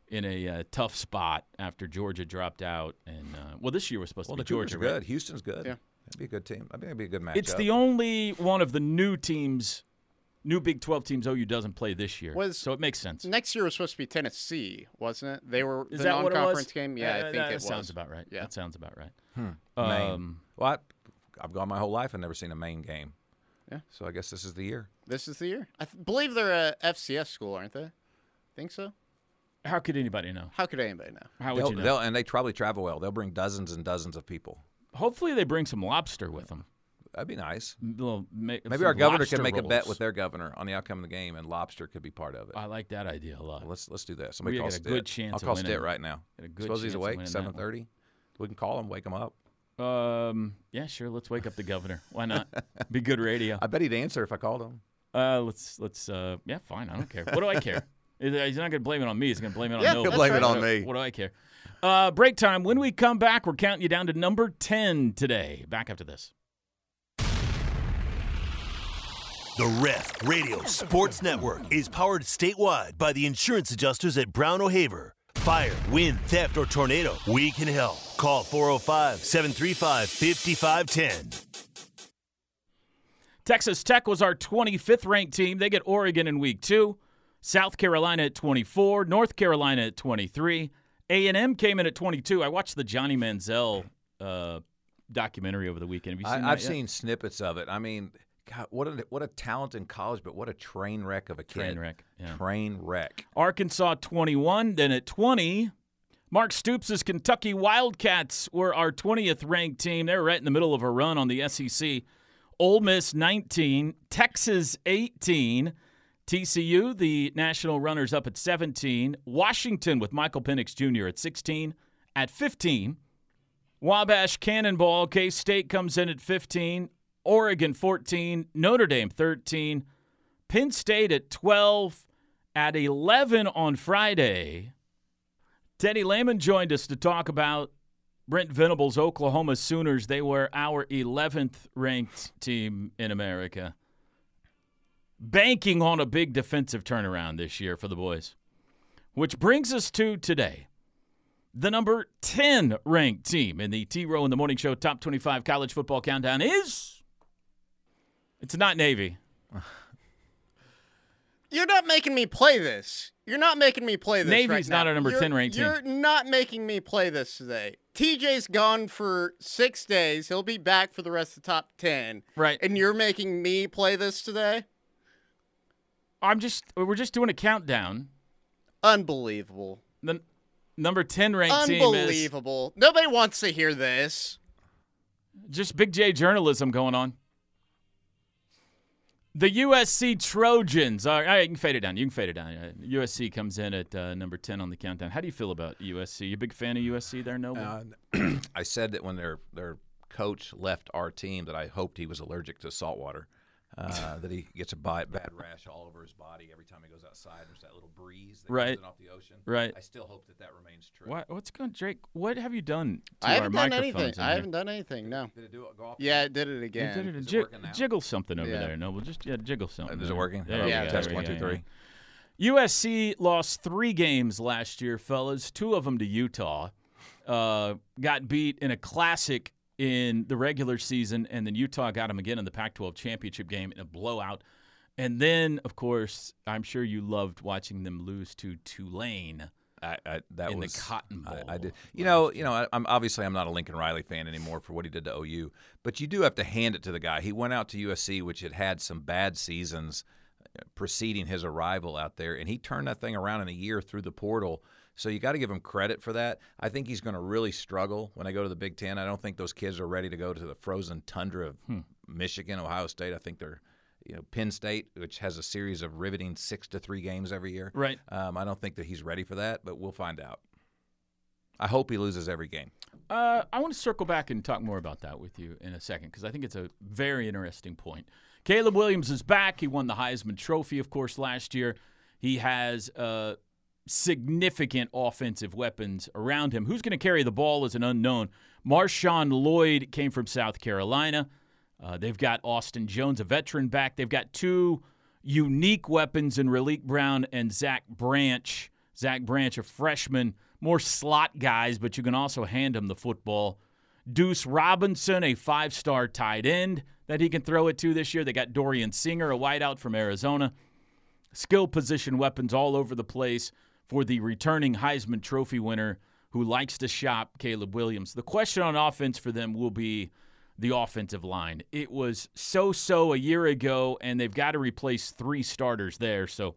Speaker 5: in a uh, tough spot after Georgia dropped out, and uh, well, this year was supposed
Speaker 9: well,
Speaker 5: to
Speaker 9: the
Speaker 5: be Georgia.
Speaker 9: Cougars are
Speaker 5: right?
Speaker 9: good. Houston's good.
Speaker 6: Yeah.
Speaker 9: That'd be a good team. I think it'd be a good matchup.
Speaker 5: It's the only one of the new teams, new Big 12 teams OU doesn't play this year.
Speaker 6: Was-
Speaker 5: so it makes sense.
Speaker 6: Next year was supposed to be Tennessee, wasn't it? They were
Speaker 5: Is
Speaker 6: the
Speaker 5: that what it was?
Speaker 6: non-conference game. Yeah,
Speaker 5: Uh,
Speaker 6: I think
Speaker 5: that
Speaker 6: it was.
Speaker 5: sounds about right.
Speaker 6: Yeah.
Speaker 5: That sounds about right.
Speaker 9: Hmm. Maine.
Speaker 5: Um,
Speaker 9: Well, I, I've gone my whole life and never seen a Maine game.
Speaker 6: Yeah.
Speaker 9: So I guess this is the year.
Speaker 6: This is the year. I th- believe they're a FCS school, aren't they? Think so.
Speaker 5: How could anybody know?
Speaker 6: How could anybody know?
Speaker 5: How would
Speaker 9: They'll-
Speaker 5: you know?
Speaker 9: they'll- and they probably travel well. They'll bring dozens and dozens of people.
Speaker 5: Hopefully they bring some lobster with them.
Speaker 9: That'd be nice.
Speaker 5: Little ma-
Speaker 9: Maybe
Speaker 5: some
Speaker 9: our governor can
Speaker 5: lobster
Speaker 9: make a bet
Speaker 5: rolls.
Speaker 9: with their governor on the outcome of the game, and lobster could be part of it.
Speaker 5: I like that idea a lot.
Speaker 9: let's let's do that. Somebody
Speaker 5: We
Speaker 9: call
Speaker 5: got a
Speaker 9: Stitt.
Speaker 5: good chance
Speaker 9: I'll
Speaker 5: of
Speaker 9: call
Speaker 5: winning.
Speaker 9: Stitt right now.
Speaker 5: Got a good
Speaker 9: Suppose he's
Speaker 5: chance of
Speaker 9: awake.
Speaker 5: winning that one.
Speaker 9: Seven thirty. We can call him. Wake him up.
Speaker 5: Um, yeah, sure. Let's wake up the governor. Why
Speaker 9: (laughs)
Speaker 5: not? Be good radio.
Speaker 9: I bet he'd answer if I called him.
Speaker 5: Uh, let's let's. Uh, yeah, fine. I don't care. What do I care? He's he's not going to blame it on me. He's going to blame it on
Speaker 6: Yeah,
Speaker 5: Noah.
Speaker 6: he'll blame
Speaker 9: it
Speaker 5: What
Speaker 9: on
Speaker 5: do-
Speaker 9: me.
Speaker 5: What do I care? Uh, break time. When we come back, we're counting you down to number ten today. Back after this.
Speaker 1: The Ref Radio Sports Network is powered statewide by the insurance adjusters at Brown O'Haver. Fire, wind, theft, or tornado, we can help. Call 405 735 5510.
Speaker 5: Texas Tech was our 25th ranked team. They get Oregon in week two. South Carolina at 24. North Carolina at 23. A&M came in at 22. I watched the Johnny Manziel uh, documentary over the weekend. Have you seen
Speaker 9: I, I've
Speaker 5: that yet?
Speaker 9: seen snippets of it. I mean, God, what a what a talent in college, but what a train wreck of a kid.
Speaker 5: Train wreck, yeah.
Speaker 9: Train wreck.
Speaker 5: Arkansas 21. Then at 20, Mark Stoops' Kentucky Wildcats were our 20th ranked team. They were right in the middle of a run on the SEC. Ole Miss 19, Texas 18, TCU, the national runners up at 17, Washington with Michael Penix Jr. at 16, at 15, Wabash Cannonball, K State comes in at 15, Oregon 14, Notre Dame 13, Penn State at 12, at 11 on Friday. Teddy Lehman joined us to talk about Brent Venables' Oklahoma Sooners. They were our 11th ranked team in America. Banking on a big defensive turnaround this year for the boys, which brings us to today. The number 10 ranked team in the T Row in the Morning Show Top 25 College Football Countdown is. It's not Navy.
Speaker 6: You're not making me play this. You're not making me play this.
Speaker 5: Navy's
Speaker 6: right
Speaker 5: not
Speaker 6: now.
Speaker 5: our number
Speaker 6: You're-
Speaker 5: 10 ranked team.
Speaker 6: You're not making me play this today. TJ's gone for six days. He'll be back for the rest of the top 10.
Speaker 5: Right.
Speaker 6: And you're making me play this today?
Speaker 5: I'm just, we're just doing a countdown.
Speaker 6: Unbelievable.
Speaker 5: The n- number 10 ranked team is.
Speaker 6: Unbelievable. Nobody wants to hear this.
Speaker 5: Just big J journalism going on. The USC Trojans. All right, all right, you can fade it down. You can fade it down. Uh, USC comes in at uh, number 10 on the countdown. How do you feel about USC? You a big fan of USC there, Noble?
Speaker 7: Uh, I said that when their their coach left our team that I hoped he was allergic to salt water, uh, that he gets a bi- bad rash all over his body every time he goes outside. There's that little breeze that comes
Speaker 5: Right.
Speaker 7: in off the ocean.
Speaker 5: Right.
Speaker 7: I still hope that that remains true.
Speaker 5: What, what's going Drake? What have you done to
Speaker 6: I
Speaker 5: our
Speaker 6: haven't done
Speaker 5: microphones?
Speaker 6: anything.
Speaker 5: in
Speaker 6: I
Speaker 5: here?
Speaker 6: haven't done anything. No.
Speaker 7: Did it do it? Go off?
Speaker 6: Yeah, it did it
Speaker 5: You
Speaker 6: again.
Speaker 5: did it. Ji- jiggle something over
Speaker 6: Yeah.
Speaker 5: there. No, we'll just yeah, jiggle something.
Speaker 7: is it
Speaker 5: there.
Speaker 7: working?
Speaker 5: Mm-hmm. There
Speaker 7: Hello,
Speaker 5: we go,
Speaker 7: test
Speaker 5: there we
Speaker 7: one,
Speaker 5: go,
Speaker 7: two,
Speaker 5: yeah.
Speaker 7: three.
Speaker 5: USC lost three games last year, fellas. Two of them to Utah. Uh, got beat in a classic in the regular season, and then Utah got them again in the Pac-12 championship game in a blowout. And then, of course, I'm sure you loved watching them lose to Tulane.
Speaker 7: I, I, that
Speaker 5: in
Speaker 7: was
Speaker 5: the Cotton Bowl.
Speaker 7: I- I, did. You know, you know. I, I'm obviously I'm not a Lincoln Riley fan anymore for what he did to OU, but you do have to hand it to the guy. He went out to USC, which had had some bad seasons uh, preceding his arrival out there, and he turned that thing around in a year through the portal. So you got to give him credit for that. I think he's going to really struggle when I go to the Big Ten. I don't think those kids are ready to go to the frozen tundra of
Speaker 5: Hmm.
Speaker 7: Michigan, Ohio State. I think they're, you know, Penn State, which has a series of riveting six to three games every year.
Speaker 5: Right.
Speaker 7: Um, I don't think that he's ready for that, but we'll find out. I hope he loses every game.
Speaker 5: Uh, I want to circle back and talk more about that with you in a second because I think it's a very interesting point. Caleb Williams is back. He won the Heisman Trophy, of course, last year. He has uh, significant offensive weapons around him. Who's going to carry the ball is an unknown. Marshawn Lloyd came from South Carolina. Uh, they've got Austin Jones, a veteran back. They've got two unique weapons in Relique Brown and Zach Branch. Zach Branch, a freshman, more slot guys, but you can also hand him the football. Deuce Robinson, a five star tight end that he can throw it to this year. They got Dorian Singer, a wideout from Arizona. Skill position weapons all over the place for the returning Heisman Trophy winner who likes to shop, Caleb Williams. The question on offense for them will be the offensive line. It was so so a year ago, and they've got to replace three starters there. So,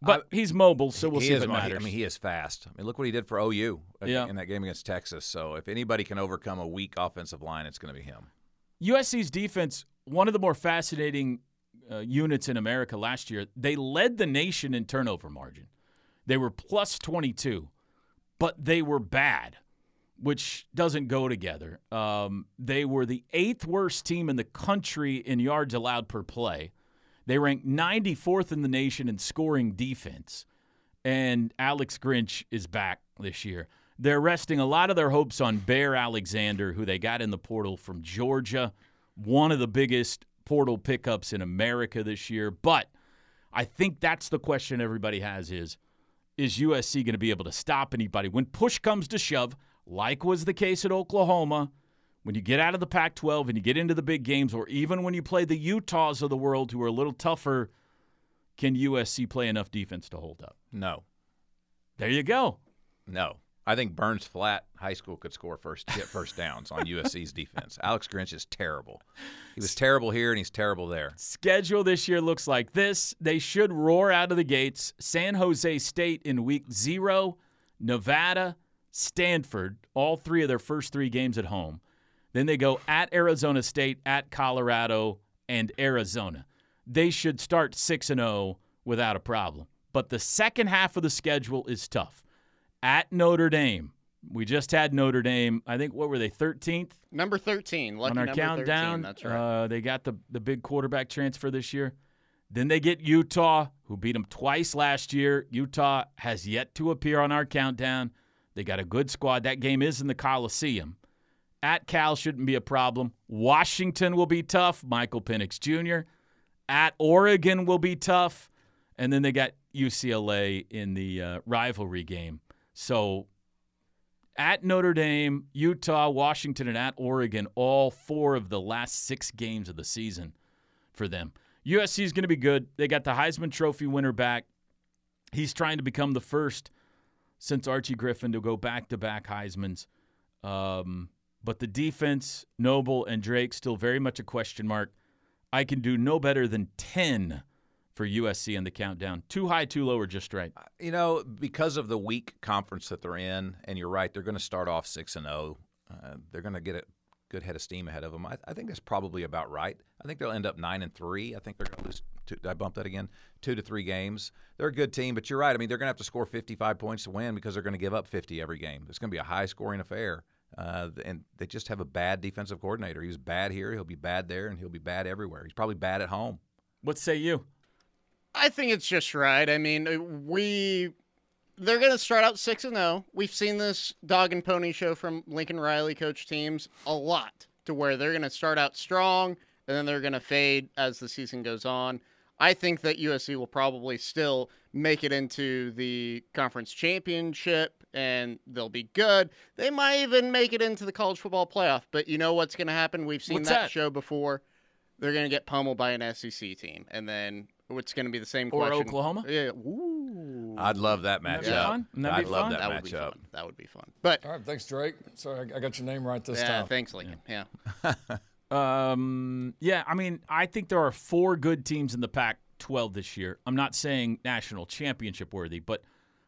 Speaker 5: but he's mobile, so we'll
Speaker 7: he
Speaker 5: see if
Speaker 7: is
Speaker 5: it
Speaker 7: mo- he-
Speaker 5: matters.
Speaker 7: I mean, he is fast. I mean, look what he did for OU in-
Speaker 5: Yeah.
Speaker 7: in that game against Texas. So if anybody can overcome a weak offensive line, it's going to be him.
Speaker 5: USC's defense, one of the more fascinating uh, units in America last year, they led the nation in turnover margin. They were plus 22, but they were bad, which doesn't go together. Um, they were the eighth worst team in the country in yards allowed per play. They ranked 94th in the nation in scoring defense. And Alex Grinch is back this year. They're resting a lot of their hopes on Bear Alexander, who they got in the portal from Georgia, one of the biggest portal pickups in America this year. But I think that's the question everybody has is is USC going to be able to stop anybody when push comes to shove, like was the case at Oklahoma? When you get out of the Pac 12 and you get into the big games, or even when you play the Utahs of the world who are a little tougher, can USC play enough defense to hold up?
Speaker 7: No,
Speaker 5: There you go.
Speaker 7: no. I think Burns Flat High School could score first get first downs on (laughs) USC's defense. Alex Grinch is terrible. He was terrible here, and he's terrible there.
Speaker 5: Schedule this year looks like this. They should roar out of the gates. San Jose State in week zero, Nevada, Stanford, all three of their first three games at home. Then they go at Arizona State, at Colorado, and Arizona. They should start 6 and 0 without a problem. But the second half of the schedule is tough. At Notre Dame, we just had Notre Dame. I think, what were they, 13th?
Speaker 6: Number 13. Lucky
Speaker 5: on our
Speaker 6: number
Speaker 5: countdown.
Speaker 6: 13. That's right.
Speaker 5: uh, they got the, the big quarterback transfer this year. Then they get Utah, who beat them twice last year. Utah has yet to appear on our countdown. They got a good squad. That game is in the Coliseum. At Cal shouldn't be a problem. Washington will be tough. Michael Penix Jr. At Oregon will be tough. And then they got UCLA in the uh, rivalry game. So at Notre Dame, Utah, Washington, and at Oregon, all four of the last six games of the season for them. USC is going to be good. They got the Heisman Trophy winner back. He's trying to become the first since Archie Griffin to go back to back Heisman's. Um, but the defense, Noble and Drake, still very much a question mark. I can do no better than 10 for USC in the countdown. Too high, too low, or just right.
Speaker 7: You know, because of the weak conference that they're in, and you're right, they're going to start off six and zero. They're going to get a good head of steam ahead of them. I, I think that's probably about right. I think they'll end up nine and three. I think they're going to lose. Two, did I bumped that again. Two to three games. They're a good team, but you're right. I mean, they're going to have to score 55 points to win because they're going to give up 50 every game. It's going to be a high scoring affair. Uh, and they just have a bad defensive coordinator. He was bad here. He'll be bad there, and he'll be bad everywhere. He's probably bad at home.
Speaker 5: What say you?
Speaker 6: I think it's just right. I mean, we they're going to start out 6 and 0. We've seen this dog and pony show from Lincoln Riley coach teams a lot to where they're going to start out strong and then they're going to fade as the season goes on. I think that USC will probably still make it into the conference championship and they'll be good. They might even make it into the college football playoff, but you know what's going to happen? We've seen
Speaker 5: What's
Speaker 6: that,
Speaker 5: that?
Speaker 6: show before. They're going to get pummeled by an SEC team and then it's going to be the same
Speaker 5: Or
Speaker 6: question.
Speaker 5: Oklahoma?
Speaker 6: Yeah. Ooh.
Speaker 7: I'd love that matchup.
Speaker 6: Wouldn't that be fun?
Speaker 2: Wouldn't that
Speaker 7: I'd
Speaker 2: be
Speaker 7: love
Speaker 2: fun?
Speaker 7: that,
Speaker 6: That would be
Speaker 7: matchup.
Speaker 6: fun. That would be fun. But
Speaker 2: all right, thanks, Drake. So I, I got your name right this
Speaker 6: yeah,
Speaker 2: time.
Speaker 6: thanks, Lincoln. Yeah.
Speaker 7: (laughs)
Speaker 5: Um, yeah, I mean, I think there are four good teams in the Pac 12 this year. I'm not saying national championship worthy, but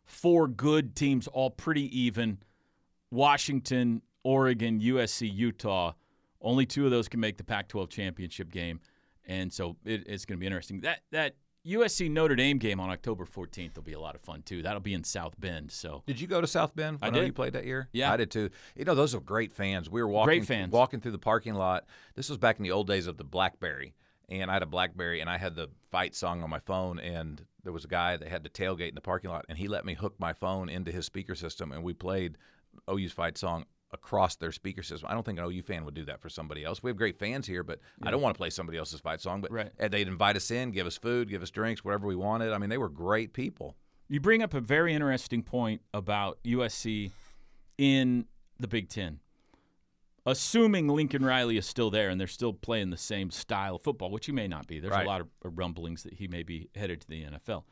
Speaker 5: four good teams, all pretty even. Washington, Oregon, USC, Utah. Only two of those can make the Pac 12 championship game. And so it, it's going to be interesting. That, that USC Notre Dame game on October 14th will be a lot of fun, too. That'll be in South Bend. So
Speaker 7: Did you go to South Bend?
Speaker 5: I
Speaker 7: when know
Speaker 5: did.
Speaker 7: You played that year.
Speaker 5: Yeah.
Speaker 7: I did too. You know, those are great fans. We were walking,
Speaker 5: Great fans.
Speaker 7: walking through the parking lot. This was back in the old days of the BlackBerry, and I had a BlackBerry, and I had the fight song on my phone, and there was a guy that had the tailgate in the parking lot, and he let me hook my phone into his speaker system, and we played OU's fight song across their speaker system. I don't think an OU fan would do that for somebody else. We have great fans here, but I don't want to play somebody else's fight song. But
Speaker 5: Right.
Speaker 7: and they'd invite us in, give us food, give us drinks, whatever we wanted. I mean, they were great people.
Speaker 5: You bring up a very interesting point about USC in the Big Ten. Assuming Lincoln Riley is still there and they're still playing the same style of football, which he may not be. There's
Speaker 7: Right.
Speaker 5: a lot of uh, rumblings that he may be headed to the NFL.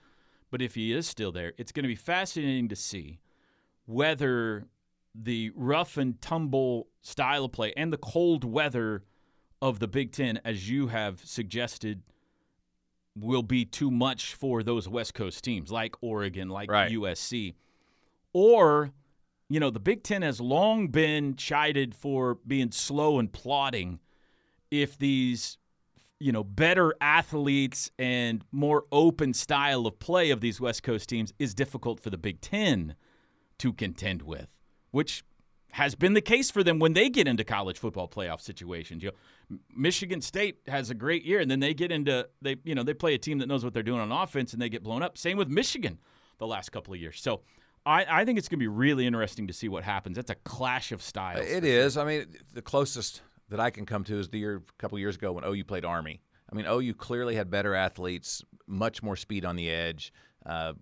Speaker 5: But if he is still there, it's going to be fascinating to see whether the rough and tumble style of play and the cold weather of the Big Ten, as you have suggested, will be too much for those West Coast teams like Oregon, like
Speaker 7: Right.
Speaker 5: USC. Or, you know, the Big Ten has long been chided for being slow and plodding. If these, you know, better athletes and more open style of play of these West Coast teams is difficult for the Big Ten to contend with, which has been the case for them when they get into college football playoff situations. You know, M- Michigan State has a great year, and then they get into they you know they play a team that knows what they're doing on offense, and they get blown up. Same with Michigan the last couple of years. So I, I think it's going to be really interesting to see what happens. That's a clash of styles.
Speaker 7: It is. I mean, the closest that I can come to is the year a couple years ago when OU played Army. I mean, OU clearly had better athletes, much more speed on the edge. Uh,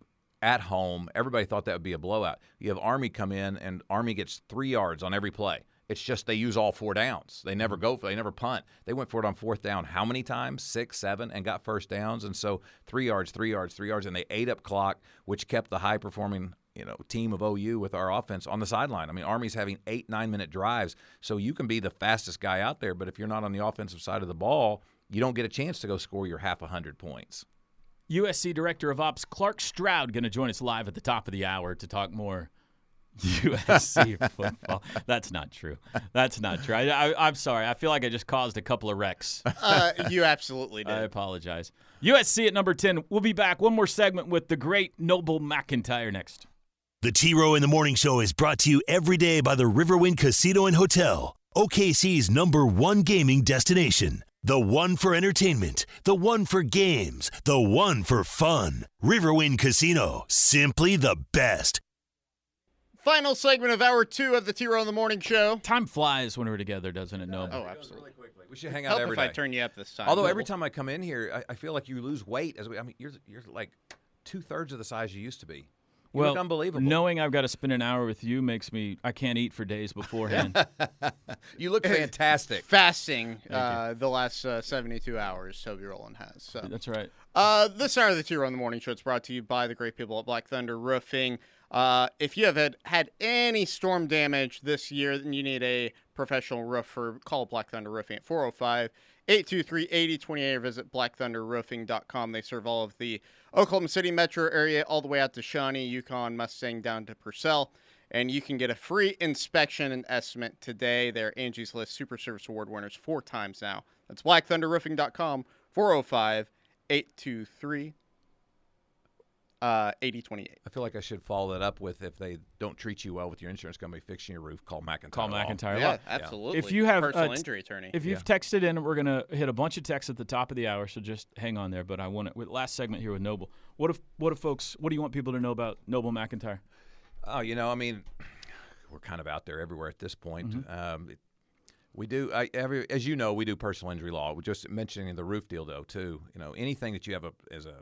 Speaker 7: at home, everybody thought that would be a blowout. You have Army come in, and Army gets three yards on every play. It's just they use all four downs. They never go for. They never punt. They went for it on fourth down. How many times? Six, seven, and got first downs. And so three yards, three yards, three yards, and they ate up clock, which kept the high performing you know team of OU with our offense on the sideline. I mean, Army's having eight, nine minute drives, so you can be the fastest guy out there, but if you're not on the offensive side of the ball, you don't get a chance to go score your half a hundred points.
Speaker 5: USC Director of Ops Clark Stroud going to join us live at the top of the hour to talk more (laughs) USC football. That's not true. That's not true. I, I, I'm sorry. I feel like I just caused a couple of wrecks.
Speaker 6: Uh, you absolutely did.
Speaker 5: I apologize. USC at number 10. We'll be back. One more segment with the great Noble McIntyre next.
Speaker 1: The T Row in the Morning Show is brought to you every day by the Riverwind Casino and Hotel, OKC's number one gaming destination. The one for entertainment, the one for games, the one for fun. Riverwind Casino, simply the best.
Speaker 6: Final segment of hour two of the T Row in the Morning Show.
Speaker 5: Time flies when we're together, doesn't it, Noble?
Speaker 6: Oh, absolutely.
Speaker 7: We should hang out
Speaker 6: Help
Speaker 7: every
Speaker 6: if I
Speaker 7: day.
Speaker 6: turn you up this time.
Speaker 7: Although
Speaker 6: Noble.
Speaker 7: every time I come in here, I, I feel like you lose weight. As we, I mean, you're you're like two thirds of the size you used to be.
Speaker 12: Well,
Speaker 5: Well,
Speaker 12: unbelievable.
Speaker 5: knowing I've got to spend an hour with you makes me I can't eat for days beforehand.
Speaker 12: you look fantastic.
Speaker 6: Fasting uh, the last uh, 72 hours, Toby Rowland has. So.
Speaker 5: That's right.
Speaker 6: Uh, this hour of the Two on the Morning Show is brought to you by the great people at Black Thunder Roofing. Uh, if you have had, had any storm damage this year, then you need a professional roofer. Call Black Thunder Roofing at 405 823 8028 or visit blackthunderroofing.com. They serve all of the Oklahoma City metro area, all the way out to Shawnee, Yukon, Mustang, down to Purcell. And you can get a free inspection and estimate today. They're Angie's List Super Service Award winners four times now. That's blackthunderroofing.com, 405 823 uh, 8028.
Speaker 12: I feel like I should follow that up with if they don't treat you well with your insurance company fixing your roof, call McIntyre.
Speaker 5: Call
Speaker 12: Law.
Speaker 5: McIntyre Law. If you have uh, t- if you've texted in, we're gonna hit a bunch of texts at the top of the hour, so just hang on there. But I want to with last segment here with Noble. What if what if folks? What do you want people to know about Noble McIntyre?
Speaker 12: Oh, you know, I mean, (sighs) we're kind of out there everywhere at this point. Um, it- we do, I, every, as you know, we do personal injury law. We're just mentioning the roof deal, though, too. You know, anything that you have a, as a,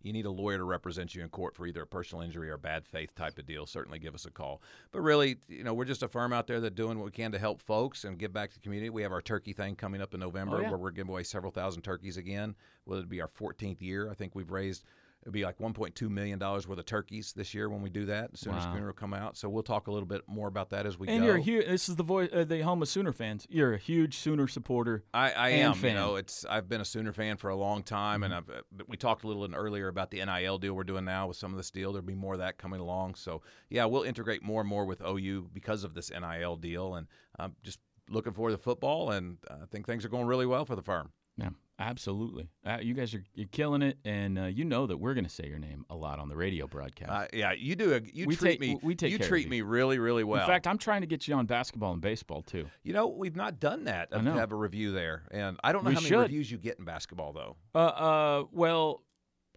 Speaker 12: you need a lawyer to represent you in court for either a personal injury or bad faith type of deal, certainly give us a call. But really, you know, we're just a firm out there that doing what we can to help folks and give back to the community. We have our turkey thing coming up in November
Speaker 7: yeah.
Speaker 12: where we're giving away several thousand turkeys again. Well, it'd be our 14th year. I think we've raised, it'd be like $1.2 million worth of turkeys this year when we do that. Sooners
Speaker 5: Wow.
Speaker 12: Community will come out. So we'll talk a little bit more about that as we
Speaker 5: and
Speaker 12: go.
Speaker 5: you're a huge. This is the voice, uh, the home of Sooner fans. You're a huge Sooner supporter.
Speaker 12: I, I
Speaker 5: and
Speaker 12: am.
Speaker 5: Fan.
Speaker 12: You know, it's I've been a Sooner fan for a long time, and
Speaker 5: Mm-hmm.
Speaker 12: I've, uh, we talked a little in earlier about the NIL deal we're doing now with some of this deal. There'll be more of that coming along. So yeah, we'll integrate more and more with OU because of this NIL deal, and I'm just looking forward to football, and I think things are going really well for the firm.
Speaker 5: Yeah, absolutely. Uh, you guys are you're killing it, and uh, you know that we're going to say your name a lot on the radio broadcast.
Speaker 12: Uh, yeah, you do. A, you
Speaker 5: We
Speaker 12: treat
Speaker 5: take-
Speaker 12: me.
Speaker 5: we take
Speaker 12: you
Speaker 5: care of
Speaker 12: treat
Speaker 5: you.
Speaker 12: me really, really well.
Speaker 5: In fact, I'm trying to get you on basketball and baseball too.
Speaker 12: you know, we've not done that.
Speaker 5: I
Speaker 12: uh,
Speaker 5: know.
Speaker 12: Have a review there, and I don't know
Speaker 5: We
Speaker 12: how many
Speaker 5: should.
Speaker 12: reviews you get in basketball though.
Speaker 5: Uh, uh, well,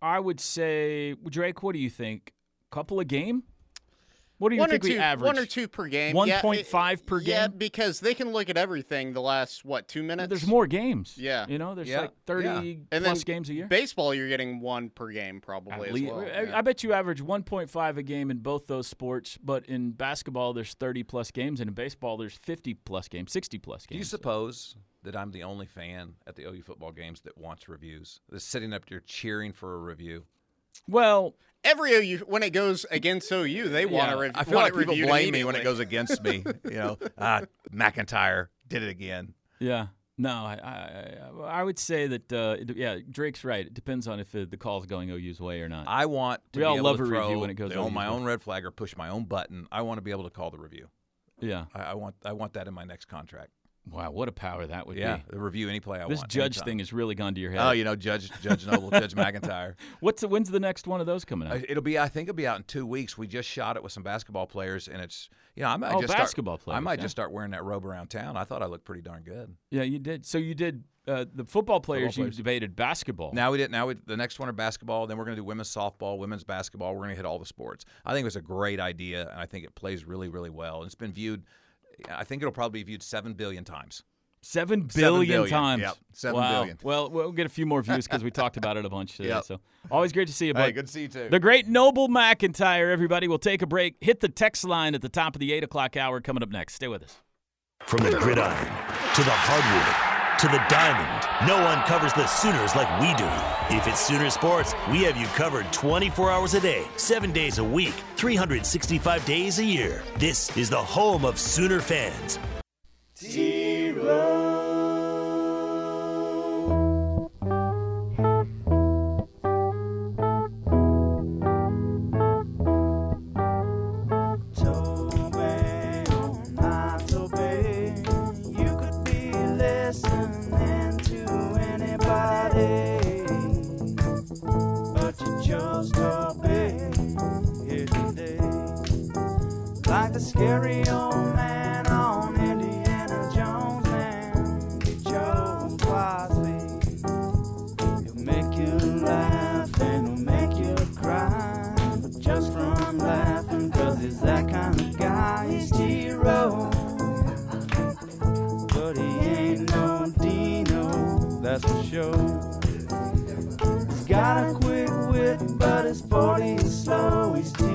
Speaker 5: I would say Drake. What do you think? Couple a game? What do you
Speaker 6: one
Speaker 5: think
Speaker 6: or two,
Speaker 5: we average?
Speaker 6: One or two per game.
Speaker 5: One
Speaker 6: Yeah,
Speaker 5: point five
Speaker 6: it-
Speaker 5: per
Speaker 6: Yeah,
Speaker 5: game.
Speaker 6: because they can look at everything the last, what, two minutes?
Speaker 5: There's more games.
Speaker 6: Yeah.
Speaker 5: You know, there's Yeah. like 30
Speaker 6: And
Speaker 5: plus
Speaker 6: then
Speaker 5: games a year.
Speaker 6: Baseball, you're getting one per game probably
Speaker 5: At
Speaker 6: as
Speaker 5: lea-
Speaker 6: well.
Speaker 5: I-
Speaker 6: yeah.
Speaker 5: I bet you average 1.5 a game in both those sports, but in basketball there's 30 plus games, and in baseball there's 50 plus games, 60 plus
Speaker 12: Do you
Speaker 5: games.
Speaker 12: suppose that I'm the only fan at the OU football games that wants reviews? That's sitting up there cheering for a review.
Speaker 5: Well,
Speaker 6: every OU when it goes against OU, they want to
Speaker 12: Yeah,
Speaker 6: review.
Speaker 12: I feel
Speaker 6: want
Speaker 12: like
Speaker 6: it
Speaker 12: people
Speaker 6: reviewed
Speaker 12: blame me when
Speaker 6: immediately.
Speaker 12: it goes against me. You
Speaker 6: (laughs)
Speaker 12: know, ah, McIntyre did it again.
Speaker 5: Yeah. No, I I, I I would say that uh, it- yeah, Drake's right. It depends on if uh, the, the call's going OU's way or not.
Speaker 12: I want to
Speaker 5: we
Speaker 12: be
Speaker 5: all
Speaker 12: able
Speaker 5: love
Speaker 12: to
Speaker 5: a
Speaker 12: throw
Speaker 5: review when it goes
Speaker 12: the- on
Speaker 5: OU's
Speaker 12: my
Speaker 5: way.
Speaker 12: own red flag or push my own button. I want to be able to call the review.
Speaker 5: Yeah,
Speaker 12: I, I want I want that in my next contract.
Speaker 5: Wow, what a power that would
Speaker 12: yeah,
Speaker 5: be.
Speaker 12: the review any play I
Speaker 5: this
Speaker 12: want.
Speaker 5: judge
Speaker 12: anytime.
Speaker 5: thing has really gone to your head.
Speaker 12: Oh, you know, Judge Judge
Speaker 5: (laughs)
Speaker 12: Noble, Judge McIntyre.
Speaker 5: What's the, when's the next one of those coming out?
Speaker 12: Uh, It'll be. I think it'll be out in two weeks. We just shot it with some basketball players, and it's you know I might
Speaker 5: Oh,
Speaker 12: just
Speaker 5: basketball
Speaker 12: start, I
Speaker 5: players,
Speaker 12: might
Speaker 5: yeah.
Speaker 12: just start wearing that robe around town. I thought I looked pretty darn good.
Speaker 5: Yeah, you did. So you did uh, the football players.
Speaker 12: players.
Speaker 5: You debated basketball.
Speaker 12: Now we did. Now we, the next one are basketball. Then we're going to do women's softball, women's basketball. We're going to hit all the sports. I think it was a great idea, and I think it plays really, really well. And it's been viewed. I think it'll probably be viewed seven billion times.
Speaker 5: Seven billion,
Speaker 12: Seven billion,
Speaker 5: times.
Speaker 12: yep, seven
Speaker 5: wow.
Speaker 12: billion.
Speaker 5: Well, we'll get a few more views because we talked about it a bunch today.
Speaker 12: Yep.
Speaker 5: So always great to see you, bud.
Speaker 12: Hey, good to see you too.
Speaker 5: The great Noble McIntyre, everybody. We'll take a break. Hit the text line at the top of the eight o'clock hour coming up next. Stay with us.
Speaker 1: From the gridiron to the hardwood to the diamond, no one covers the Sooners like we do. If it's Sooner Sports, we have you covered 24 hours a day, seven days a week, 365 days a year. This is the home of Sooner fans.
Speaker 9: You could be listening to anybody, but you chose to be here today. Like the scary old man on Indiana Jones land, you chose wisely. It'll make you laugh and it'll make you cry, but just from laughing, 'cause he's that kind of guy. He's T-Row. But he ain't no Dino, that's for sure. He's got a quick wit, but his 40 is slow. He's T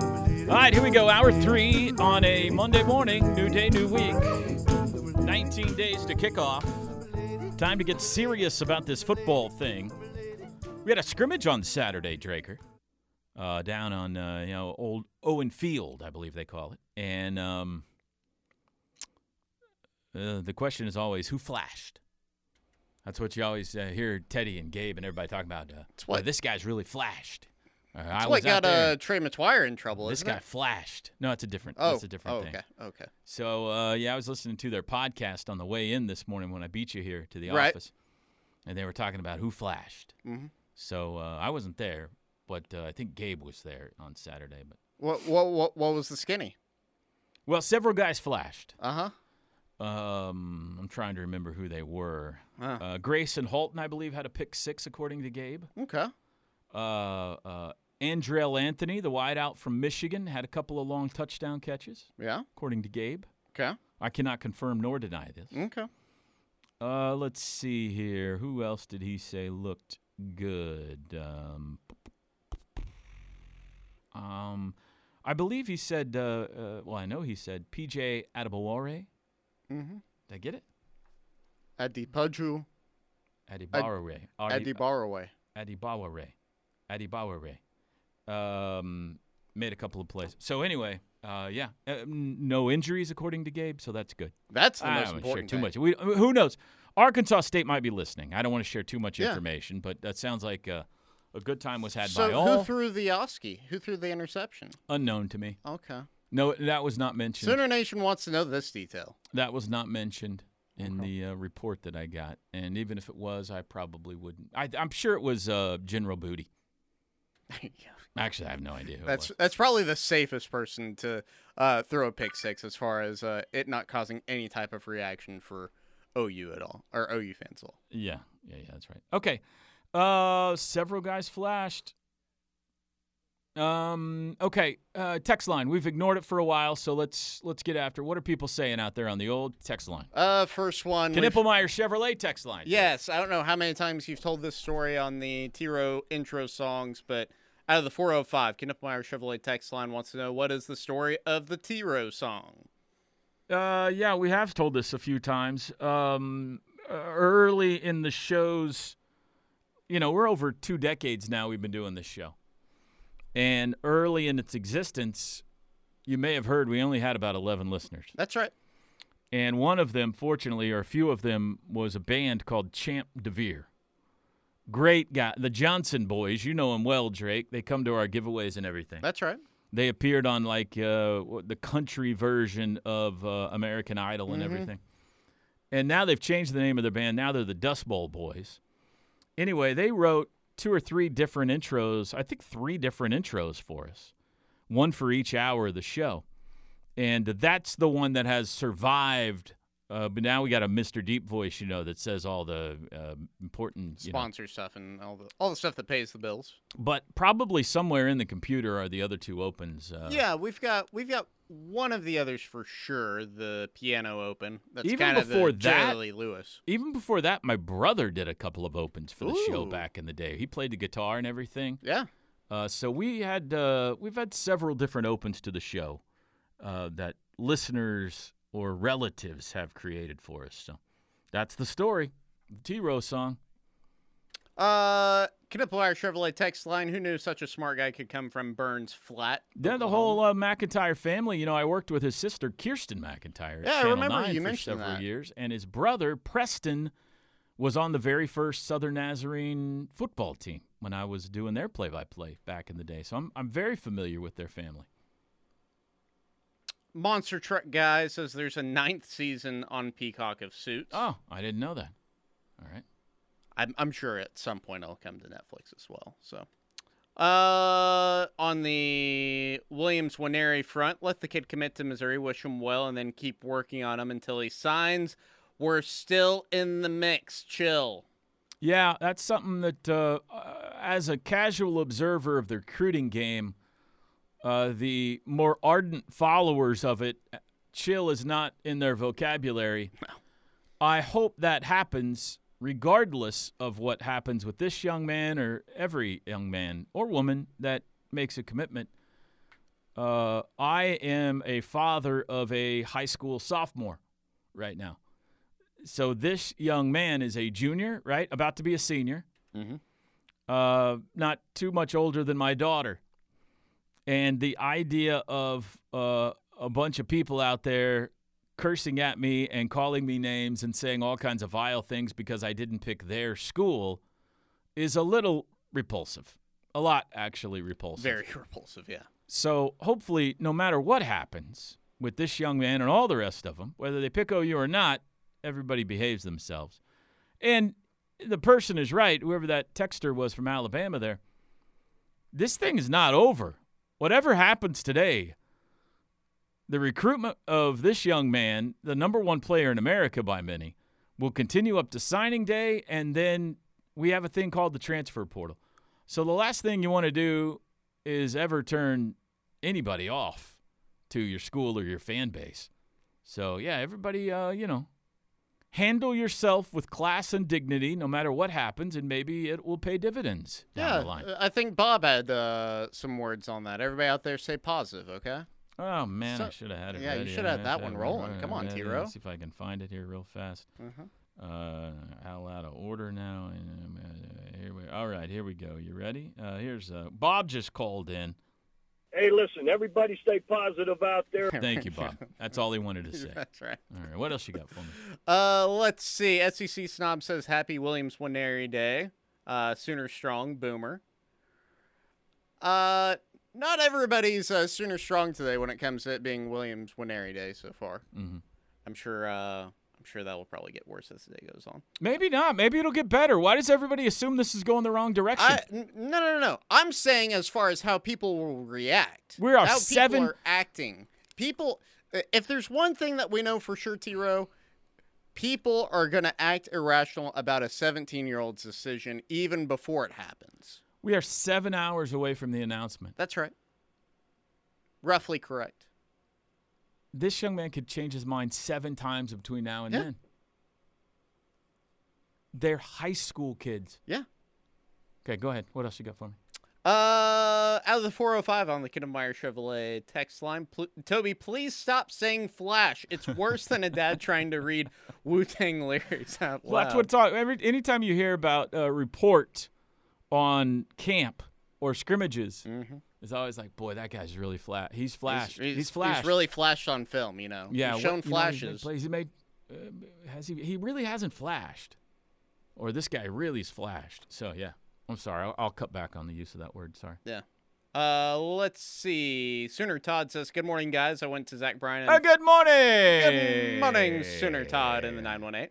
Speaker 5: number three on a Monday morning, new day, new week. 19 days to kickoff. Time to get serious about this football thing. We had a scrimmage on Saturday, Draker, uh, down on uh, you know old Owen Field, I believe they call it. And um, uh, the question is always who flashed. That's what you always uh, hear Teddy and Gabe and everybody talking about. Uh,
Speaker 6: what-
Speaker 5: "Well, this guy's really flashed. Uh, I
Speaker 6: That's
Speaker 5: was
Speaker 6: what
Speaker 5: out
Speaker 6: got
Speaker 5: there.
Speaker 6: uh, Trey McGuire in trouble.
Speaker 5: This
Speaker 6: isn't
Speaker 5: guy
Speaker 6: it?
Speaker 5: flashed. No, it's a different.
Speaker 6: Oh,
Speaker 5: it's a different
Speaker 6: oh,
Speaker 5: thing.
Speaker 6: okay, okay.
Speaker 5: So uh, yeah, I was listening to their podcast on the way in this morning when I beat you here to the
Speaker 6: Right.
Speaker 5: office, and they were talking about who flashed.
Speaker 6: Mhm.
Speaker 5: So uh, I wasn't there, but uh, I think Gabe was there on Saturday. But
Speaker 6: What, what what what was the skinny?
Speaker 5: well, several guys flashed.
Speaker 6: Uh
Speaker 5: huh. Um, I'm trying to remember who they were.
Speaker 6: Ah.
Speaker 5: Uh, Grayson Halton, I believe, had a pick six according to Gabe.
Speaker 6: Okay.
Speaker 5: Uh, uh, Andrell Anthony, the wideout from Michigan, had a couple of long touchdown catches.
Speaker 6: Yeah.
Speaker 5: according to Gabe.
Speaker 6: Okay.
Speaker 5: I cannot confirm nor deny this.
Speaker 6: Okay.
Speaker 5: Uh, let's see here. Who else did he say looked good? Um, um I believe he said. Uh, uh, well, I know he said PJ Adibaware.
Speaker 6: Mm-hmm.
Speaker 5: Did I get it?
Speaker 6: Adipaju.
Speaker 5: Adibaware.
Speaker 6: Adibaraway.
Speaker 5: Adibaware. Adibaware. Um, made a couple of plays. So anyway, uh, yeah, uh, n- no injuries according to Gabe, so that's good.
Speaker 6: That's the
Speaker 5: I
Speaker 6: most
Speaker 5: don't wanna
Speaker 6: important
Speaker 5: Share too
Speaker 6: thing.
Speaker 5: much. We, who knows? Arkansas State might be listening. I don't want to share too much
Speaker 6: Yeah.
Speaker 5: information, but that sounds like uh, a good time was had by
Speaker 6: So who
Speaker 5: all.
Speaker 6: threw the Oski? Who threw the interception?
Speaker 5: Unknown to me.
Speaker 6: Okay.
Speaker 5: No, that was not mentioned.
Speaker 6: Sooner Nation wants to know this detail. (laughs)
Speaker 5: That was not mentioned in the uh, report that I got, and even if it was, I probably wouldn't. I, I'm sure it was uh, General Booty. Actually, I have no idea. Who it was.
Speaker 6: That's that's probably the safest person to uh, throw a pick six as far as uh, it not causing any type of reaction for OU at all or OU fans at all.
Speaker 5: Yeah, yeah, yeah. That's right. Okay. Uh, several guys flashed. Um. Okay. Uh, text line. We've ignored it for a while, so let's let's get after. it. What are people saying out there on the old text line?
Speaker 6: Uh, first one. we've-
Speaker 5: Knippelmeyer Chevrolet text line.
Speaker 6: Yes, I don't know how many times you've told this story on the T-Row intro songs, but out of the 405, Knippelmeyer Chevrolet text line wants to know what is the story of the T-Row song?
Speaker 5: Uh, yeah, we have told this a few times. Um, uh, early in the shows, you know, we're over two decades now we've been doing this show. And early in its existence, you may have heard we only had about 11 listeners.
Speaker 6: That's right.
Speaker 5: And one of them, fortunately, or a few of them, was a band called Champ DeVere. Great guy. The Johnson boys, you know them well, Drake. They come to our giveaways and everything.
Speaker 6: That's right.
Speaker 5: They appeared on like uh, what- the country version of uh, American Idol and
Speaker 13: Mhm.
Speaker 5: everything. And now they've changed the name of their band. Now they're the Dust Bowl Boys. Anyway, they wrote two or three different intros, I think three different intros for us, one for each hour of the show. And that's the one that has survived. Uh, but now we got a Mr. Deep voice, you know, that says all the uh, important you know,
Speaker 6: Sponsor stuff and all the all the stuff that pays the bills.
Speaker 5: but probably somewhere in the computer are the other two opens. Uh,
Speaker 6: yeah, we've got we've got one of the others for sure. The piano open. That's
Speaker 5: Even
Speaker 6: kind
Speaker 5: before
Speaker 6: of the
Speaker 5: that-
Speaker 6: Jerry Lee Lewis.
Speaker 5: Even before that, my brother did a couple of opens for the show
Speaker 6: Ooh.
Speaker 5: back in the day. He played the guitar and everything.
Speaker 6: Yeah.
Speaker 5: Uh, so we had uh, we've had several different opens to the show uh, that listeners or relatives have created for us. So that's the story. The T Row song.
Speaker 6: Uh, Knippelmeyer Chevrolet text line. Who knew such a smart guy could come from Burns Flat?
Speaker 5: Then the whole uh, McIntyre family. You know, I worked with his sister Kirsten McIntyre. at
Speaker 6: Yeah, I
Speaker 5: Channel
Speaker 6: remember
Speaker 5: 9
Speaker 6: you
Speaker 5: for
Speaker 6: mentioned
Speaker 5: several
Speaker 6: that.
Speaker 5: years, and his brother Preston was on the very first Southern Nazarene football team when I was doing their play-by-play back in the day. So I'm I'm very familiar with their family.
Speaker 6: Monster Truck Guy says there's a ninth season on Peacock of Suits.
Speaker 5: Oh, I didn't know that. All right.
Speaker 6: I'm, I'm sure at some point it'll come to Netflix as well. So, uh, on the Williams Winery front, let the kid commit to Missouri, wish him well, and then keep working on him until he signs. We're still in the mix. Chill.
Speaker 5: Yeah, that's something that, uh, uh, as a casual observer of the recruiting game, uh, the more ardent followers of it, chill is not in their vocabulary. I hope that happens regardless of what happens with this young man or every young man or woman that makes a commitment. Uh, I am a father of a high school sophomore right now. So this young man is a junior, right? About to be a senior. Mm-hmm. Uh, not too much older than my daughter. And the idea of uh, a bunch of people out there cursing at me and calling me names and saying all kinds of vile things because I didn't pick their school is a little repulsive. A lot, actually, repulsive.
Speaker 6: Very (laughs) repulsive, yeah.
Speaker 5: So hopefully, no matter what happens with this young man and all the rest of them, whether they pick OU or not, everybody behaves themselves. And the person is right, whoever that texter was from Alabama there. This thing is not over. Whatever happens today, the recruitment of this young man, the number one player in America by many, will continue up to signing day, and then we have a thing called the transfer portal. So the last thing you want to do is ever turn anybody off to your school or your fan base. So yeah, everybody, uh, you know, handle yourself with class and dignity, no matter what happens, and maybe it will pay dividends down the line.
Speaker 6: uh, I think Bob had uh, some words on that. Everybody out there, say positive, okay?
Speaker 5: Oh man, I
Speaker 6: So-
Speaker 5: should have had it.
Speaker 6: yeah, you
Speaker 5: ready.
Speaker 6: should have
Speaker 5: I
Speaker 6: had that one
Speaker 5: it
Speaker 6: rolling.
Speaker 5: ready.
Speaker 6: Come on, Mm-hmm.
Speaker 5: Yeah,
Speaker 6: T-Row.
Speaker 5: let's See if I can find it here real fast. Uh-huh. Uh, out loud of order now. And, uh, Here we. All right, here we go. You ready? Uh, here's uh, Bob just called
Speaker 6: (laughs)
Speaker 5: in.
Speaker 13: Hey, listen, everybody stay positive out there.
Speaker 5: Thank you, Bob. That's all he wanted
Speaker 6: (laughs)
Speaker 5: to say.
Speaker 6: That's right.
Speaker 5: All right, what else you got for me?
Speaker 6: Uh, let's see. SEC snob says Happy Williams Winery Day. Uh, Sooner strong boomer. Uh, not everybody's uh, Sooner strong today when it comes to it being Williams Winery Day so far.
Speaker 5: Mhm.
Speaker 6: I'm sure. Uh, I'm sure that will probably get worse as the day goes on.
Speaker 5: Maybe not. Maybe it'll get better. Why does everybody assume this is going the wrong direction?
Speaker 6: I, n- no, no, no, no. I'm saying as far as how people will react.
Speaker 5: We are
Speaker 6: how
Speaker 5: seven-
Speaker 6: people are acting. People, i- if there's one thing that we know for sure, T. Row, people are going to act irrational about a 17 year old's decision even before it happens.
Speaker 5: we are seven hours away from the announcement.
Speaker 6: That's right. Roughly correct.
Speaker 5: This young man could change his mind seven times between now and
Speaker 6: Yeah.
Speaker 5: then. They're high school kids.
Speaker 6: Yeah.
Speaker 5: Okay, go ahead. What else you got for me?
Speaker 6: Uh, out of the 405 on the Kinnemeyer Chevrolet text line, pl- Toby, please stop saying Flash. It's worse than a dad trying to read Wu Tang lyrics out
Speaker 5: (laughs)
Speaker 6: loud.
Speaker 5: Well, that's what it's all. Every anytime you hear about a report on camp or scrimmages, it's always like, boy, that guy's really flat. He's flash. He's, flash.
Speaker 6: Mm-hmm. He's really flashed on film, you know.
Speaker 5: yeah.
Speaker 6: He's
Speaker 5: what- you
Speaker 6: shown
Speaker 5: know, he's made
Speaker 6: flashes.
Speaker 5: plays. He made. Uh, has he? He really hasn't flashed. Or this guy really's flashed. So yeah, I'm sorry. I'll, I'll cut back on the use of that word. Sorry.
Speaker 6: yeah. Uh, let's see. Sooner Todd says, "Good morning, guys. I went to Zach Bryan." And-
Speaker 5: Uh, good morning.
Speaker 6: Good morning, Sooner Todd in the nine one eight.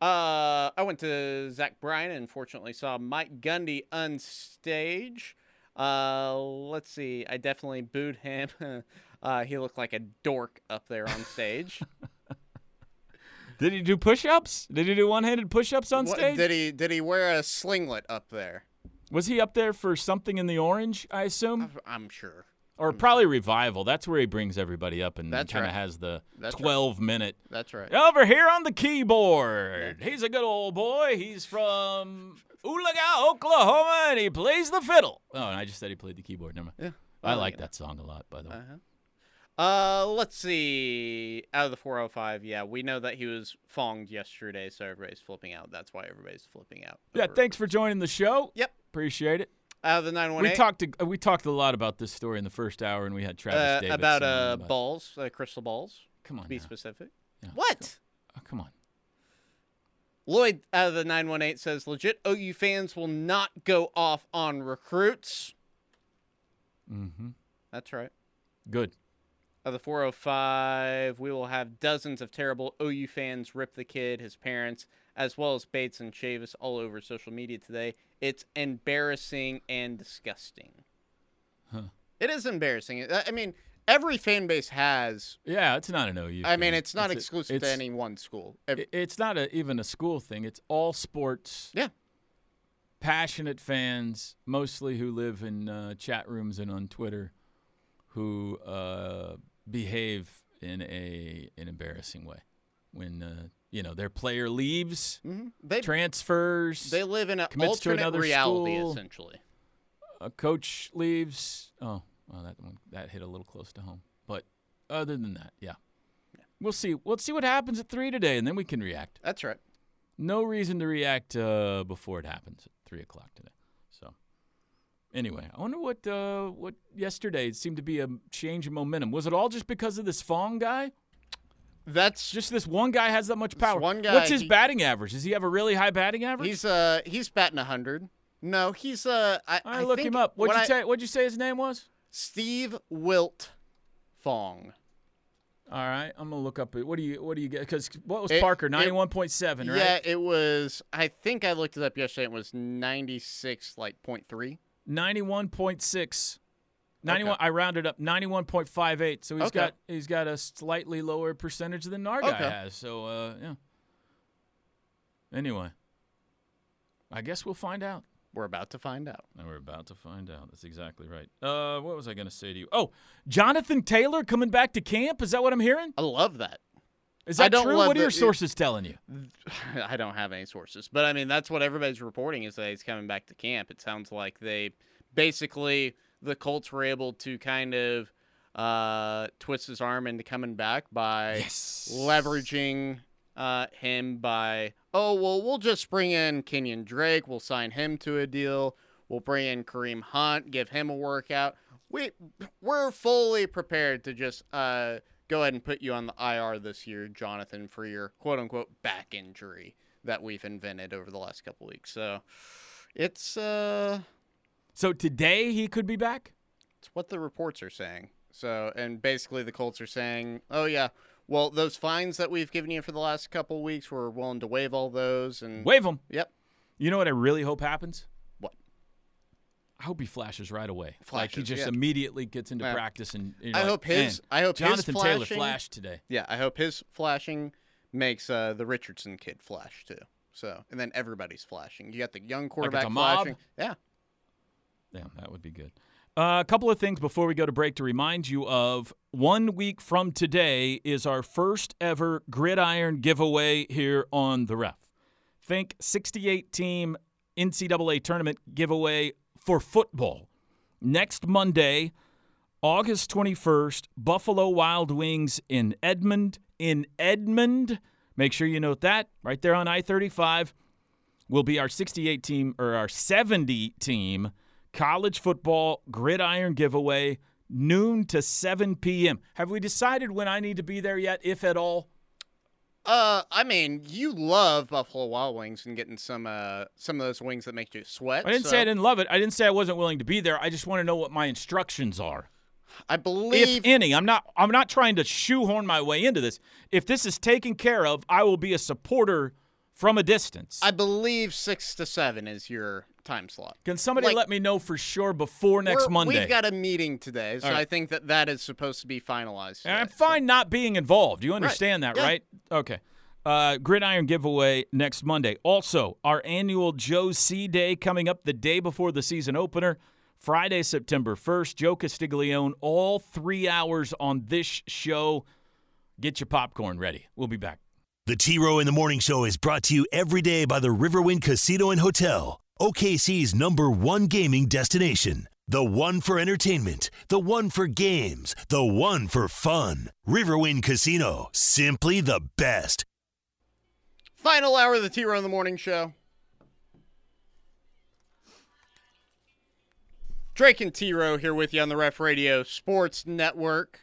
Speaker 6: Uh, I went to Zach Bryan and fortunately saw Mike Gundy on stage. Uh, let's see. I definitely booed him. (laughs) uh, he looked like a dork up there on stage.
Speaker 5: Did he do push-ups? Did he do one-handed push-ups (laughs) on
Speaker 6: What-
Speaker 5: stage?
Speaker 6: did he? Did he wear a slinglet up there?
Speaker 5: Was he up there for something in the orange? I assume.
Speaker 6: I'm sure.
Speaker 5: Or probably revival. That's where he brings everybody up and
Speaker 6: Mm. That's
Speaker 5: kind of
Speaker 6: right.
Speaker 5: has the
Speaker 6: That's right.
Speaker 5: twelve minute.
Speaker 6: That's right.
Speaker 5: Over here on the keyboard, he's a good old boy. He's from Oolaga, Oklahoma, and he plays the fiddle. Oh, and I just said he played the keyboard. Never mind.
Speaker 6: Oh, Yeah.
Speaker 5: I
Speaker 6: Well,
Speaker 5: like
Speaker 6: you
Speaker 5: that song a lot, by the way.
Speaker 6: Uh-huh. Uh, let's see. Out of the 405, yeah, we know that he was fonged yesterday, so everybody's flipping out. That's why everybody's flipping out.
Speaker 5: Yeah, thanks for joining the show.
Speaker 6: Yep.
Speaker 5: Appreciate it.
Speaker 6: Out of the 918,
Speaker 5: We talked to, uh, we talked a lot about this story in the first hour, and we had Travis
Speaker 6: uh,
Speaker 5: Davis
Speaker 6: about
Speaker 5: on
Speaker 6: uh
Speaker 5: about-
Speaker 6: balls, uh, crystal balls.
Speaker 5: Come on,
Speaker 6: to be specific.
Speaker 5: Yeah.
Speaker 6: What?
Speaker 5: Oh, come on.
Speaker 6: Lloyd out of the 918 says legit OU fans will not go off on recruits.
Speaker 5: Mm-hmm.
Speaker 6: That's right.
Speaker 5: Good.
Speaker 6: Of the 405, we will have dozens of terrible OU fans rip the kid, his parents, as well as Bates and Chavis all over social media today. It's embarrassing and disgusting.
Speaker 5: Huh.
Speaker 6: It is embarrassing. I I mean, every fan base has.
Speaker 5: Yeah, it's not an OU.
Speaker 6: I mean,
Speaker 5: thing.
Speaker 6: it's not
Speaker 5: a-
Speaker 6: exclusive
Speaker 5: it's-
Speaker 6: to any one school.
Speaker 5: it- It's not a, even a school thing. It's all sports.
Speaker 6: Yeah.
Speaker 5: Passionate fans, mostly who live in uh, chat rooms and on Twitter, who uh, behave in a an embarrassing way when uh, you know their player leaves,
Speaker 6: mm-hmm. They-
Speaker 5: transfers,
Speaker 6: Mm. They live in an
Speaker 5: commits to
Speaker 6: alternate
Speaker 5: another
Speaker 6: reality,
Speaker 5: school,
Speaker 6: essentially.
Speaker 5: A coach leaves. Oh, Well, that one, that hit a little close to home. But other than that, yeah. We'll see. We'll see what happens at three today, and then we can react.
Speaker 6: That's right.
Speaker 5: No reason to react uh, before it happens at three o'clock today. So, anyway, I wonder what uh, what yesterday seemed to be a change in momentum. Was it all just because of this Fong guy?
Speaker 6: That's
Speaker 5: just this one guy has that much power.
Speaker 6: one guy,
Speaker 5: What's his
Speaker 6: he-
Speaker 5: batting average? Does he have a really high batting average?
Speaker 6: He's uh he's batting hundred. No, he's uh I,
Speaker 5: I looked him up. What'd you say- What'd you say his name was?
Speaker 6: Steve Wilt Fong.
Speaker 5: All right, I'm gonna look up. it. What do you What do you get? Because what was
Speaker 6: It-
Speaker 5: Parker?
Speaker 6: it-
Speaker 5: Ninety one point seven, right?
Speaker 6: Yeah, it was. I think I looked it up yesterday. It was ninety six, like point three.
Speaker 5: 91.6 91 I rounded up 91.58 so he's
Speaker 6: Okay.
Speaker 5: got he's got a slightly lower percentage than our guy
Speaker 6: Okay.
Speaker 5: has so uh yeah anyway I guess we'll find out
Speaker 6: we're about to find out
Speaker 5: and we're about to find out that's exactly right uh what was I going to say to you oh Jonathan Taylor coming back to camp is that what I'm hearing
Speaker 6: I love that (laughs)
Speaker 5: is
Speaker 6: I
Speaker 5: that
Speaker 6: don't
Speaker 5: true
Speaker 6: love
Speaker 5: what are
Speaker 6: that
Speaker 5: your
Speaker 6: it-
Speaker 5: sources telling you
Speaker 6: I don't have any sources, but I mean that's what everybody's reporting is that he's coming back to camp. It sounds like they basically the Colts were able to kind of uh, twist his arm into coming back by leveraging uh, him by oh well we'll just bring in Kenyon Drake, we'll sign him to a deal, we'll bring in Kareem Hunt, give him a workout. We we're fully prepared to just uh, go ahead and put you on the IR this year, Jonathan, for your quote unquote back injury that we've invented over the last couple weeks. So it's uh
Speaker 5: so today he could be back
Speaker 6: it's what the reports are saying. So, and basically the Colts are saying, "Oh yeah, well those fines that we've given you for the last couple weeks, we're willing to waive all those and
Speaker 5: wave him
Speaker 6: Yep.
Speaker 5: you know what I really hope happens
Speaker 6: What?
Speaker 5: I hope he flashes right away. like he
Speaker 6: Flashes,
Speaker 5: just
Speaker 6: yeah.
Speaker 5: immediately gets into
Speaker 6: Yeah.
Speaker 5: practice and you know,
Speaker 6: I
Speaker 5: like,
Speaker 6: hope
Speaker 5: "Man,
Speaker 6: his I hope
Speaker 5: Jonathan
Speaker 6: his
Speaker 5: Taylor
Speaker 6: flashing-
Speaker 5: flashed today.
Speaker 6: Yeah, I hope his flashing makes uh, the Richardson kid flash too. So, and then everybody's flashing. You got the young
Speaker 5: it's
Speaker 6: quarterback
Speaker 5: a mob?
Speaker 6: flashing. Yeah.
Speaker 5: Damn, that would be good. Uh, a couple of things before we go to break to remind you of one week from today is our first ever gridiron giveaway here on the ref. Think 68 team NCAA tournament giveaway for football. Next Monday, August 21st, Buffalo Wild Wings in Edmond. In Edmond, make sure you note that right there on I 35 will be our 68 team or our 70 team college football gridiron giveaway, noon to 7 p.m. Have we decided when I need to be there yet, if at all?
Speaker 6: Uh, I mean, you love Buffalo Wild Wings and getting some uh some of those wings that make you sweat.
Speaker 5: I didn't
Speaker 6: so
Speaker 5: say I didn't love it. I didn't say I wasn't willing to be there. I just want to know what my instructions are.
Speaker 6: I believe
Speaker 5: if any. I'm not I'm not trying to shoehorn my way into this. If this is taken care of, I will be a supporter from a distance.
Speaker 6: I believe six to seven is your time slot.
Speaker 5: Can somebody
Speaker 6: like-
Speaker 5: let me know for sure before next
Speaker 6: We're-
Speaker 5: Monday?
Speaker 6: We've got a meeting today, so
Speaker 5: All right.
Speaker 6: I think that that is supposed to be finalized.
Speaker 5: And I'm fine not being involved. You understand that,
Speaker 6: Yeah.
Speaker 5: right? Okay. Uh, Gridiron giveaway next Monday. Also, our annual Joe C Day coming up the day before the season opener, Friday, September 1st. Joe Castiglione, all three hours on this show. Get your popcorn ready. We'll be back.
Speaker 1: The T Row in the Morning Show is brought to you every day by the Riverwind Casino and Hotel, OKC's number one gaming destination. The one for entertainment, the one for games, the one for fun. Riverwind Casino, simply the best.
Speaker 6: Final hour of the T Row in the Morning Show. Drake and T Row here with you on the Ref Radio Sports Network.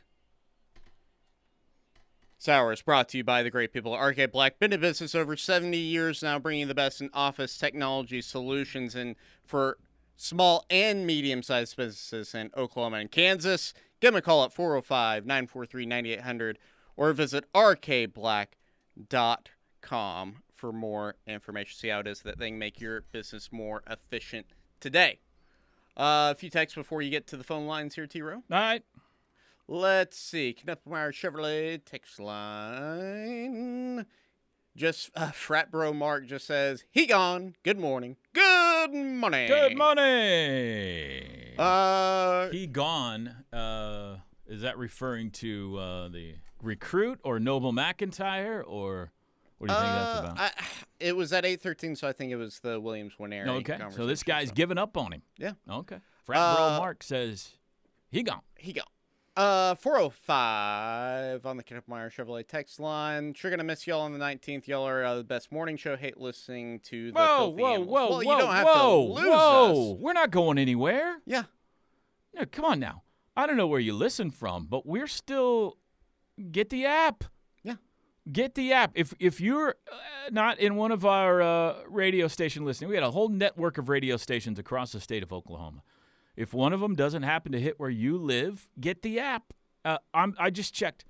Speaker 6: This hour is brought to you by the great people at RK Black. Been in business over 70 years now, bringing the best in office technology solutions and for small and medium sized businesses in Oklahoma and Kansas. Give them a call at 405 943 9800 or visit rkblack.com for more information. See how it is that they can make your business more efficient today. Uh, a few texts before you get to the phone lines here, T Row.
Speaker 5: All right.
Speaker 6: Let's see. Knuppmeyer Chevrolet text line. Just uh, frat bro Mark just says he gone. Good morning. Good morning.
Speaker 5: Good money.
Speaker 6: Uh,
Speaker 5: he gone. Uh, is that referring to uh, the recruit or Noble McIntyre or what do you think that's about?
Speaker 6: I, it was at eight thirteen, so I think it was the Williams one area.
Speaker 5: okay, so this guy's giving up on him.
Speaker 6: Yeah.
Speaker 5: Okay. Frat bro
Speaker 6: Uh,
Speaker 5: Mark says He gone.
Speaker 6: He gone. Uh, 405 on the Kenneth Meyer Chevrolet text line. Sure gonna miss y'all on the 19th. Y'all are uh, the best morning show. Hate listening to the
Speaker 5: Whoa,
Speaker 6: filthy
Speaker 5: whoa,
Speaker 6: animals.
Speaker 5: whoa,
Speaker 6: well,
Speaker 5: whoa,
Speaker 6: you don't have
Speaker 5: whoa,
Speaker 6: to lose
Speaker 5: whoa!
Speaker 6: us.
Speaker 5: We're not going anywhere.
Speaker 6: Yeah.
Speaker 5: No, come on now. I don't know where you listen from, but we're still get the app.
Speaker 6: Yeah.
Speaker 5: Get the app. If if you're uh, not in one of our uh, radio station listening, we got a whole network of radio stations across the state of Oklahoma. If one of them doesn't happen to hit where you live, get the app. Uh, I'm I just checked.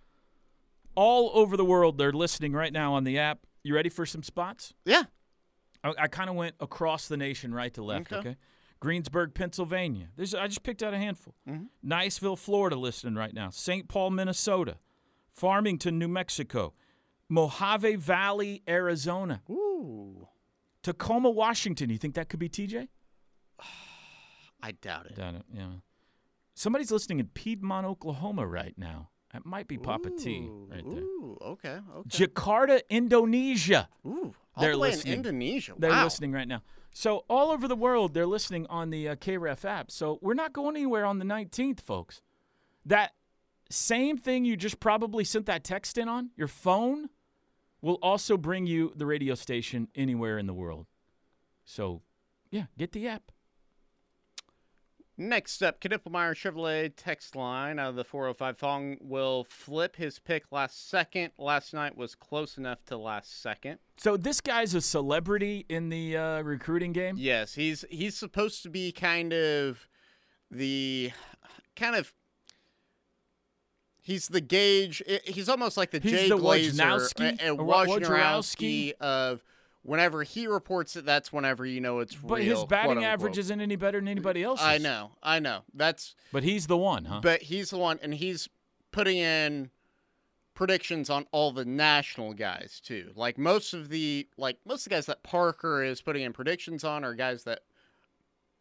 Speaker 5: All over the world, they're listening right now on the app. You ready for some spots?
Speaker 6: Yeah.
Speaker 5: I, I kind of went across the nation, right to left.
Speaker 14: Okay.
Speaker 5: Okay. Greensburg, Pennsylvania. There's, I just picked out a handful.
Speaker 6: Mm-hmm.
Speaker 5: Niceville, Florida, listening right now. St. Paul, Minnesota. Farmington, New Mexico. Mojave Valley, Arizona.
Speaker 6: Ooh.
Speaker 5: Tacoma, Washington. You think that could be TJ?
Speaker 6: I doubt it.
Speaker 5: Doubt it. Yeah. Somebody's listening in Piedmont, Oklahoma, right now. That might be Papa T right there.
Speaker 6: Ooh, okay, okay.
Speaker 5: Jakarta, Indonesia.
Speaker 6: Ooh, all
Speaker 5: they're
Speaker 6: the way in
Speaker 5: listening.
Speaker 6: Indonesia.
Speaker 5: They're
Speaker 6: Wow.
Speaker 5: listening right now. So all over the world, they're listening on the uh, KREF app. So we're not going anywhere on the 19th, folks. That same thing you just probably sent that text in on your phone will also bring you the radio station anywhere in the world. So, yeah, get the app.
Speaker 6: Next up, Knippelmeyer Chevrolet text line out of the 405 Fong will flip his pick last second. Last night was close enough to last second.
Speaker 5: So this guy's a celebrity in the uh, recruiting game.
Speaker 6: Yes, he's he's supposed to be kind of the kind of he's the gauge. i- He's almost like the
Speaker 5: He's
Speaker 6: Jay
Speaker 5: the
Speaker 6: Glazer
Speaker 5: Wojnarowski?
Speaker 6: a- a
Speaker 5: Or Wa- Wojnarowski?
Speaker 6: Wojnarowski of whenever he reports it, that's whenever you know it's
Speaker 5: But
Speaker 6: real.
Speaker 5: his batting
Speaker 6: quote-unquote.
Speaker 5: average isn't any better than anybody else's.
Speaker 6: I know, I know. That's
Speaker 5: But he's the one, huh?
Speaker 6: But he's the one, and he's putting in predictions on all the national guys too. Like most of the like most of the guys that Parker is putting in predictions on are guys that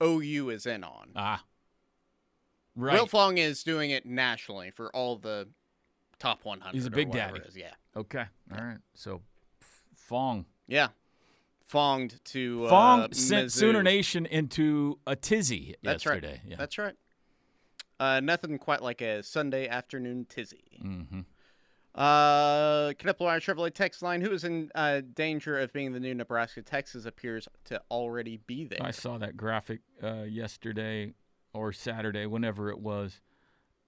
Speaker 6: OU is in on.
Speaker 5: Ah, right.
Speaker 6: Will Fong is doing it nationally for all the top 100.
Speaker 5: He's a
Speaker 6: or
Speaker 5: big
Speaker 6: whatever
Speaker 5: daddy.
Speaker 6: it is, Yeah,
Speaker 5: Okay. All right. So, f- Fong.
Speaker 6: yeah. Fonged to
Speaker 5: Fong
Speaker 6: uh,
Speaker 5: sent
Speaker 6: Mizzou.
Speaker 5: Sooner Nation into a tizzy
Speaker 6: That's
Speaker 5: yesterday.
Speaker 6: right. That's right. Uh, nothing quite like a Sunday afternoon tizzy.
Speaker 5: Mm-hmm.
Speaker 6: Uh, Knippel Iron Chevrolet text line. Who is in uh, danger of being the new Nebraska Texas appears to already be there.
Speaker 5: I saw that graphic uh, yesterday or Saturday, whenever it was.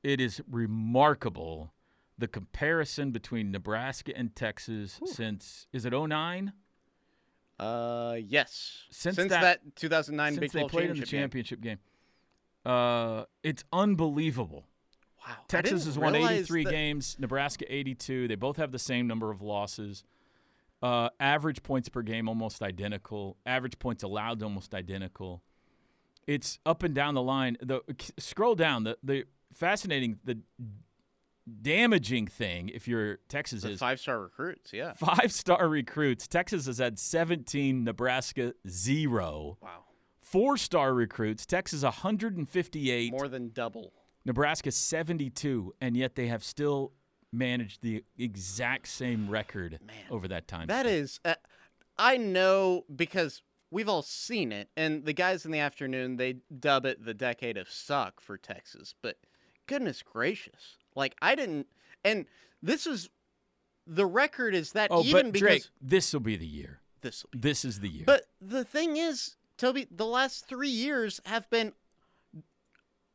Speaker 5: It is remarkable the comparison between Nebraska and Texas since is it 09?
Speaker 6: Uh, yes.
Speaker 5: Since,
Speaker 6: Since
Speaker 5: that,
Speaker 6: that 2009
Speaker 5: since
Speaker 6: Big
Speaker 5: they
Speaker 6: 12
Speaker 5: played in the championship
Speaker 6: championship
Speaker 5: game, uh, it's unbelievable.
Speaker 6: Wow. I
Speaker 5: Texas
Speaker 6: didn't
Speaker 5: has won
Speaker 6: realize
Speaker 5: 83
Speaker 6: that-
Speaker 5: games, Nebraska 82. They both have the same number of losses. Uh, average points per game almost identical. Average points allowed almost identical. It's up and down the line. The scroll down. The the fascinating, the damaging thing if you're Texas
Speaker 6: The
Speaker 5: is
Speaker 6: five star recruits. Yeah.
Speaker 5: Five star recruits. Texas has had 17, Nebraska zero.
Speaker 6: Wow.
Speaker 5: Four star recruits. Texas 158,
Speaker 6: More than double.
Speaker 5: Nebraska 72, and yet they have still managed the exact same record over that time.
Speaker 6: That is, uh, I know because we've all seen it, and the guys in the afternoon they dub it the decade of suck for Texas. But goodness gracious, like I didn't, and this is the record is that
Speaker 5: oh,
Speaker 6: even
Speaker 5: but
Speaker 6: because
Speaker 5: Drake, this will be the year.
Speaker 6: This
Speaker 5: this is the year.
Speaker 6: but the thing is, Toby, the last three years have been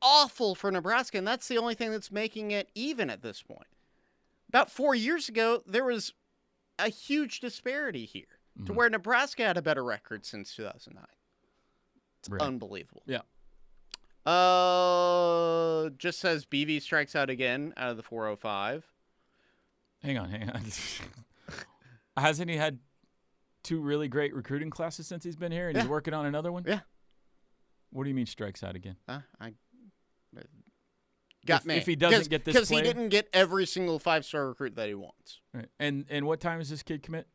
Speaker 6: awful for Nebraska, and that's the only thing that's making it even at this point. About four years ago, there was a huge disparity here
Speaker 5: Mm-hmm.
Speaker 6: to where Nebraska had a better record since 2009. It's
Speaker 5: Right.
Speaker 6: unbelievable.
Speaker 5: Yeah.
Speaker 6: Uh, just says BV strikes out again out of the 405.
Speaker 5: Hang on, hang on. (laughs) Hasn't he had two really great recruiting classes since he's been here, and he's
Speaker 6: Yeah.
Speaker 5: working on another one?
Speaker 6: Yeah.
Speaker 5: What do you mean strikes out again?
Speaker 6: Uh, I uh, got
Speaker 5: If-
Speaker 6: me.
Speaker 5: if he doesn't get this
Speaker 6: because he
Speaker 5: player-
Speaker 6: didn't get every single five star recruit that he wants.
Speaker 5: Right. And and what time is this kid commit?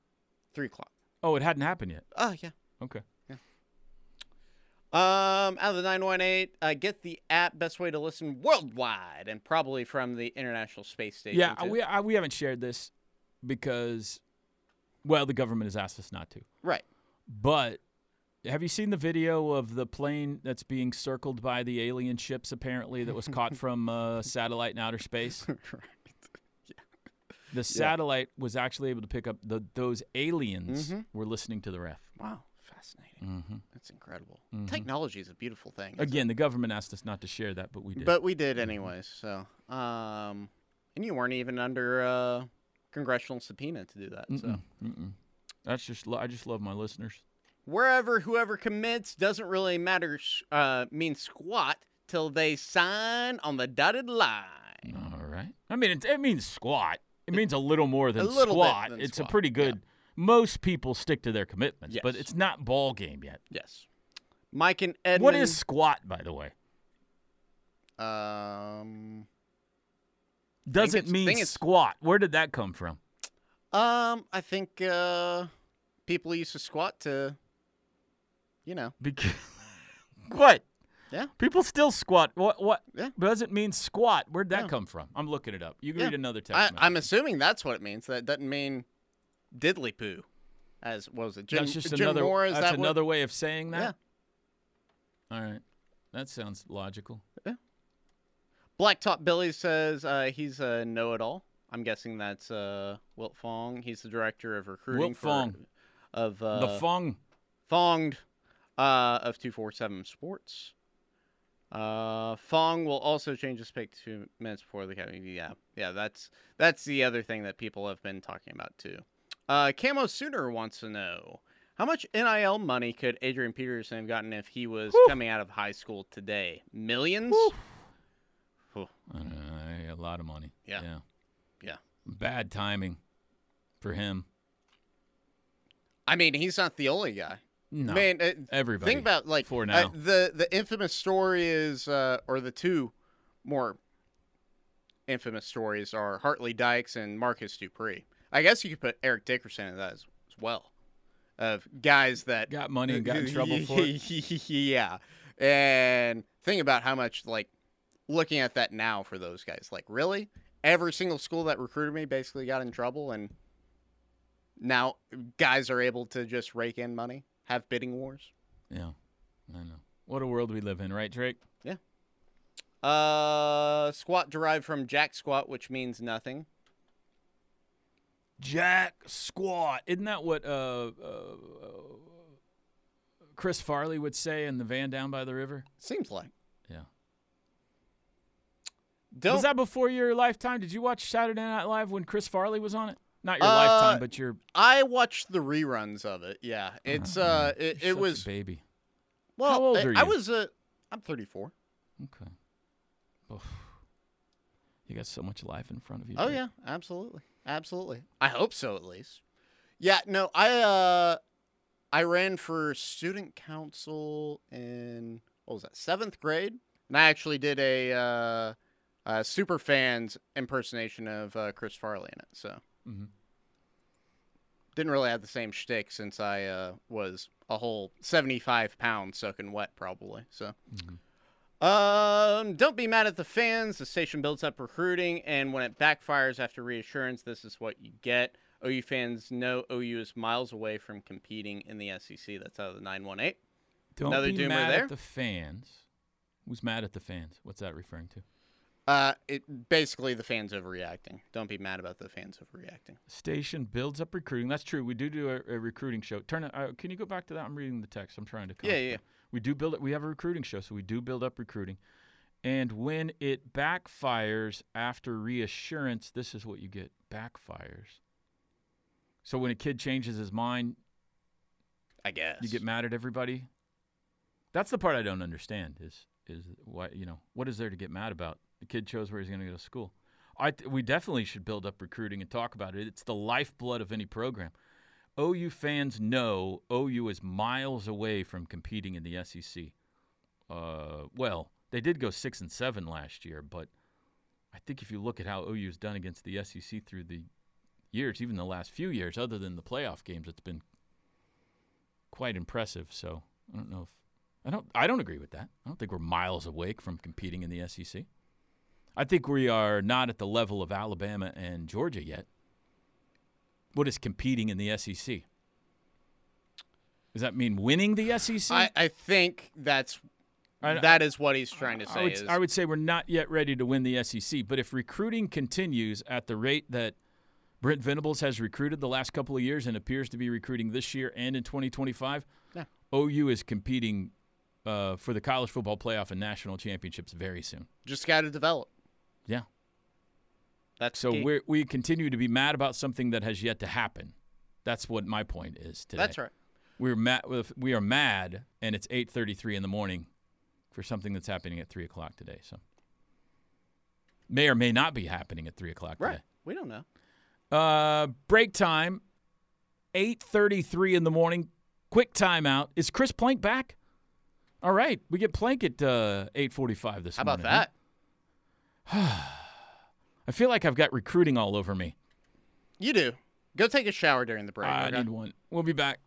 Speaker 6: Three o'clock.
Speaker 5: Oh, it hadn't happened yet.
Speaker 6: Oh yeah.
Speaker 5: Okay.
Speaker 6: Um, out of the nine one eight, uh, get the app best way to listen worldwide, and probably from the International Space Station.
Speaker 5: Yeah, uh,
Speaker 6: too.
Speaker 5: we I, we haven't shared this
Speaker 6: (laughs)
Speaker 5: because, well, the government has asked us not to.
Speaker 6: Right.
Speaker 5: But Have you seen the video of the plane that's being circled by the alien ships? Apparently, that was
Speaker 6: (laughs)
Speaker 5: caught from a satellite in outer space. right. Yeah. The satellite was actually able to pick up the those aliens
Speaker 6: Mhm.
Speaker 5: were listening to the ref.
Speaker 6: Wow, fascinating.
Speaker 5: Mhm.
Speaker 6: That's incredible.
Speaker 5: Mhm.
Speaker 6: Technology is a beautiful thing. isn't
Speaker 5: Again, the government asked us not to share that, but we
Speaker 6: it?
Speaker 5: did.
Speaker 6: but we did anyways. So, um, and you weren't even under uh, congressional subpoena to do that. So.
Speaker 5: Mm-mm, mm-mm. that's just lo- I just love my listeners.
Speaker 6: wherever whoever commits doesn't really matter sh- uh, mean squat till they sign on the dotted line.
Speaker 5: All right. I mean, it, it means squat. It means a little more than
Speaker 6: Mm. A little bit
Speaker 5: squat.
Speaker 6: than
Speaker 5: it's
Speaker 6: squat,
Speaker 5: a pretty good. Most people stick to their commitments, but it's not ball game yet.
Speaker 6: Yes. Mike and Edmund.
Speaker 5: What is squat, by the way?
Speaker 6: Um,
Speaker 5: Doesn't
Speaker 6: it's-
Speaker 5: mean
Speaker 6: think it's-
Speaker 5: squat. Where did that come from?
Speaker 6: um, I think uh, people used to squat to, you know,
Speaker 5: Because (laughs) what?
Speaker 6: Yeah.
Speaker 5: People still squat. What? What?
Speaker 6: Yeah.
Speaker 5: Doesn't mean squat. Where'd that
Speaker 6: Yeah.
Speaker 5: come from? I'm looking it up. You can
Speaker 6: Yeah.
Speaker 5: read another text.
Speaker 6: I,
Speaker 5: message.
Speaker 6: I'm assuming that's what it means. That doesn't mean diddly poo, as what was it? Jim,
Speaker 5: that's just
Speaker 6: Jim
Speaker 5: another.
Speaker 6: Moore, is
Speaker 5: that's
Speaker 6: that what-
Speaker 5: another way of saying that. All right. That sounds logical.
Speaker 6: Blacktop Billy says uh, he's a know-it-all. I'm guessing that's uh, Wilt Fong. He's the director of recruiting
Speaker 5: Wilt
Speaker 6: for-
Speaker 5: Fong.
Speaker 6: of uh,
Speaker 5: the Fong.
Speaker 6: Fonged uh, of two four seven Sports. Uh, Fong will also change his pick two minutes before the Academy. Yeah, yeah, that's that's the other thing that people have been talking about too. Uh, Camo Sooner wants to know how much NIL money could Adrian Peterson have gotten if he was coming out of high school today? Millions.
Speaker 5: I don't know, a lot of money.
Speaker 6: Yeah.
Speaker 5: yeah.
Speaker 6: Yeah.
Speaker 5: Bad timing for him.
Speaker 6: I mean, he's not the only guy.
Speaker 5: No,
Speaker 6: Man, uh,
Speaker 5: everybody,
Speaker 6: Think about like
Speaker 5: for
Speaker 6: uh,
Speaker 5: now.
Speaker 6: the the infamous story is, uh, or the two more infamous stories are Hartley Dykes and Marcus Dupree. I guess you could put Eric Dickerson in that as, as well, of guys that
Speaker 5: Got money and
Speaker 6: (laughs)
Speaker 5: got in trouble for
Speaker 6: it. yeah, and think about how much like looking at that now for those guys. Like really, every single school that recruited me basically got in trouble and now guys are able to just rake in money, have bidding wars.
Speaker 5: Yeah, I know. What a world we live in, right, Drake?
Speaker 6: Uh, squat derived from jack squat, which means nothing.
Speaker 5: Jack squat. Isn't that what uh, uh, uh, Chris Farley would say in the van down by the river?
Speaker 6: Seems like.
Speaker 5: Yeah.
Speaker 6: Don't-
Speaker 5: Was that before your lifetime? Did you watch Saturday Night Live when Chris Farley was on it? Not your
Speaker 6: Uh,
Speaker 5: lifetime, but your
Speaker 6: I watched the reruns of it. Yeah, it's uh,
Speaker 5: Uh-huh.
Speaker 6: it,
Speaker 5: You're
Speaker 6: it
Speaker 5: such a
Speaker 6: was
Speaker 5: baby.
Speaker 6: well.
Speaker 5: How old
Speaker 6: I,
Speaker 5: are
Speaker 6: I
Speaker 5: you?
Speaker 6: was uh, I'm 34.
Speaker 5: Okay. Oof. You got so much life in front of you.
Speaker 6: Oh
Speaker 5: Drake.
Speaker 6: yeah, absolutely, absolutely. I hope so at least. Yeah, no, I uh, I ran for student council in what was that seventh grade, and I actually did a uh, uh super fans impersonation of uh, Chris Farley in it. So
Speaker 5: Mhm.
Speaker 6: didn't really have the same shtick since I uh, was a whole seventy-five pounds soaking wet, probably. So.
Speaker 5: Mm-hmm.
Speaker 6: Um, don't be mad at the fans. The station builds up recruiting, and when it backfires after reassurance, this is what you get. OU fans know OU is miles away from competing in the SEC. That's out of the 918.
Speaker 5: Don't
Speaker 6: Another
Speaker 5: be
Speaker 6: doomer
Speaker 5: mad
Speaker 6: there.
Speaker 5: at the fans. Who's mad at the fans? What's that referring to?
Speaker 6: Uh, it basically the fans overreacting. Don't be mad about the fans overreacting.
Speaker 5: Station builds up recruiting. That's true. We do do a, a recruiting show. Turn. it- Uh, can you go back to that? I'm reading the text. I'm trying to.
Speaker 6: Yeah, yeah,
Speaker 5: concentrate.
Speaker 6: yeah.
Speaker 5: We do build it. We have a recruiting show, so we do build up recruiting. And when it backfires after reassurance, this is what you get: backfires. So when a kid changes his mind,
Speaker 6: I guess
Speaker 5: you get mad at everybody. That's the part I don't understand. Is is why you know what is there to get mad about? The kid chose where he's going to go to school. I th- we definitely should build up recruiting and talk about it. It's the lifeblood of any program. OU fans know OU is miles away from competing in the SEC. Uh, well, they did go six and seven last year, but I think if you look at how OU's done against the SEC through the years, even the last few years, other than the playoff games, it's been quite impressive. So I don't know if I don't I don't agree with that. I don't think we're miles away from competing in the SEC. I think we are not at the level of Alabama and Georgia yet. What is competing in the SEC? E Does that mean winning the SEC?
Speaker 6: I, I think that's
Speaker 5: I-
Speaker 6: that is what he's trying to say.
Speaker 5: I would,
Speaker 6: is,
Speaker 5: I would say we're not yet ready to win the SEC, but if recruiting continues at the rate that Brent Venables has recruited the last couple of years and appears to be recruiting this year and in 2025,
Speaker 6: Yeah.
Speaker 5: OU is competing uh, for the college football playoff and national championships very soon.
Speaker 6: just got to develop.
Speaker 5: Yeah.
Speaker 6: That's
Speaker 5: so
Speaker 6: key.
Speaker 5: we we continue to be mad about something that has yet to happen. That's what my point is today.
Speaker 6: That's right.
Speaker 5: We're mad. We are mad, and it's 8:33 in the morning for something that's happening at three o'clock today. So may or may not be happening at three o'clock
Speaker 6: Right.
Speaker 5: today.
Speaker 6: We don't know.
Speaker 5: Uh, break time, 8.33 in the morning. Quick timeout. Is Chris Plank back? All right. We get Plank at uh, 8.45 this
Speaker 6: How about
Speaker 5: morning. huh?
Speaker 6: that?
Speaker 5: I feel like I've got recruiting all over me.
Speaker 6: You do. Go take a shower during the break.
Speaker 5: I
Speaker 6: okay?
Speaker 5: need one. We'll be back.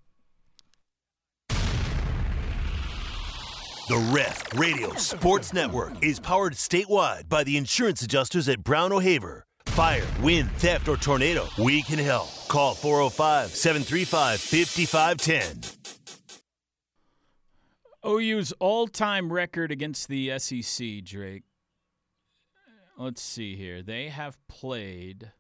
Speaker 1: The Ref Radio Sports Network is powered statewide by the insurance adjusters at Brown O'Haver. Fire, wind, theft, or tornado, we can help. Call 405 735 5510.
Speaker 5: OU's all-time record against the SEC, Drake. Let's see here. They have played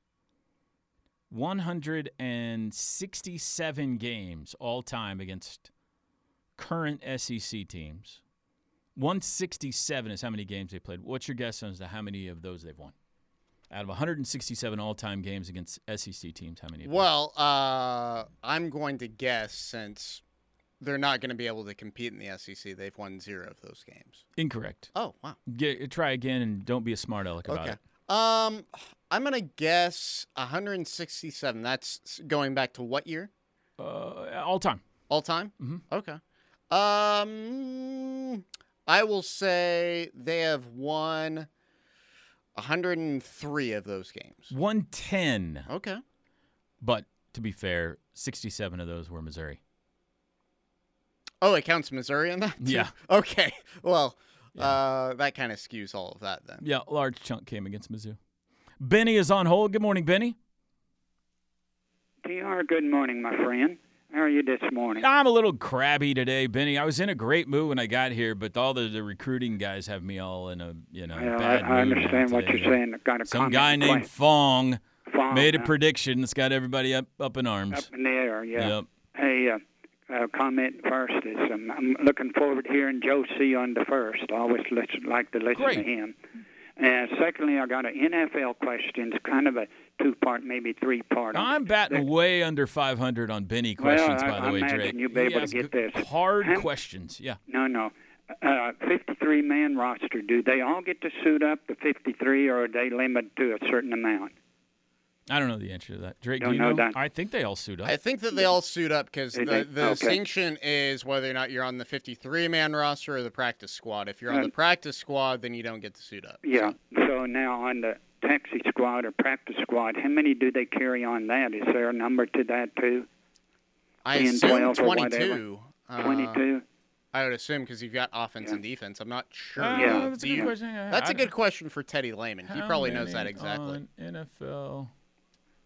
Speaker 5: 167 games all time against current SEC teams. 167 is how many games they played. What's your guess as to how many of those they've won? Out of 167 all-time games against SEC teams, how many? have they
Speaker 6: Well, uh, I'm going to guess since they're not going to be able to compete in the SEC, they've won zero of those games.
Speaker 5: won? Incorrect.
Speaker 6: Oh wow.
Speaker 5: Get, try again and don't be a smart aleck about
Speaker 6: Okay.
Speaker 5: it.
Speaker 6: Um, I'm gonna guess 167. That's s- going back to what year?
Speaker 5: Uh, all time.
Speaker 6: All time. Mm-hmm. Okay. Um, I will say they have won 103 of those games.
Speaker 5: 110.
Speaker 6: Okay.
Speaker 5: But to be fair, 67 of those were Missouri.
Speaker 6: Oh, it counts Missouri in that. too?
Speaker 5: Yeah.
Speaker 6: (laughs) Okay. Well, uh, that kind of skews all of that then.
Speaker 5: Yeah, a large chunk came against Mizzou. Benny is on hold. Good morning, Benny.
Speaker 7: TR, good morning, my friend. How are you this morning?
Speaker 5: I'm a little crabby today, Benny. I was in a great mood when I got here, but all the, the recruiting guys have me all in a you know
Speaker 7: Well,
Speaker 5: bad
Speaker 7: I, I
Speaker 5: mood
Speaker 7: understand what
Speaker 5: today.
Speaker 7: you're saying. I've got a
Speaker 5: Some
Speaker 7: comment
Speaker 5: guy
Speaker 7: and
Speaker 5: named
Speaker 7: question
Speaker 5: Fong,
Speaker 7: Fong,
Speaker 5: made a
Speaker 7: uh,
Speaker 5: prediction that's got everybody up up in arms.
Speaker 7: up in the air. Yeah.
Speaker 5: Yep.
Speaker 7: Hey, uh, uh, comment first is um, I'm looking forward to hearing Joe C on the first. I always listen, like to listen to
Speaker 5: Great.
Speaker 7: him. And secondly, I got an NFL question. It's kind of a two-part, maybe three-part.
Speaker 5: I'm batting way under 500 on Benny questions,
Speaker 7: well,
Speaker 5: by
Speaker 7: I,
Speaker 5: the
Speaker 7: I
Speaker 5: way,
Speaker 7: imagine
Speaker 5: Drake.
Speaker 7: you'll be
Speaker 5: He
Speaker 7: able to
Speaker 5: asked
Speaker 7: get this.
Speaker 5: hard
Speaker 7: How-
Speaker 5: questions. Yeah.
Speaker 7: No, no. Uh, 53 man roster. Do they all get to suit up the 53, or are they limited to a certain amount?
Speaker 5: I don't know the answer to that. Drake,
Speaker 7: Don't
Speaker 5: do you
Speaker 7: know
Speaker 5: know?
Speaker 7: that.
Speaker 5: I think they all suit up.
Speaker 6: I think that they all suit up because
Speaker 5: They
Speaker 6: the,
Speaker 5: do?
Speaker 6: the
Speaker 5: Okay.
Speaker 6: distinction is whether or not you're on the 53 man roster or the practice squad. If you're on the
Speaker 7: Right.
Speaker 6: practice squad, then you don't get to suit up.
Speaker 7: Yeah. So now on the taxi squad or practice squad, how many do they carry on that? Is there a number to that too?
Speaker 6: I
Speaker 7: 10,
Speaker 6: assume
Speaker 7: 12, or whatever?
Speaker 6: 22. uh,
Speaker 7: 22.
Speaker 6: I would assume because you've got offense and defense. I'm not sure.
Speaker 5: Uh, Yeah. that's a good
Speaker 6: The-
Speaker 5: question. Yeah,
Speaker 6: that's a
Speaker 5: I-
Speaker 6: good question for Teddy Lehman. He
Speaker 5: How
Speaker 6: probably knows that
Speaker 5: many
Speaker 6: exactly.
Speaker 5: on NFL.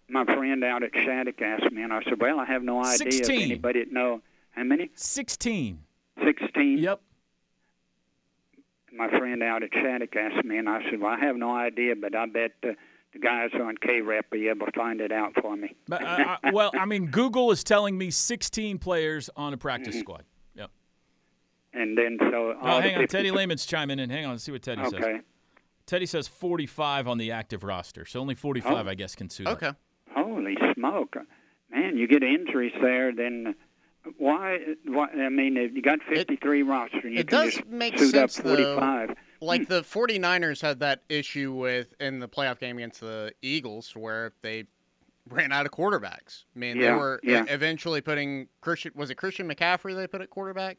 Speaker 7: My friend out at Shattuck asked me, and I said, "Well, I have no idea if
Speaker 5: 16.
Speaker 7: anybody would know how many."
Speaker 5: Sixteen.
Speaker 7: Sixteen.
Speaker 5: Yep.
Speaker 7: My friend out at Shattuck asked me, and I said, "Well, I have no idea, but I bet uh, the guys on K-Rep will be able to find it out for me."
Speaker 5: But, uh, I, well, I mean, Google is telling me 16 players on a
Speaker 7: Mm-hmm.
Speaker 5: practice squad. Yep.
Speaker 7: And then so.
Speaker 5: Oh,
Speaker 7: all the
Speaker 5: hang on.
Speaker 7: 50
Speaker 5: Teddy Lehman's chiming in. Hang on. Let's see what Teddy says.
Speaker 7: Okay.
Speaker 5: Teddy says 45 on the active roster. So only 45,
Speaker 7: Oh.
Speaker 5: I guess, can suit up.
Speaker 7: Okay. Holy smoke, man! You get injuries there, then why? why I mean, if you got 53 roster, you
Speaker 6: It
Speaker 7: can
Speaker 6: does
Speaker 7: just
Speaker 6: make
Speaker 7: suit
Speaker 6: sense,
Speaker 7: up
Speaker 6: though.
Speaker 7: 45.
Speaker 6: Like the 49ers had that issue with in the playoff game against the Eagles where they ran out of quarterbacks. I mean, they
Speaker 7: Yeah,
Speaker 6: were e-
Speaker 7: yeah.
Speaker 6: eventually putting Christian, was it Christian McCaffrey they put at quarterback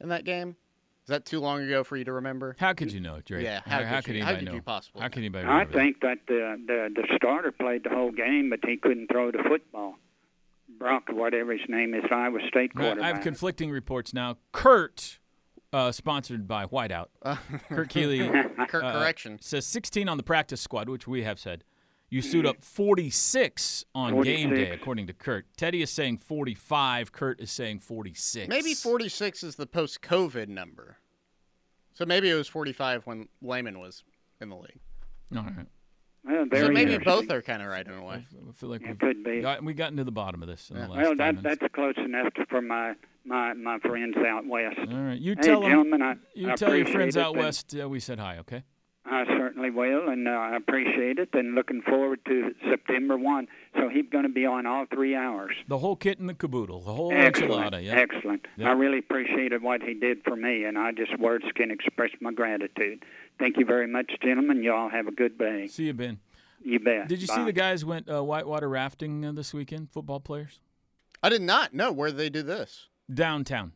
Speaker 6: in that game? Is that too long ago for you to remember?
Speaker 5: How could you know, Drake?
Speaker 6: Yeah, how, could, you, how
Speaker 5: anybody
Speaker 6: could
Speaker 5: know?
Speaker 6: you possibly?
Speaker 5: How could anybody
Speaker 7: I
Speaker 5: remember that?
Speaker 7: think that the, the the starter played the whole game, but he couldn't throw the football. Brock, whatever his name is, Iowa State
Speaker 5: Right, I
Speaker 7: quarterback.
Speaker 5: have conflicting reports now. Kurt, uh, sponsored by
Speaker 6: Uh,
Speaker 5: Whiteout. Kurt Keeley.
Speaker 6: (laughs) Kurt Correction.
Speaker 5: Says 16 on the practice squad, which we have said. You suit up 46 on game day,
Speaker 6: 46.
Speaker 5: according to Kurt. Teddy is saying 45. Kurt is saying 46.
Speaker 6: Maybe 46 is the post COVID number. So maybe it was 45 when Lehman was in the league.
Speaker 5: All right.
Speaker 14: Well,
Speaker 6: So
Speaker 14: very
Speaker 6: maybe
Speaker 14: interesting.
Speaker 6: both are kind of right in a way.
Speaker 5: I feel like
Speaker 14: It could be.
Speaker 5: got, we gotten to the bottom of this in the last
Speaker 14: Well,
Speaker 5: five
Speaker 14: that,
Speaker 5: minutes.
Speaker 14: that's close enough to, for my, my, my friends out west.
Speaker 5: All right. You
Speaker 14: hey,
Speaker 5: tell 'em-
Speaker 14: gentlemen, I,
Speaker 5: you
Speaker 14: I
Speaker 5: tell your
Speaker 14: appreciate
Speaker 5: friends
Speaker 14: it,
Speaker 5: out
Speaker 14: and
Speaker 5: west uh, we said hi, okay?
Speaker 14: I certainly will, and uh, I appreciate it, and looking forward to September 1. So he's going to be on all three hours.
Speaker 5: The whole kit and the caboodle, the whole
Speaker 14: Excellent.
Speaker 5: enchilada. Yeah.
Speaker 14: Excellent.
Speaker 5: Yep.
Speaker 14: I really appreciated what he did for me, and I just words can express my gratitude. Thank you very much, gentlemen. Y'all have a good day.
Speaker 5: See you, Ben.
Speaker 14: You bet.
Speaker 5: Did you
Speaker 14: Bye.
Speaker 5: see the guys went uh, whitewater rafting uh, this weekend? Football players
Speaker 6: I did not know where they do this.
Speaker 5: downtown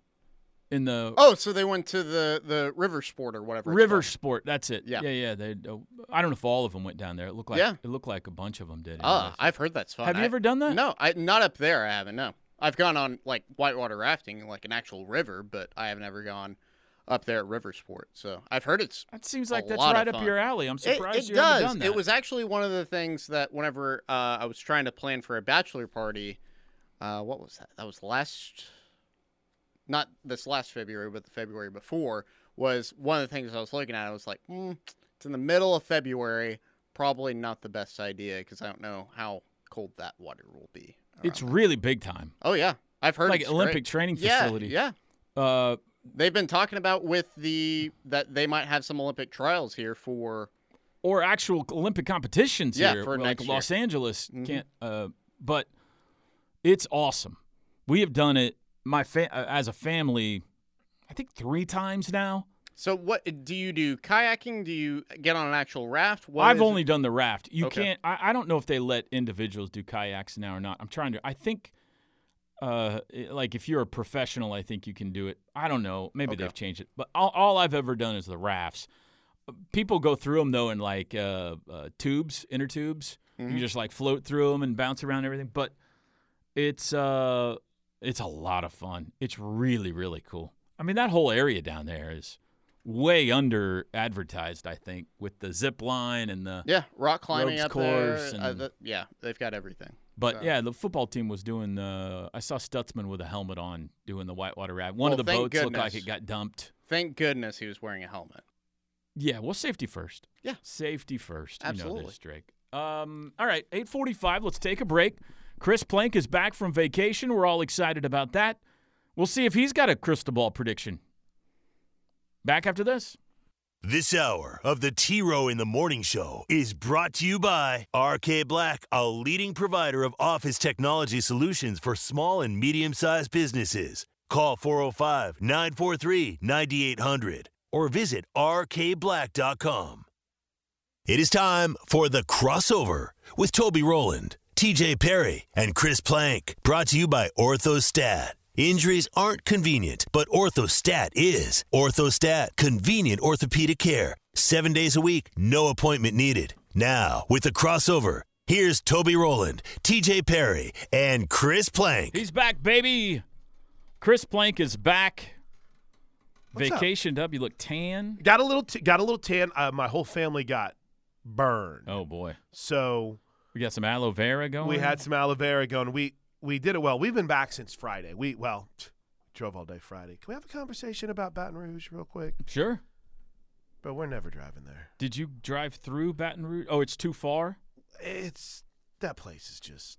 Speaker 5: in the
Speaker 6: Oh, so they went to the, the river sport or whatever. it's
Speaker 5: river
Speaker 6: called.
Speaker 5: sport. That's it.
Speaker 6: Yeah.
Speaker 5: yeah, yeah. They, uh, I don't know if all of them went down there. It looked like
Speaker 6: Yeah.
Speaker 5: it looked like a bunch of them did.
Speaker 6: Ah,
Speaker 5: anyways.
Speaker 6: I've heard that's fun.
Speaker 5: Have you ever done that?
Speaker 6: No, I not up there. I haven't. No, I've gone on like whitewater rafting, like an actual river, but I have never gone up there at river sport. So I've heard it's.
Speaker 5: That seems
Speaker 6: a
Speaker 5: like that's
Speaker 6: lot of
Speaker 5: right up
Speaker 6: fun.
Speaker 5: your alley. I'm
Speaker 6: It-
Speaker 5: surprised
Speaker 6: it
Speaker 5: you
Speaker 6: does.
Speaker 5: haven't done that.
Speaker 6: It was actually one of the things that whenever uh, I was trying to plan for a bachelor party, uh, what was that? That was last, not this last February, but the February before. Was one of the things I was looking at. I was like, hmm, it's in the middle of February. Probably not the best idea because I don't know how cold that water will be. Uh,
Speaker 5: It's really big time.
Speaker 6: Oh yeah, I've heard
Speaker 5: like
Speaker 6: it's
Speaker 5: Olympic
Speaker 6: great.
Speaker 5: training
Speaker 6: Yeah,
Speaker 5: facility.
Speaker 6: Yeah,
Speaker 5: Uh,
Speaker 6: they've been talking about with the that they might have some Olympic trials here for.
Speaker 5: or actual Olympic competitions
Speaker 6: Yeah,
Speaker 5: here,
Speaker 6: for
Speaker 5: like
Speaker 6: next
Speaker 5: Los
Speaker 6: year.
Speaker 5: Angeles
Speaker 6: Mhm.
Speaker 5: can't. Uh, but it's awesome. We have done it. My fa- uh, as a family, I think three times now.
Speaker 6: So what do you do? Kayaking? Do you get on an actual raft? What
Speaker 5: I've
Speaker 6: is it?
Speaker 5: only done the raft. You
Speaker 6: Okay.
Speaker 5: can't. I, I don't know if they let individuals do kayaks now or not. I'm trying to. I think, uh, i- like if you're a professional, I think you can do it. I don't know. Maybe
Speaker 15: Okay.
Speaker 5: they've changed it. But all, all I've ever done is the rafts. People go through them though in like uh, uh, tubes, inner tubes. You
Speaker 6: Mm-hmm.
Speaker 15: Mhm.
Speaker 5: can just like float through them and bounce around and everything. But it's uh, it's a lot of fun. It's really really cool. I mean that whole area down there is way under advertised. I think with the zip line and the
Speaker 6: Yeah, rock climbing
Speaker 5: ropes
Speaker 6: up
Speaker 5: course
Speaker 6: there. uh,
Speaker 5: and-
Speaker 6: the- yeah, they've got everything.
Speaker 5: but
Speaker 6: So-
Speaker 5: yeah, the football team was doing. Uh, I saw Stutzman with a helmet on doing the whitewater raft. One
Speaker 6: Well,
Speaker 5: of the
Speaker 6: Oh, thank
Speaker 5: boats looked like
Speaker 6: goodness.
Speaker 5: it got dumped.
Speaker 6: Thank goodness he was wearing a helmet.
Speaker 5: Yeah, well, safety first.
Speaker 6: Yeah,
Speaker 5: safety first. You know
Speaker 6: Absolutely.
Speaker 5: this, Drake. Um, all right, eight forty-five. Let's take a break. Chris Plank is back from vacation. We're all excited about that. We'll see if he's got a crystal ball prediction. Back after this.
Speaker 1: This hour of the T Row in the Morning Show is brought to you by RK Black, a leading provider of office technology solutions for small and medium sized businesses. Call 405 943 9800 or visit rkblack.com. It is time for the crossover with Toby Rowland, TJ Perry, and Chris Plank. Brought to you by Orthostat. Injuries aren't convenient, but Orthostat is. Orthostat, convenient orthopedic care. Seven days a week, no appointment needed. Now, with the crossover, here's Toby Rowland, TJ Perry, and Chris Plank.
Speaker 5: He's back, baby. Chris Plank is back.
Speaker 12: What's up?
Speaker 5: Vacationed up. You look tan.
Speaker 12: Got a little, t- got a little tan. Uh, my whole family got burned.
Speaker 5: Oh boy.
Speaker 12: So
Speaker 5: we got some aloe vera going.
Speaker 12: We had some aloe vera going. We we did it well. We've been back since Friday. We well drove all day Friday. Can we have a conversation about Baton Rouge real quick?
Speaker 5: Sure.
Speaker 12: But we're never driving there.
Speaker 5: Did you drive through Baton Rouge? Oh, it's too far.
Speaker 12: It's that place is just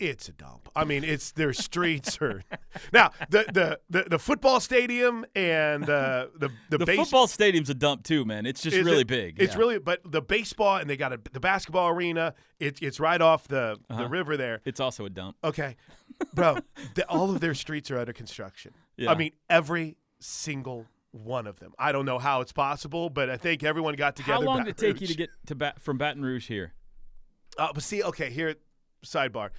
Speaker 12: it's a dump. I mean, it's their streets (laughs) are now the the the, the football stadium and uh, the the,
Speaker 5: The
Speaker 12: base-
Speaker 5: football stadium's a dump too, man. It's just
Speaker 12: is
Speaker 5: really
Speaker 12: it-
Speaker 5: big.
Speaker 12: It's
Speaker 5: yeah.
Speaker 12: really but the baseball and they got a, the basketball arena. It's it's right off the
Speaker 5: Uh-huh.
Speaker 12: the river there.
Speaker 5: It's also a dump.
Speaker 12: Okay, bro, the, all of their streets are under construction.
Speaker 5: Yeah.
Speaker 12: I mean, every single one of them. I don't know how it's possible, but I think everyone got together.
Speaker 5: How long
Speaker 12: Baton
Speaker 5: did it take you
Speaker 12: Rouge.
Speaker 5: to get to bat from Baton Rouge here?
Speaker 12: Uh, but see, okay, here, sidebar.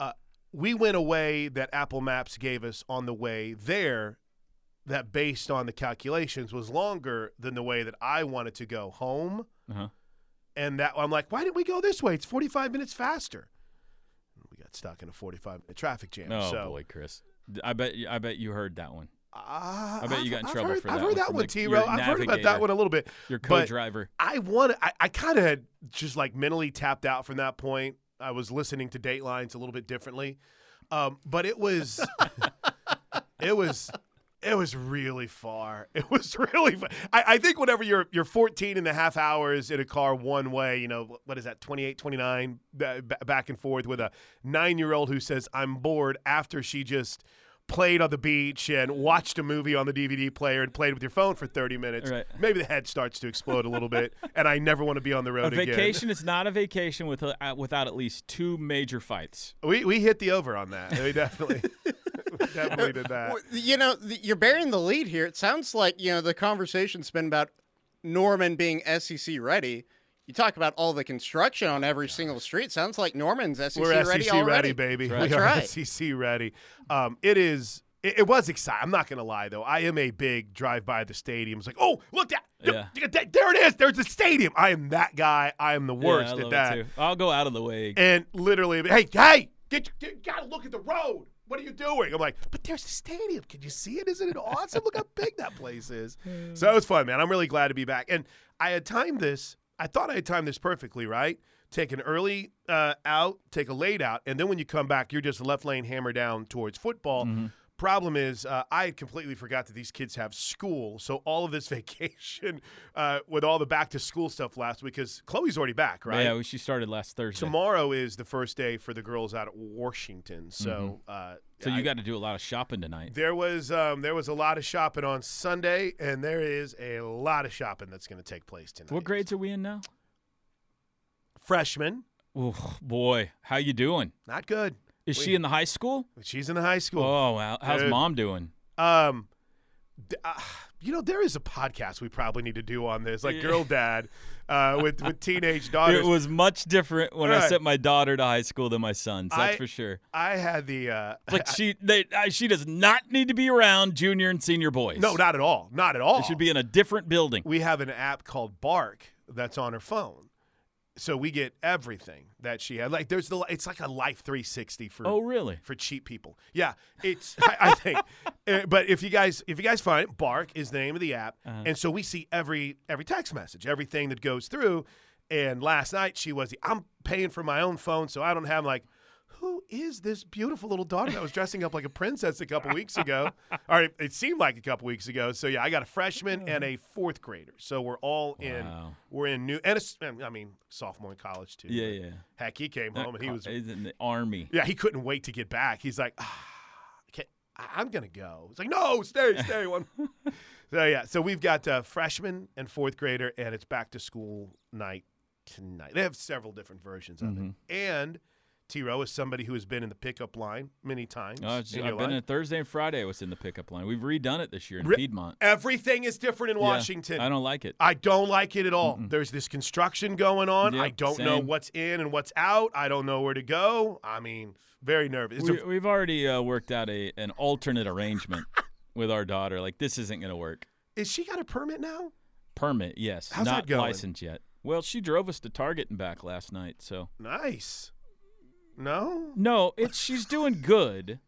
Speaker 12: Uh, we went away that Apple Maps gave us on the way there, that based on the calculations was longer than the way that I wanted to go home.
Speaker 5: Uh-huh.
Speaker 12: And that I'm like, why didn't we go this way? It's 45 minutes faster. We got stuck in a 45 minute traffic jam.
Speaker 5: Oh
Speaker 12: so
Speaker 5: boy, Chris. D- I bet I bet you heard that one. I bet you got in trouble
Speaker 12: heard,
Speaker 5: for
Speaker 12: I've
Speaker 5: that
Speaker 12: heard
Speaker 5: one
Speaker 12: that
Speaker 5: from
Speaker 12: one,
Speaker 5: the-
Speaker 12: T-Ro.
Speaker 5: your
Speaker 12: I've heard about
Speaker 5: navigator,
Speaker 12: that one a little bit.
Speaker 5: your
Speaker 12: but
Speaker 5: co-driver.
Speaker 12: I want. I, I kind of had just like mentally tapped out from that point. I was listening to Datelines a little bit differently, um, but it
Speaker 5: (laughs)
Speaker 12: was, it was, it was really far. (laughs) It was really. Far. I, I think whenever you're you're 14 and a half hours in a car one way, you know what is that 28, 29, ba- ba- back and forth with a nine year old who says I'm bored after she just played on the beach and watched a movie on the DVD player and played with your phone for 30 minutes,
Speaker 5: Right.
Speaker 12: maybe the head starts to explode a little
Speaker 5: (laughs)
Speaker 12: bit, and I never want to be on the
Speaker 5: A
Speaker 12: road again.
Speaker 5: vacation is not a vacation with, uh, without at least two major fights.
Speaker 12: We, we hit the over on that. We definitely, (laughs) we definitely did that.
Speaker 6: You know, th- you're bearing the lead here. It sounds like, you know, the conversation's been about Norman being SEC ready. You talk about all the construction on every single street. Sounds like Norman's SEC
Speaker 12: We're
Speaker 6: E ready
Speaker 12: SEC
Speaker 6: already.
Speaker 12: ready, baby.
Speaker 6: That's
Speaker 12: we are E
Speaker 6: right.
Speaker 12: SEC ready. Um, it is. It, it was exciting. I'm not going to lie though. I am a big drive by the stadium. It's like, oh, look that.
Speaker 5: Yeah.
Speaker 12: that- There it is. There's the stadium. I am that guy. I am the
Speaker 5: Yeah, I
Speaker 12: worst
Speaker 5: love
Speaker 12: at
Speaker 5: it
Speaker 12: that.
Speaker 5: too. I'll go out of the way.
Speaker 12: And literally, hey, hey, get, you gotta look at the road. What are you doing? I'm like, but there's a stadium. Can you see it? Isn't it awesome? Look how big that place is. So it was fun, man. I'm really glad to be back. And I had timed this. I thought I had timed this perfectly, right? Take an early uh, out, take a late out, and then when you come back, you're just left lane hammer down towards football. Problem is, uh, I had completely forgot that these kids have school. So all of this (laughs) vacation uh, with all the back to school stuff last week, because Chloe's already back, right?
Speaker 5: Yeah, she started last Thursday.
Speaker 12: Tomorrow is the first day for the girls out at Washington. So, uh,
Speaker 5: Mm-hmm. so you
Speaker 12: I-
Speaker 5: got to do a lot of shopping tonight.
Speaker 12: there was um, there was a lot of shopping on Sunday, and there is a lot of shopping that's going to take place tonight.
Speaker 5: What grades are we in now?
Speaker 12: Freshman,
Speaker 5: Oh boy, how you doing?
Speaker 12: not good.
Speaker 5: Is
Speaker 12: We-
Speaker 5: she in the high school?
Speaker 12: She's in the high school.
Speaker 5: Oh wow, how's
Speaker 12: Dude.
Speaker 5: mom doing? Oh.
Speaker 12: Um, d- uh, you know, there is a podcast we probably need to do on this, like
Speaker 5: Yeah.
Speaker 12: Girl Dad, uh, with
Speaker 5: (laughs)
Speaker 12: with teenage daughters.
Speaker 5: It was much different when I
Speaker 12: Right.
Speaker 5: sent my daughter to high school than my sons. That's
Speaker 12: I- (laughs)
Speaker 5: for sure.
Speaker 12: I had the uh,
Speaker 5: Like she, they, I, she does not need to be around junior and senior boys.
Speaker 12: No, not at all. Not at all.
Speaker 5: They should be in a different building.
Speaker 12: We have an app called Bark that's on her phone. So we get everything that she had. Like there's the it's like a Life 360 for
Speaker 5: Oh, really?
Speaker 12: for cheap people. Yeah, it's I, I think. (laughs) Uh, but if you guys if you guys find it, Bark is the name of the app,
Speaker 5: Uh-huh.
Speaker 12: and so we see every every text message, everything that goes through. And last night she was I'm paying for my own phone, so I don't have like. Who is this beautiful little daughter that was dressing up like a princess a couple weeks ago? (laughs) Or it, it seemed like a couple weeks ago. So yeah, I got a freshman and a fourth grader. So we're all in.
Speaker 5: Wow.
Speaker 12: We're in new and a s- I mean sophomore in college too.
Speaker 5: Yeah,
Speaker 12: but
Speaker 5: yeah.
Speaker 12: Heck, he came
Speaker 5: That
Speaker 12: home and he
Speaker 5: co-
Speaker 12: was
Speaker 5: is in the army.
Speaker 12: yeah, he couldn't wait to get back. He's like, ah, I can't- I- I'm gonna go. It's like, no, stay, stay
Speaker 5: (laughs)
Speaker 12: one. so yeah, so we've got uh, freshman and fourth grader, and it's back to school night tonight. They have several different versions of
Speaker 5: Mhm.
Speaker 12: it. And T. Rowe is somebody who has been in the pickup line many times.
Speaker 5: No, Oh, it's-
Speaker 12: in your
Speaker 5: I've been
Speaker 12: life.
Speaker 5: in Thursday and Friday. I was in the pickup line. We've redone it this year in
Speaker 12: Re-
Speaker 5: Piedmont.
Speaker 12: Everything is different in
Speaker 5: Yeah,
Speaker 12: Washington.
Speaker 5: I don't like it.
Speaker 12: I don't like it at all. There's this construction going on. I
Speaker 5: Yep,
Speaker 12: don't know
Speaker 5: same.
Speaker 12: what's in and what's out. I don't know where to go. I mean, very nervous. It's a-
Speaker 5: We, we've already uh, worked out a an alternate arrangement (laughs) with our daughter. Like this isn't going to work.
Speaker 12: is she got a permit now?
Speaker 5: Permit, yes.
Speaker 12: How's
Speaker 5: not
Speaker 12: that going?
Speaker 5: licensed yet. Well, she drove us to Target and back last night, so
Speaker 12: Nice. No.
Speaker 5: No, it's she's doing good.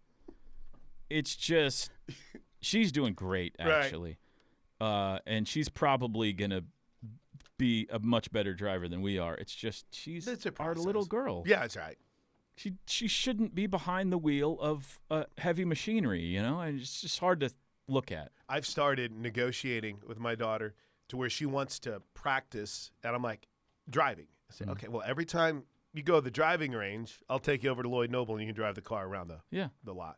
Speaker 5: It's just she's doing great
Speaker 12: (laughs) Right.
Speaker 5: actually. Uh and she's probably going to be a much better driver than we are. It's just she's our little girl.
Speaker 12: Yeah, that's right.
Speaker 5: She she shouldn't be behind the wheel of uh, heavy machinery, you know? And it's just hard to look at.
Speaker 12: I've started negotiating with my daughter to where she wants to practice, and I'm like, driving. I
Speaker 5: Mm-hmm.
Speaker 12: say, okay, well, every time you go to the driving range, I'll take you over to Lloyd Noble, and you can drive the car around the
Speaker 5: Yeah.
Speaker 12: the lot.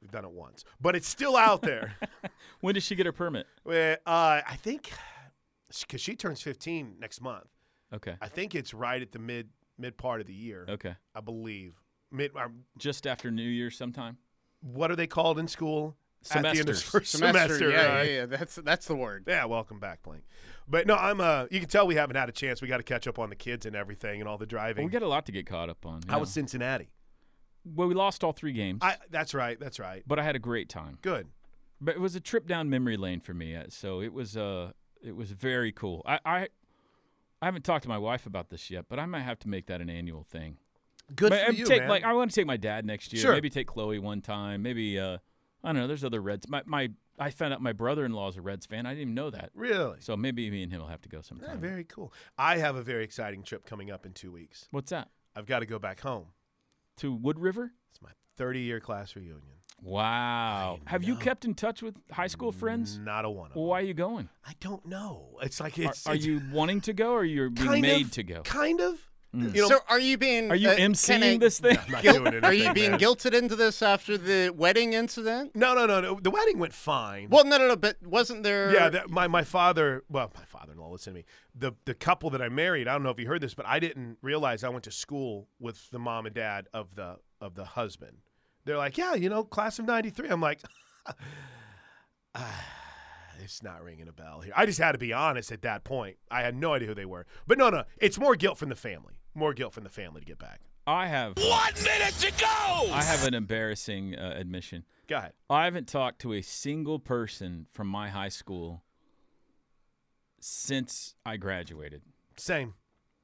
Speaker 12: We've done it once, but it's still out
Speaker 5: (laughs)
Speaker 12: there.
Speaker 5: When did she get her permit?
Speaker 12: Well, uh, I think because she turns 15 next month.
Speaker 5: Okay.
Speaker 12: I think it's right at the mid mid part of the year.
Speaker 5: Okay.
Speaker 12: I believe mid. Uh,
Speaker 5: Just after New Year sometime.
Speaker 12: what are they called in school? At the end of
Speaker 5: Semesters.
Speaker 12: first
Speaker 5: Semester,
Speaker 12: semester,
Speaker 5: yeah, yeah,
Speaker 12: right?
Speaker 5: yeah.
Speaker 6: That's that's the word.
Speaker 12: Yeah, welcome back, Blink. But no, I'm. Uh, you can tell we haven't had a chance. We got to catch up on the kids and everything and all the driving.
Speaker 5: Well, we got a lot to get caught up on.
Speaker 12: How was Cincinnati?
Speaker 5: Well, we lost all three games,
Speaker 12: I, that's right. That's right.
Speaker 5: but I had a great time.
Speaker 12: Good.
Speaker 5: But it was a trip down memory lane for me, uh, so it was uh, it was very cool. I, I I haven't talked to my wife about this yet, but I might have to make that an annual thing.
Speaker 12: Good
Speaker 5: But,
Speaker 12: for
Speaker 5: uh,
Speaker 12: you,
Speaker 5: take,
Speaker 12: man.
Speaker 5: Like I want to take my dad next year.
Speaker 12: Sure.
Speaker 5: Maybe take Chloe one time. Maybe uh, I don't know. There's other Reds. My my I found out my brother-in-law's a Reds fan. I didn't even know that.
Speaker 12: Really?
Speaker 5: So maybe me and him will have to go sometime.
Speaker 12: Yeah, very cool. I have a very exciting trip coming up in two weeks.
Speaker 5: What's that?
Speaker 12: I've got to go back home
Speaker 5: to Wood River.
Speaker 12: It's my 30-year class reunion.
Speaker 5: Wow. Have you kept in touch with high school friends?
Speaker 12: Not a one.
Speaker 5: Well, why are you going?
Speaker 12: I don't know. It's like it's.
Speaker 5: are,
Speaker 12: it's-
Speaker 5: you wanting to go or you're being
Speaker 12: Kind
Speaker 5: made
Speaker 12: of,
Speaker 5: to go?
Speaker 12: Kind of.
Speaker 5: Mm.
Speaker 6: so are you being
Speaker 5: Are you
Speaker 6: uh, can
Speaker 5: emceeing
Speaker 6: I-
Speaker 5: this thing?
Speaker 12: I'm not
Speaker 6: guilt-
Speaker 12: doing anything,
Speaker 6: Are you being
Speaker 12: man.
Speaker 6: guilted into this after the wedding incident?
Speaker 12: No, no, no, no. The wedding went fine.
Speaker 6: Well, no, no, no. But wasn't there?
Speaker 12: Yeah, that, my my father. Well, my father-in-law. Listen to me. The the couple that I married. I don't know if you heard this, but I didn't realize I went to school with the mom and dad of the of the husband. They're like, yeah, you know, class of '93. I'm like, (sighs) ah, it's not ringing a bell here. I just had to be honest at that point. I had no idea who they were. But no, no, it's more guilt from the family. More guilt from the family to get back.
Speaker 5: I have.
Speaker 16: One minute to go.
Speaker 5: I have an embarrassing uh, admission.
Speaker 12: Go ahead.
Speaker 5: I haven't talked to a single person from my high school since I graduated.
Speaker 12: Same.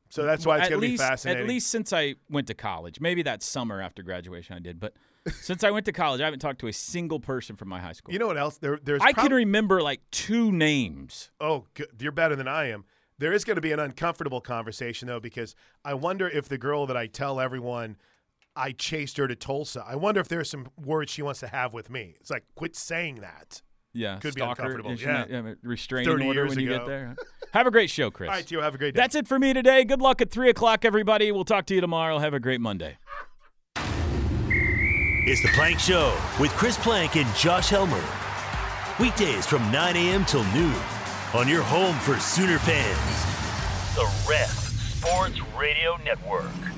Speaker 12: So that's why it's
Speaker 5: At
Speaker 12: gonna
Speaker 5: least-
Speaker 12: be fascinating.
Speaker 5: At least since I went to college. Maybe that summer after graduation
Speaker 12: (laughs)
Speaker 5: I did, but since I went to college, I haven't talked to a single person from my high school.
Speaker 12: You know what else? There, there's.
Speaker 5: I
Speaker 12: prob-
Speaker 5: can remember like two names.
Speaker 12: Oh, good. you're better than I am. There is going to be an uncomfortable conversation though, because I wonder if the girl that I tell everyone I chased her to Tulsa. I wonder if there's some words she wants to have with me. It's like, quit saying that.
Speaker 5: Yeah,
Speaker 12: could be
Speaker 5: stalker,
Speaker 12: uncomfortable.
Speaker 5: isn't it?
Speaker 12: Yeah.
Speaker 5: Yeah, restraining
Speaker 12: 30
Speaker 5: order
Speaker 12: years
Speaker 5: when you get
Speaker 12: ago.
Speaker 5: there. Have a great show, Chris.
Speaker 12: All right, Tio, have a great day.
Speaker 5: That's it for me today. Good luck at three o'clock, everybody. We'll talk to you tomorrow. Have a great Monday.
Speaker 1: It's The Plank Show with Chris Plank and Josh Helmer. Weekdays from 9 a.m. till noon on your home for Sooner fans.
Speaker 8: The Ref Sports Radio Network.